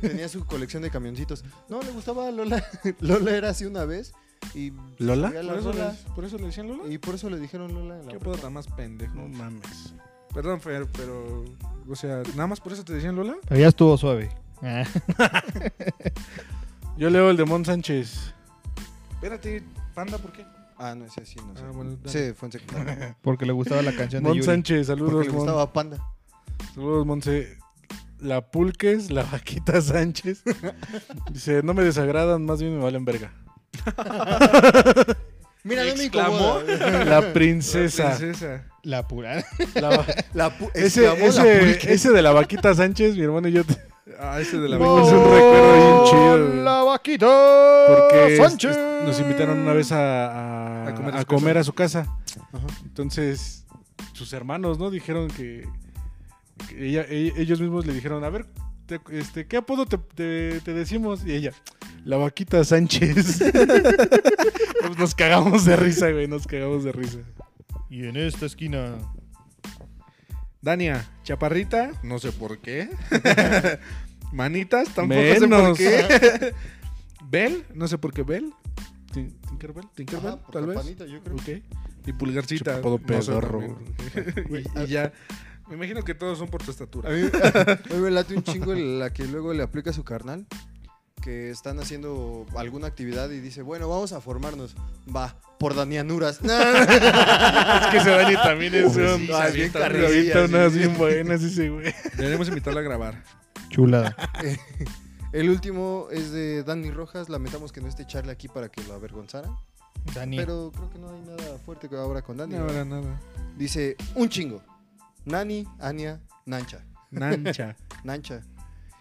Tenía su colección de camioncitos. No, le gustaba Lola. Lola era así una vez. Y ¿Lola? sabía la ¿Por eso, rola, le, por eso le decían Lola? Y por eso le dijeron Lola. en la ¿Qué prepa. puedo tan más pendejo? No mames. Perdón, Fer, pero. O sea, ¿nada más por eso te decían Lola? Pero ya estuvo suave. Ah. Yo leo el de Mon Sánchez. Espérate, panda, ¿por qué? Ah, no, ese sí, no sé. Ah, bueno, dale. sí, fue en secundaria. Porque le gustaba la canción de Mon Yuri. Sánchez, Porque saludos. le Mon. gustaba Panda. Saludos, Monse. la Pulques, la Vaquita Sánchez. Dice, no me desagradan, más bien me valen verga. Mira, no me Exclamó. incomoda. La princesa. Princesa. La pura. La va- La pu- ese, exclamó la ese, pulque. ese de la Vaquita Sánchez, mi hermano y yo te- Ah, ese de la Oh, No. Es un recuerdo bien chido, güey. La vaquita. porque es- Sánchez. es- nos invitaron una vez a, a- A comer a a su comer a su casa. Entonces, sus hermanos, ¿no? Dijeron que, que ella- e- ellos mismos le dijeron, a ver, te- este, ¿qué apodo te, te- te decimos? Y ella, la vaquita Sánchez. Pues nos cagamos de risa, güey, nos cagamos de risa. Y en esta esquina. Dania, chaparrita, no sé por qué. Manitas, tampoco sé por Menos. qué. Bell, no sé por qué Bell. Tin- Tinkerbell, Tinkerbell, Ajá, por tal vez. campanita, yo creo. Ok. Y pulgarcita. Chupapodo no sé pedorro, también. y, y ya. Me imagino que todos son por tu estatura. A mí, a mí me late un chingo la que luego le aplica a su carnal. Que están haciendo alguna actividad y dice, bueno, vamos a formarnos. Va, por Danianuras. No, no, no. Es que ese Dani también es Uy, un... sí, se avienta se unas- avienta sí. unas bien buenas ese güey. Deberíamos invitarla a grabar. Chulada. El último es de Dani Rojas. Lamentamos que no esté Charlie aquí para que lo avergonzaran. Dani. Pero creo que no hay nada fuerte ahora con Dani. No ¿verdad? habrá nada. Dice, un chingo. Nani, Ania, Nancha. Nancha. Nancha.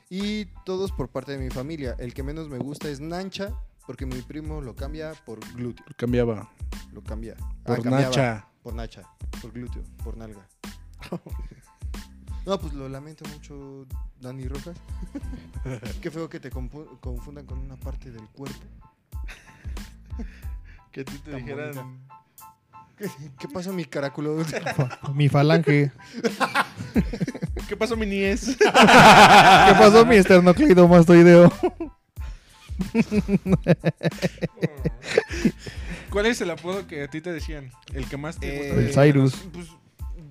Y todos por parte de mi familia. El que menos me gusta es Nancha, porque mi primo lo cambia por glúteo. Cambiaba. Lo cambia. Ah, Por cambiaba. Nacha. Por Nacha. Por glúteo. Por nalga. No, pues lo lamento mucho, Dani Rojas. Qué feo que te compu- confundan con una parte del cuerpo. Que a ti te Tan dijeran. ¿Qué pasa, mi caraculo? Fa- Mi falange. ¿Qué pasó, mi niés? ¿Qué pasó, mi esternocleidomastoideo? ¿Cuál es el apodo que a ti te decían? El que más te Eh, gusta. El Cyrus. Pues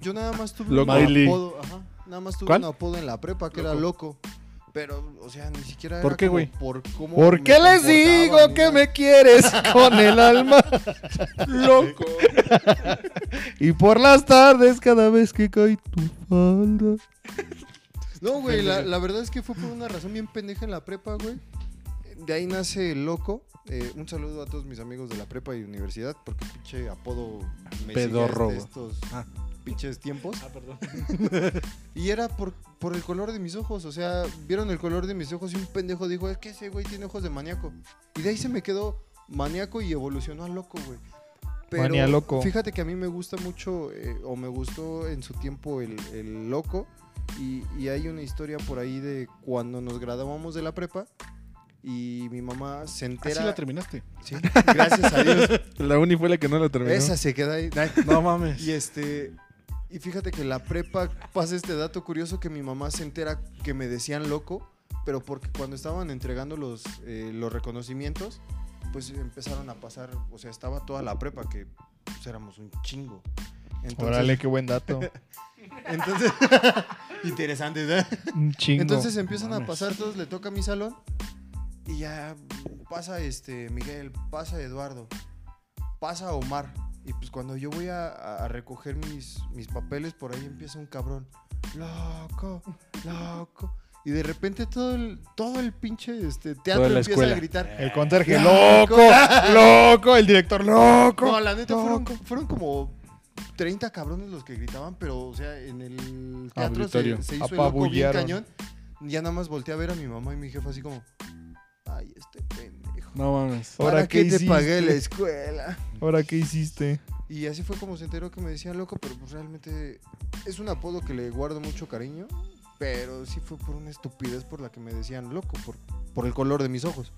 yo nada más tuve Loco. un Miley. apodo, ajá, nada más tuve ¿Cuál? un apodo en la prepa que era loco. Pero, o sea, ni siquiera. ¿Por era qué, como güey? Por, cómo ¿Por me qué les comportaba digo ni que nada. me quieres con el alma? Loco. Y por las tardes, cada vez que cae tu falda. No, güey, la, la verdad es que fue por una razón bien pendeja en la prepa, güey. De ahí nace el loco. Eh, un saludo a todos mis amigos de la prepa y universidad, porque pinche apodo me sigue Pedorro. desde estos pinches tiempos. Ah, perdón. y era por, por el color de mis ojos, o sea, vieron el color de mis ojos y un pendejo dijo, es que ese güey tiene ojos de maníaco. Y de ahí se me quedó maníaco y evolucionó a loco, güey. Pero Manía loco. fíjate que a mí me gusta mucho, eh, o me gustó en su tiempo el, el loco. Y, y hay una historia por ahí de cuando nos graduamos de la prepa y mi mamá se entera. Así ¿Ah, la terminaste. Sí, gracias a Dios. La uni fue la que no la terminó. Esa se queda ahí. Ay, No mames. Y este. Y fíjate que la prepa pasa este dato curioso que mi mamá se entera que me decían loco, pero porque cuando estaban entregando los, eh, los reconocimientos, pues empezaron a pasar, o sea, estaba toda la prepa que pues, éramos un chingo. Entonces, Órale, qué buen dato. entonces interesante, ¿verdad? Un chingo. Entonces empiezan a Mames. pasar todos, le toca mi salón y ya pasa este Miguel, pasa Eduardo, pasa Omar. Y pues cuando yo voy a, a- a recoger mis, mis papeles, por ahí empieza un cabrón. Loco, loco. Y de repente todo el, todo el pinche este, teatro Toda la empieza escuela. a gritar. El conserje, Loco. loco, loco, el director, loco. No, la neta fueron, loco. fueron como 30 cabrones los que gritaban, pero o sea, en el teatro se, Auditorio. se hizo el loco bien Apabullaron. cañón. Ya nada más volteé a ver a mi mamá y mi jefa así como, ay, este pendejo. No mames. ¿Ahora ¿Para qué qué te hiciste? pagué la escuela? Ahora, ¿qué hiciste? Y así fue como se enteró que me decían loco, pero pues realmente es un apodo que le guardo mucho cariño, pero sí fue por una estupidez por la que me decían loco, por, por el color de mis ojos.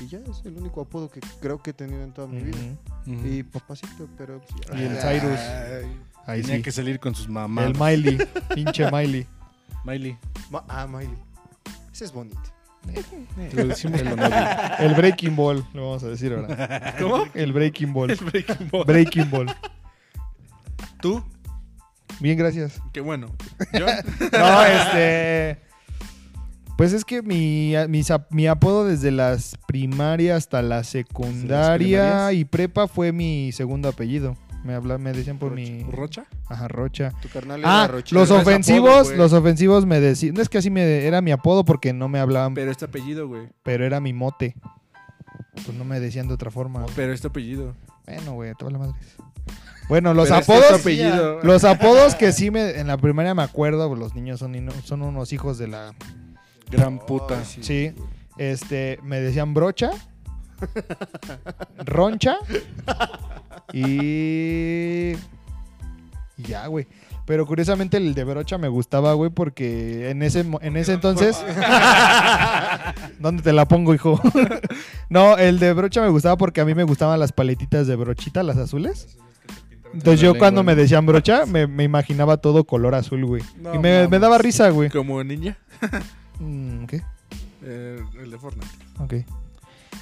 Y ya es el único apodo que creo que he tenido en toda mi vida. Ujú. Y papacito, pero... pues, ya. Y el Cyrus. Ahí Tenía sí. que salir con sus mamás. El Miley. Pinche Miley. Miley. Ma- ah, Miley. Ese es bonito. Lo decimos con El Breaking Ball, lo vamos a decir ahora. ¿Cómo? El Breaking Ball. Breaking Ball. Breaking Ball. ¿Tú? Bien, gracias. Qué bueno. Yo, No, este. Pues es que mi, mi, sa- mi apodo desde las primarias hasta la secundaria primarias? y prepa fue mi segundo apellido. Me, habla, me decían por mi. ¿Rocha? Ajá, Rocha. Tu carnal Ah, era Rochelle. los Pero es apodo, ofensivos, güey. los ofensivos me decían. Es que así me, era mi apodo porque no me hablaban, Pero este apellido, güey. pero era mi mote. Pues no me decían de otra forma. Pero este apellido. Bueno, güey, toda la madre. Bueno, los Pero este apodos. es tu apellido. Los apodos que sí me, en la primaria me acuerdo, pues, los niños son, ino- son unos hijos de la. Gran puta. Sí. Este, me decían brocha, roncha y. y ya, güey. Pero curiosamente el de brocha me gustaba, güey, porque en ese, mo- en ese entonces. ¿Dónde te la pongo, hijo? no, el de brocha me gustaba porque a mí me gustaban las paletitas de brochita, las azules. Entonces yo cuando me decían brocha, me, me imaginaba todo color azul, güey. No y me, me mames. daba risa, güey. Como ninja. Mm, ¿Qué? eh, el de Fortnite. Ok.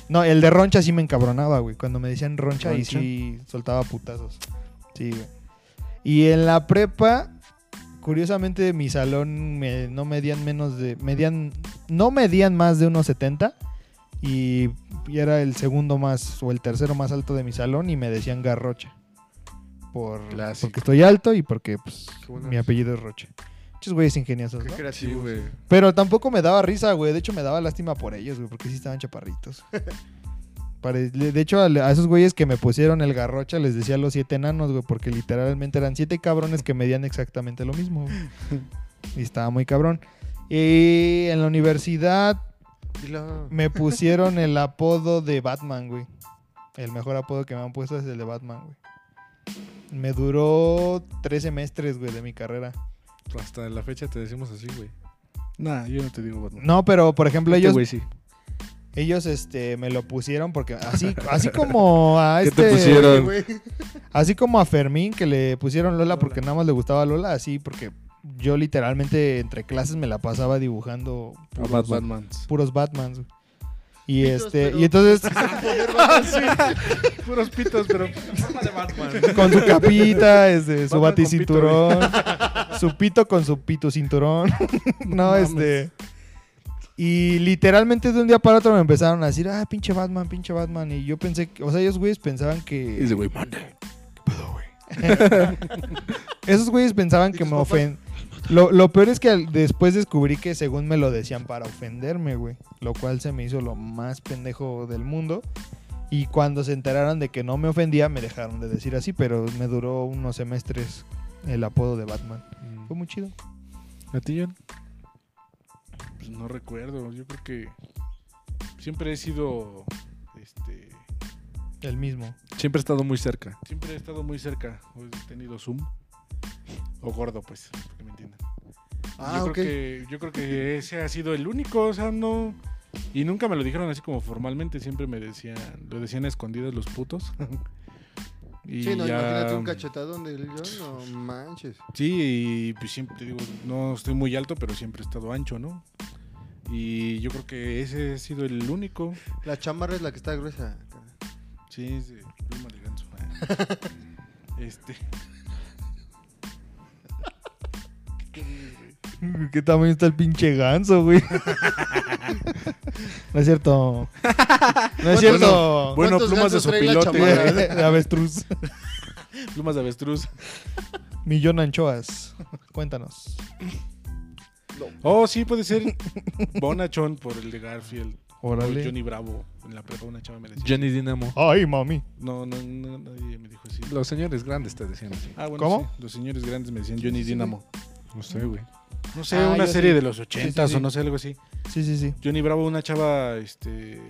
No, el de roncha sí me encabronaba, güey. Cuando me decían roncha, y ¿Roncha? sí soltaba putazos. Sí, güey. Y en la prepa, curiosamente, mi salón me- no medían menos de. Medían. No medían más de unos 70. Y, y era el segundo más o el tercero más alto de mi salón y me decían garrocha. Por, Clásico. porque estoy alto y porque pues, Qué bueno mi es. apellido es Rocha. Muchos güeyes ingeniosos. Qué ¿no? Sí, creativo. güey. Pero tampoco me daba risa, güey. De hecho, me daba lástima por ellos, güey, porque sí estaban chaparritos. Pare- le- De hecho, a, a esos güeyes que me pusieron el garrocha les decía los siete enanos, güey, porque literalmente eran siete cabrones que medían exactamente lo mismo. güey. Y estaba muy cabrón. Y en la universidad Dilo. me pusieron el apodo de Batman, güey. El mejor apodo que me han puesto es el de Batman, güey. Me duró tres semestres, güey, de mi carrera. Hasta la fecha te decimos así, güey. Nah, yo no te digo Batman. No, pero por ejemplo, Este ellos güey sí. Ellos este me lo pusieron porque así, así como a ¿Qué este te pusieron? así como a Fermín que le pusieron Lola, porque nada más le gustaba Lola, así porque yo literalmente entre clases me la pasaba dibujando A puros, Bad Batmans. puros Batmans. güey. Y Pitos, este pero- y entonces Puros pitos, pero. con su capita, este, su Batman con pito, baticinturón, su pito con su pito cinturón. no, mames. este. Y literalmente de un día para otro me empezaron a decir, ah, pinche Batman, pinche Batman. Y yo pensé, que- o sea, ellos güeyes pensaban que. Dice, güey, mande. ¿Qué pedo, güey? Esos güeyes pensaban que me ofen... Lo, lo peor es que al- después descubrí que según me lo decían para ofenderme, güey. Lo cual se me hizo lo más pendejo del mundo. Y cuando se enteraron de que no me ofendía, me dejaron de decir así, pero me duró unos semestres el apodo de Batman. Fue muy chido. ¿A ti, John? Pues no recuerdo. Yo creo que siempre he sido. Este. El mismo. Siempre he estado muy cerca. Siempre he estado muy cerca. O He tenido Zoom. O gordo, pues. para Que me entiendan. Ah, yo, ok. creo que, yo creo que ese ha sido el único. O sea, no. Y nunca me lo dijeron así como formalmente. Siempre me decían. Lo decían a escondidas los putos. y Sí, no, ya- mm. imagínate un cachetadón del John, no manches. Sí, y pues siempre digo, no estoy muy alto, pero siempre he estado ancho, ¿no? Y yo creo que ese ha sido el único. La chamarra es la que está gruesa. Sí, es de pluma de ganso. Este. ¿Qué tamaño está el pinche ganso, güey? no es cierto. No es cierto. Bueno, ¿Cuántos plumas de gansos trae la sopilote, chamarra? güey. De avestruz. Plumas de avestruz. Millón anchoas. Cuéntanos. Oh, sí, puede ser Bonachón por el de Garfield. O Órale. Johnny Bravo. En la prepa una chava me decía. Johnny Dinamo. Ay, mami. No, no, no, nadie me dijo así. Los señores grandes te decían así. Ah, bueno, ¿Cómo? sí, los señores grandes me decían Johnny Dynamo. No sé, güey. No sé, Ah, una yo serie sí. de los ochentas sí. o no sé, algo así. Sí, sí, sí. Johnny Bravo, una chava, este...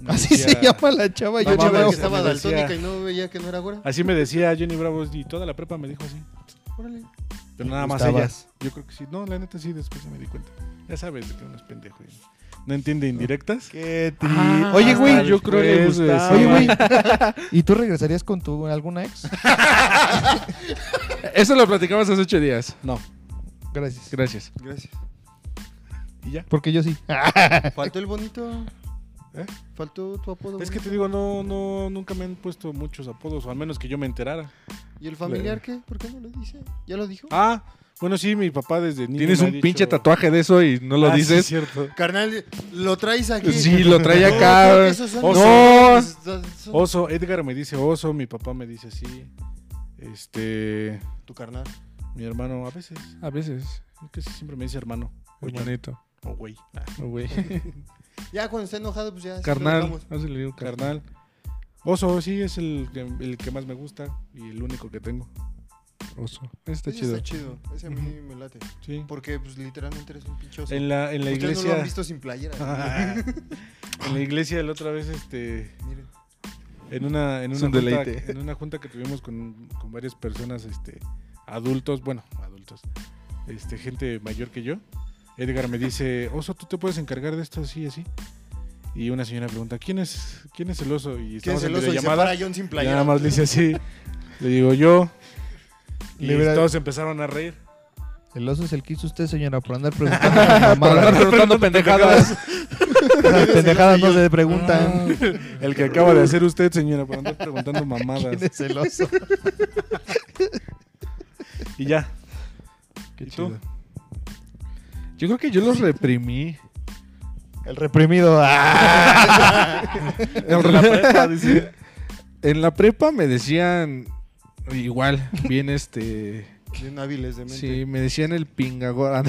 me Así decía- se llama la chava. No Yo Johnny mames, chaval Bravo. que estaba me decía- daltónica y no veía que no era güera. Así me decía Johnny Bravo y toda la prepa me dijo así. Órale. Pero nada más Gustabas. ellas. Yo creo que sí. No, la neta sí, después me di cuenta. Ya sabes de que uno es pendejo. y no entiende indirectas. Qué tri- Ah. Ah, Oye, güey. yo creo que después, gustaba. Oye, Ah, güey. ¿Y tú regresarías con tu alguna ex? Eso lo platicamos hace ocho días. No, Gracias. Gracias. Gracias. Porque yo sí. Ah, Faltó el bonito. ¿Eh? Faltó tu apodo. es que te bonito. digo, no, no, nunca me han puesto muchos apodos, o al menos que yo me enterara. ¿Y el familiar qué? ¿Por qué no lo dice? ¿Ya lo dijo? Ah, bueno, sí, mi papá desde niño. Tienes me ha un dicho- pinche tatuaje de eso y no lo Ah, sí, dices. es cierto. Carnal, lo traes aquí. Sí, lo trae No, creo que acá. esos son- Oso. esos son- Oso, Edgar me dice oso, mi papá me dice así. Este, Tu carnal. mi hermano a veces, A veces. casi siempre me dice hermano Muy bonito. o güey. Oh, güey. Ya cuando está enojado, pues ya. sí lo Carnal, hablamos. no se le digo carnal. Oso, sí, es el que, el que más me gusta y el único que tengo. Oso. Está Ese chido. Está chido. Ese a mí me late. Sí. Porque, pues, literalmente eres un pinchoso. En la, en la Ustedes no lo han iglesia. visto sin playera. en la iglesia la otra vez, este. Miren. En una, en Es una, un junta, deleite. en una junta que tuvimos con, con varias personas, este, adultos, bueno, adultos, este, gente mayor que yo, Edgar me dice, oso, ¿tú te puedes encargar de esto así, así? Y una señora pregunta, ¿quién es, quién es el oso? Y ¿Quién estamos es el en oso? Y se videollamada, para John sin y playera. nada más le dice así, le digo yo, y Le hubiera- todos empezaron a reír. El oso es el que hizo usted, señora, por andar preguntando. mamadas. preguntando pendejadas. Esas pendejadas no se preguntan. El que acaba de hacer usted, señora, por andar preguntando mamadas. ¿Quién es el oso? Y ya. Qué ¿Y tú? chido. Yo creo que yo los reprimí. El reprimido. ¡Ah! En la prepa, me decían igual, bien este. Bien hábiles de mente. Sí, me decían el ah, pingagora.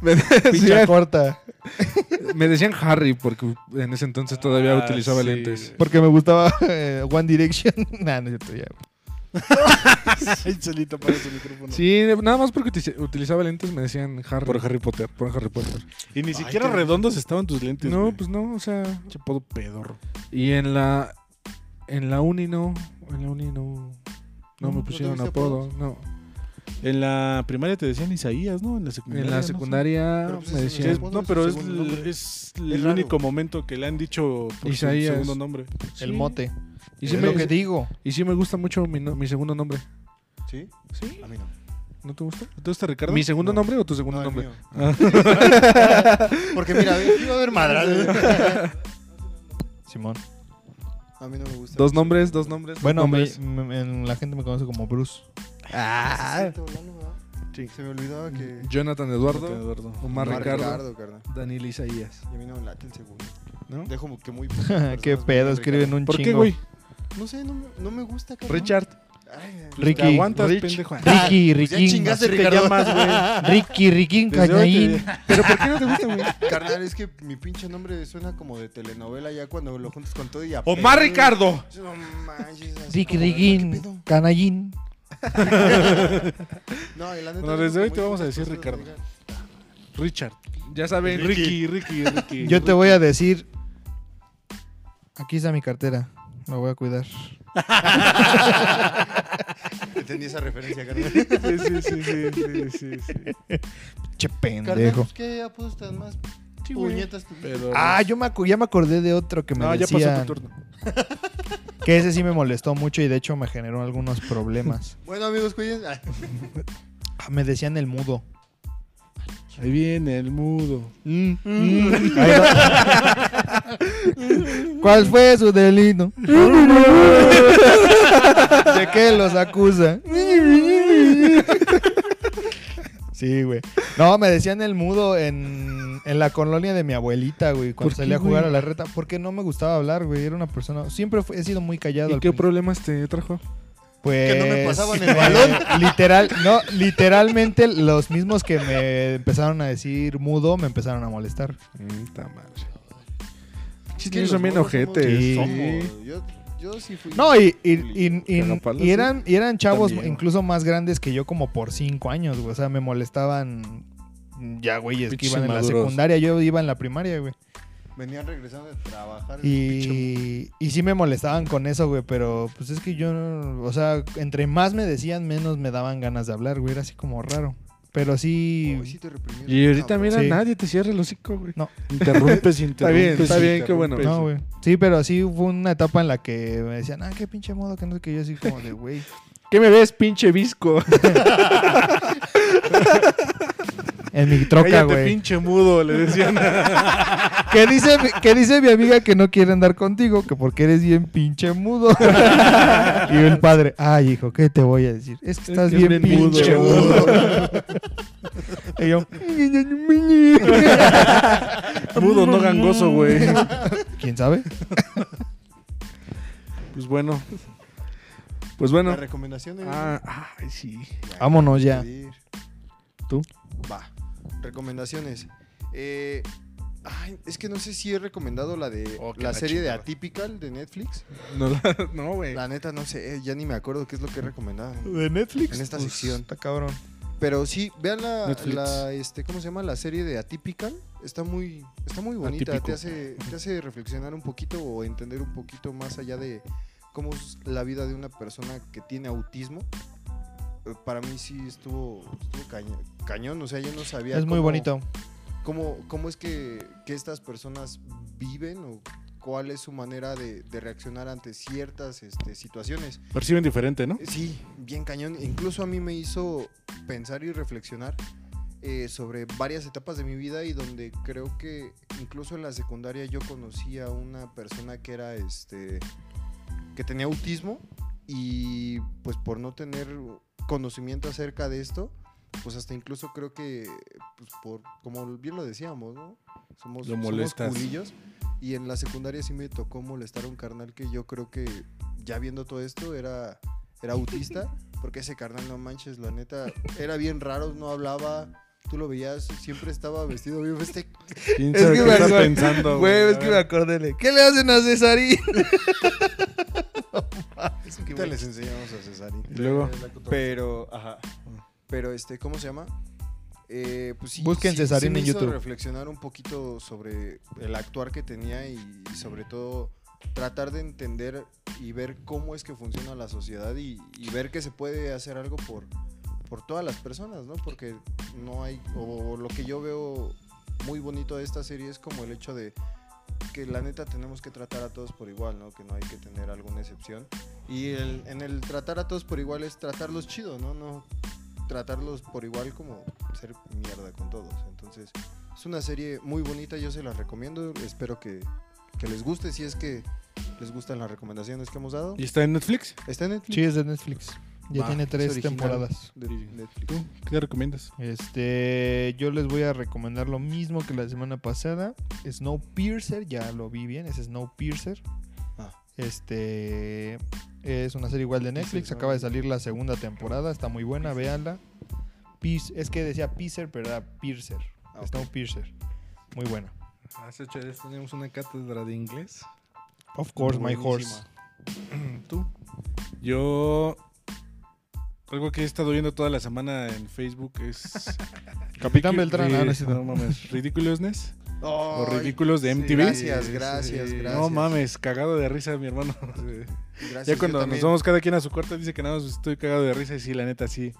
me, decían, Pincha corta. me decían Harry porque en ese entonces todavía Ah, utilizaba sí. lentes. Porque me gustaba eh, One Direction. nah, no es cierto, ya. Ay, Chelito, para su micrófono. Sí, nada más porque utici- utilizaba lentes me decían Harry. Por Harry Potter. Por Harry Potter. Y ni siquiera redondos estaban tus lentes. No, güey. pues no, o sea. Pinche podo pedorro. Y en la. En la uni no. En la uni no. No, Mm, No, me no pusieron tuviste apodo. No. En la primaria te decían Isaías, ¿no? En la secundaria. En la no sé. secundaria Pero, pues, me es- Sí, es- decían. apodo no, es pero su es, segundo el- nombre. es el Es raro. único momento que le han dicho por Isaías. su segundo nombre. El mote. Y es sí, lo me, que digo. y sí me gusta mucho mi, no- mi segundo nombre. ¿Sí? ¿Sí? A mí no. ¿No te gusta? ¿Tú estás Ricardo? ¿Mi segundo No. nombre o tu segundo No, el nombre? mío. Porque mira, iba a haber madras. Simón. A mí no me gusta. Dos nombres, dos nombres. Bueno, dos me- nombres. me- en- la gente me conoce como Bruce. Ah. Se me olvidaba que. Jonathan Ricardo, Eduardo, Eduardo. Omar Omar Ricardo, carnal. Daniel Isaías. Y a mí no me late el segundo. ¿No? Dejo mu- que muy. Qué personas me pedo, digan escriben Ricardo. un ¿Por chingo. qué, güey? No sé, no, me- no me gusta, carnal. Richard. Ay, Pues Ricky, te aguantas, Rich. pendejo. Ricky, pues ya Ricky. chingaste, Así te Ricardo. llamas, güey. Ricky, Ricky, Desde hoy te- Cañaín. ¿Pero por qué no te gusta, güey? Carnal, es que mi pinche nombre suena como de telenovela ya cuando lo juntas con todo y a Omar Ricardo. No manches. así Ricky, como de, ¿qué Ricky, pedo? Canallín. No, y la neta yo Bueno, desde hoy muy te vamos a pocas decir personas Ricardo. me digan, Richard. Ya saben, Ricky, Ricky, Ricky. Yo te voy a decir. Aquí está mi cartera. La voy a cuidar. Entendí esa referencia, carnal. Sí, sí, sí, sí, sí, sí, sí. Che Carnal, pendejo. pues, ¿qué apodos tan más puñetas tú? Pedorro. Ah, yo me acu- ya me acordé de otro que me No, ya decían. pasó tu turno. Que ese sí me molestó mucho y de hecho me generó algunos problemas. Bueno, amigos, cuiden. Ah, Ah, Me decían el mudo. Ahí viene el mudo. Mm. Ahí va. ¿Cuál fue su delito? ¿De qué los acusa? Sí, güey. No, me decían el mudo en, en la colonia de mi abuelita, güey. ¿Por Cuando qué, salía a jugar güey? a la reta. Porque no me gustaba hablar, güey. Era una persona... Siempre fui- he sido muy callado. ¿Y al qué principio. problemas te trajo? Pues, Que no me pasaban el eh, balón. literal, no, literalmente los mismos que me empezaron a decir mudo me empezaron a molestar. Puta madre. es Chistes que son los bien morros ojetes. somos- Sí. somos- Yo, yo sí fui. No, y, y- y- y- Cagapalos, y eran, y eran chavos También, güey. incluso más grandes que yo, como por cinco años, güey. O sea, me molestaban ya, güeyes, que Pinches iban en la inmaduros. secundaria. Yo iba en la primaria, güey. Venían regresando de trabajar. Y, y sí me molestaban con eso, güey. Pero pues es que yo, no- o sea, entre más me decían, menos me daban ganas de hablar, güey. Era así como raro. Pero sí. Hoy sí te reprimieron, Y ahorita, cabrón. mira, Sí. nadie te cierra el hocico, güey. No. Interrumpes, interrumpes. Está bien, está bien, qué bueno. No, güey. Sí, pero sí hubo una etapa en la que me decían, ah, qué pinche modo, que no sé qué. Yo así como de, güey. ¿Qué me ves, pinche visco? En mi troca, Cállate, güey. pinche mudo, le decían. ¿Qué dice, mi- que dice mi amiga que no quiere andar contigo? Que porque eres bien pinche mudo. y el padre, ay, hijo, ¿qué te voy a decir? Es que estás que es bien, bien mudo". pinche mudo. y yo, mudo, no gangoso, güey. ¿quién sabe? Pues bueno. Pues bueno. La recomendación de Ah, ay, sí. Vámonos ya. pedir. ¿Tú? Va. Recomendaciones. Eh, ay, es que no sé si he recomendado la de Oh, qué la la serie chingada. de Atypical de Netflix. No, la- no, güey. La neta no sé, eh, ya ni me acuerdo qué es lo que he recomendado. De Netflix. En esta Pues, sección. Está cabrón. Pero sí, vean la, Netflix. la, este, ¿cómo se llama? La serie de Atypical. Está muy, está muy bonita. Te Atípico. hace, te hace reflexionar un poquito o entender un poquito más allá de cómo es la vida de una persona que tiene autismo. Eh, Para mí sí estuvo, estuvo caña- cañón. O sea, yo no sabía. Es muy cómo- bonito. ¿Cómo, cómo es que, que estas personas viven o cuál es su manera de, de reaccionar ante ciertas este, situaciones? Perciben diferente, ¿no? Sí, bien cañón. Incluso a mí me hizo pensar y reflexionar eh, sobre varias etapas de mi vida y donde creo que incluso en la secundaria yo conocí a una persona que era este que tenía autismo y pues por no tener conocimiento acerca de esto, pues hasta incluso creo que pues por como bien lo decíamos, ¿no? Somos, Lo somos molestas. culillos y en la secundaria sí me tocó molestar a un carnal que yo creo que ya viendo todo esto era era autista, porque ese carnal no manches, la neta era bien raro, no hablaba Tú lo veías, siempre estaba vestido bien. Este ¿Quién Es sabe que qué me está acuerdo- pensando, Güey, güey? es A que ver. me acordé. de- ¿Qué le hacen a Cesarín? Ahorita les enseñamos a Cesarín. Y luego, Pero, ajá. Pero, este, ¿cómo se llama? Eh, pues sí, Busquen sí- Cesarín sí me en hizo YouTube. reflexionar un poquito sobre el actuar que tenía y, y sobre todo tratar de entender y ver cómo es que funciona la sociedad y, y ver que se puede hacer algo por, por todas las personas, ¿no? Porque no hay, o lo que yo veo muy bonito de esta serie es como el hecho de que la neta tenemos que tratar a todos por igual, ¿no? Que no hay que tener alguna excepción. Y el- en el tratar a todos por igual es tratarlos chido, ¿no? No tratarlos por igual como ser mierda con todos. Entonces, es una serie muy bonita, yo se la recomiendo. Espero que, que les guste, si es que les gustan las recomendaciones que hemos dado. ¿y está en Netflix? Está en Netflix. Sí, es de Netflix. Ya Va, tiene es tres original temporadas. de Netflix. ¿Tú qué recomiendas? Este, yo les voy a recomendar lo mismo que la semana pasada. Snowpiercer, ya lo vi bien, es Snowpiercer. Ah. Este, es una serie igual de Netflix, acaba de salir la segunda temporada, está muy buena, véanla. Pierce- es que decía Piercer, pero era Piercer. Ah, ok. Snowpiercer. Muy buena. Ah, Hace ocho días teníamos una cátedra de inglés. Of course, my horse. ¿Tú? Yo. Algo que he estado viendo toda la semana en Facebook es. Capitán Beltrán, ah, no es cierto. no mames. Ridiculousness. O Ay, ridículos de sí, MTV. Gracias, gracias, gracias. No mames, cagado de risa, mi hermano. Sí. Gracias, Ya yo cuando nos también. vamos cada quien a su cuarto, dice que nada más estoy cagado de risa. Y sí, la neta, sí.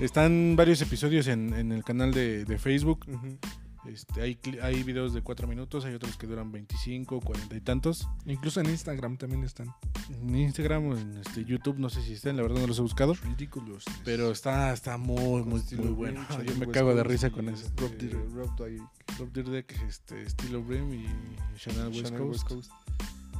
Están varios episodios en, en el canal de, de Facebook. Ujú. Este, hay, cli- hay videos de 4 minutos, hay otros que duran 25, 40 y tantos. Incluso en Instagram también están. En Instagram o en este, YouTube, no sé si están, la verdad no los he buscado. Ridículos. Pero está, está muy, Pues, muy, muy bueno. Yo me cago de risa con eso. Rob Eh, Dyrdek, Rob Dyrdek, Rob Dyrdek, este, Steel Brim y Chanel West, Channel Coast. West Coast.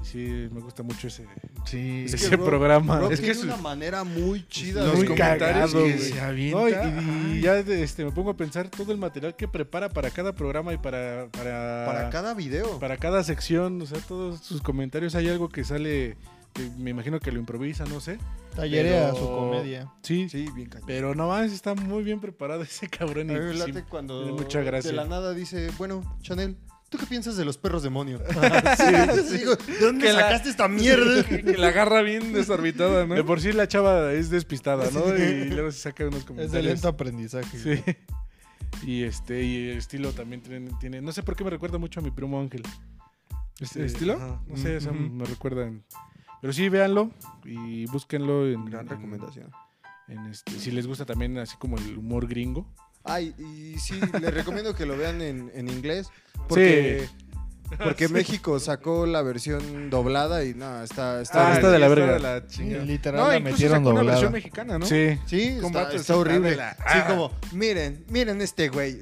Sí, me gusta mucho ese, Sí. ese que Rob- programa. Rob Ah, Es que tiene es pues, una manera muy chida. los de- muy cagado, que güey. se No, y, avienta. y- y ya de- este, me pongo a pensar todo el material que prepara para cada programa y para, para, Para cada video. Ah. para cada sección, o sea, todos sus comentarios. Hay algo que sale, que me imagino que lo improvisa, no sé. Tallerea Pero- su comedia. Sí, Sí, bien cañón. pero no más, está muy bien preparado ese cabrón. A y mí me sí, late cuando tiene mucha gracia. de la nada dice, bueno, Chanel, ¿tú qué piensas de los perros demonio? Ah, Digo, ¿De Que dónde la- sacaste esta mierda? que la agarra bien desorbitada, De ¿no? por sí la chava es despistada, ¿no? Y luego se saca unos Es de comentarios. lento aprendizaje. Sí. Y este, y el estilo también tiene, tiene- no sé por qué me recuerda mucho a mi primo Ángel. ¿Este estilo? ajá, no sé, o sea, Ujú. me recuerdan. Pero sí, véanlo y búsquenlo en, en- en este, si les gusta también así como el humor gringo. Ay, y sí, les recomiendo que lo vean en, en inglés. Porque, porque México sacó la versión doblada y nada, está... está Ah, está de la verga. Literal No, la incluso metieron sacó una doblada. versión mexicana, ¿no? Sí. Sí, está, Combate está está horrible. de la- Sí, Ah. como, miren, miren este güey.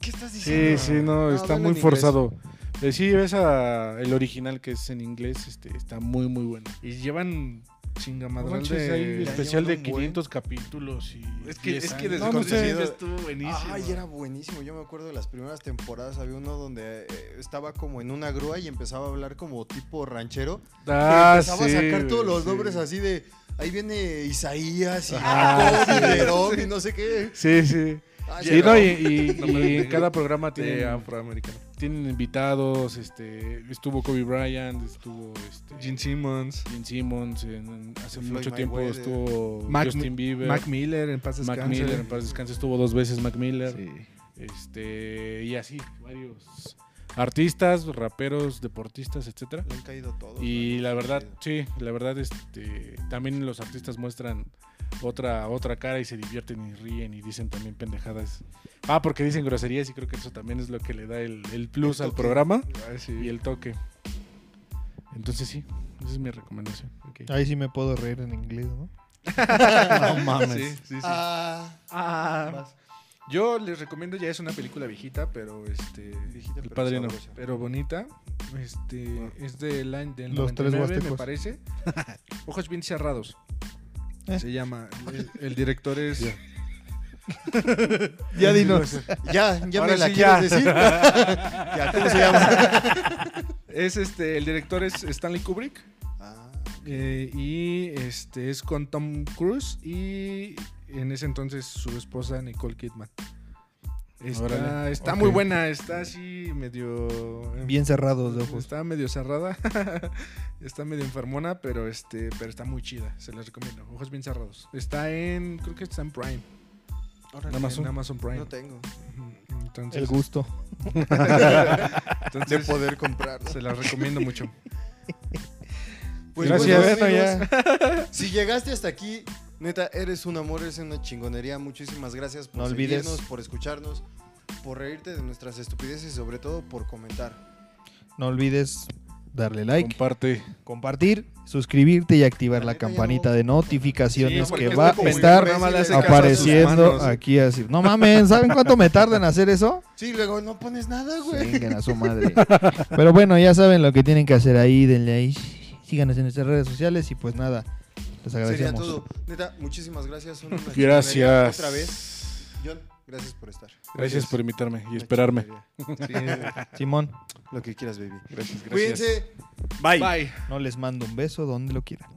¿Qué estás Sí, diciendo? sí, no, está velo muy Ah. en inglés. forzado. Eh, sí, ves a- el original que es en inglés, este, está muy, muy bueno. Y llevan No chingamadral manches, hay de... especial de llevan un buen. 500 capítulos y Es que, 10 es que años. desde No, no sé. Conocido estuvo buenísimo. Ay, era buenísimo. Yo me acuerdo de las primeras temporadas. Había uno donde eh, estaba como en una grúa y empezaba a hablar como tipo ranchero. Ah, empezaba a sí, sacar güey, todos los sí. nombres así de. ahí viene Isaías y Ah, Jacob y Verón y no sé qué. Sí, sí. Ah, Sí, Jerón. no, y, y- No y mames. en cada programa De tienen, afroamericano. tienen invitados, este, estuvo Kobe Bryant, estuvo este, Gene Simmons. Gene Simmons, en- en- hace Floyd mucho tiempo Mayweather. estuvo Mac, Justin Bieber, Mac Miller en paz Mac descanse. Miller, en paz descanse, estuvo dos veces Mac Miller, Sí. este, y así, varios artistas, raperos, deportistas, etcétera. Han caído todos. Y ¿no? la verdad, sí, la verdad, este, también los artistas muestran otra, otra cara y se divierten y ríen y dicen también pendejadas. Ah, porque dicen groserías y creo que eso también es lo que le da el, el plus El al toque. programa Ah, sí. y el toque. Entonces sí, esa es mi recomendación. Ok. Ahí sí me puedo reír en inglés, ¿no? No mames. Sí, sí, sí. Ah, Ah, vas. yo les recomiendo, ya es una película viejita, pero este. Viejita, El pero padrino. sabrosa. Pero bonita. Este. Es de la, del Los 99, tres me huastecos. parece. Ojos bien cerrados. Eh. Se llama. El, el director es. Ya dinos. Ya, ya Ahora me la sí, ya. quieres decir. ya, ¿cómo se llama? Es este. El director es Stanley Kubrick. Ah, Eh, y este es con Tom Cruise y en ese entonces su esposa Nicole Kidman. Está, Órale. está Ok. muy buena, está así medio... pues, Bien cerrados de ojos. Está medio cerrada, está medio enfermona, pero este pero está muy chida, se les recomiendo. Ojos bien cerrados. Está en, creo que está en Prime. órale, En Amazon Prime. No tengo. Ujú. Entonces, El gusto. De entonces poder comprarlo. se las recomiendo mucho. Pues bueno, Gracias. Bueno, amigos, ya. Si llegaste hasta aquí, neta, eres un amor, eres una chingonería. Muchísimas gracias por No olvides. seguirnos, por escucharnos, por reírte de nuestras estupideces y sobre todo por comentar. No olvides darle like, Comparte. compartir, suscribirte y La activar la neta ya campampanita no- de Sí, notificaciones porque que es va muy a estar Nada más le hace caso a sus apareciendo manos. aquí así. No mames, ¿saben cuánto me tarda en hacer eso? Sí, luego no pones nada, güey. Vengan a su madre. Pero bueno, ya saben lo que tienen que hacer ahí, denle ahí. Síganos en nuestras redes sociales y pues nada, les Sería agradecemos. todo. Neta, muchísimas gracias. son una chingonería. Gracias. Otra vez. John, gracias por estar. Gracias por invitarme y esperarme. Simón, Lo que quieras, baby. Gracias, gracias. Cuídense. Bye. no les mando un beso donde lo quieran.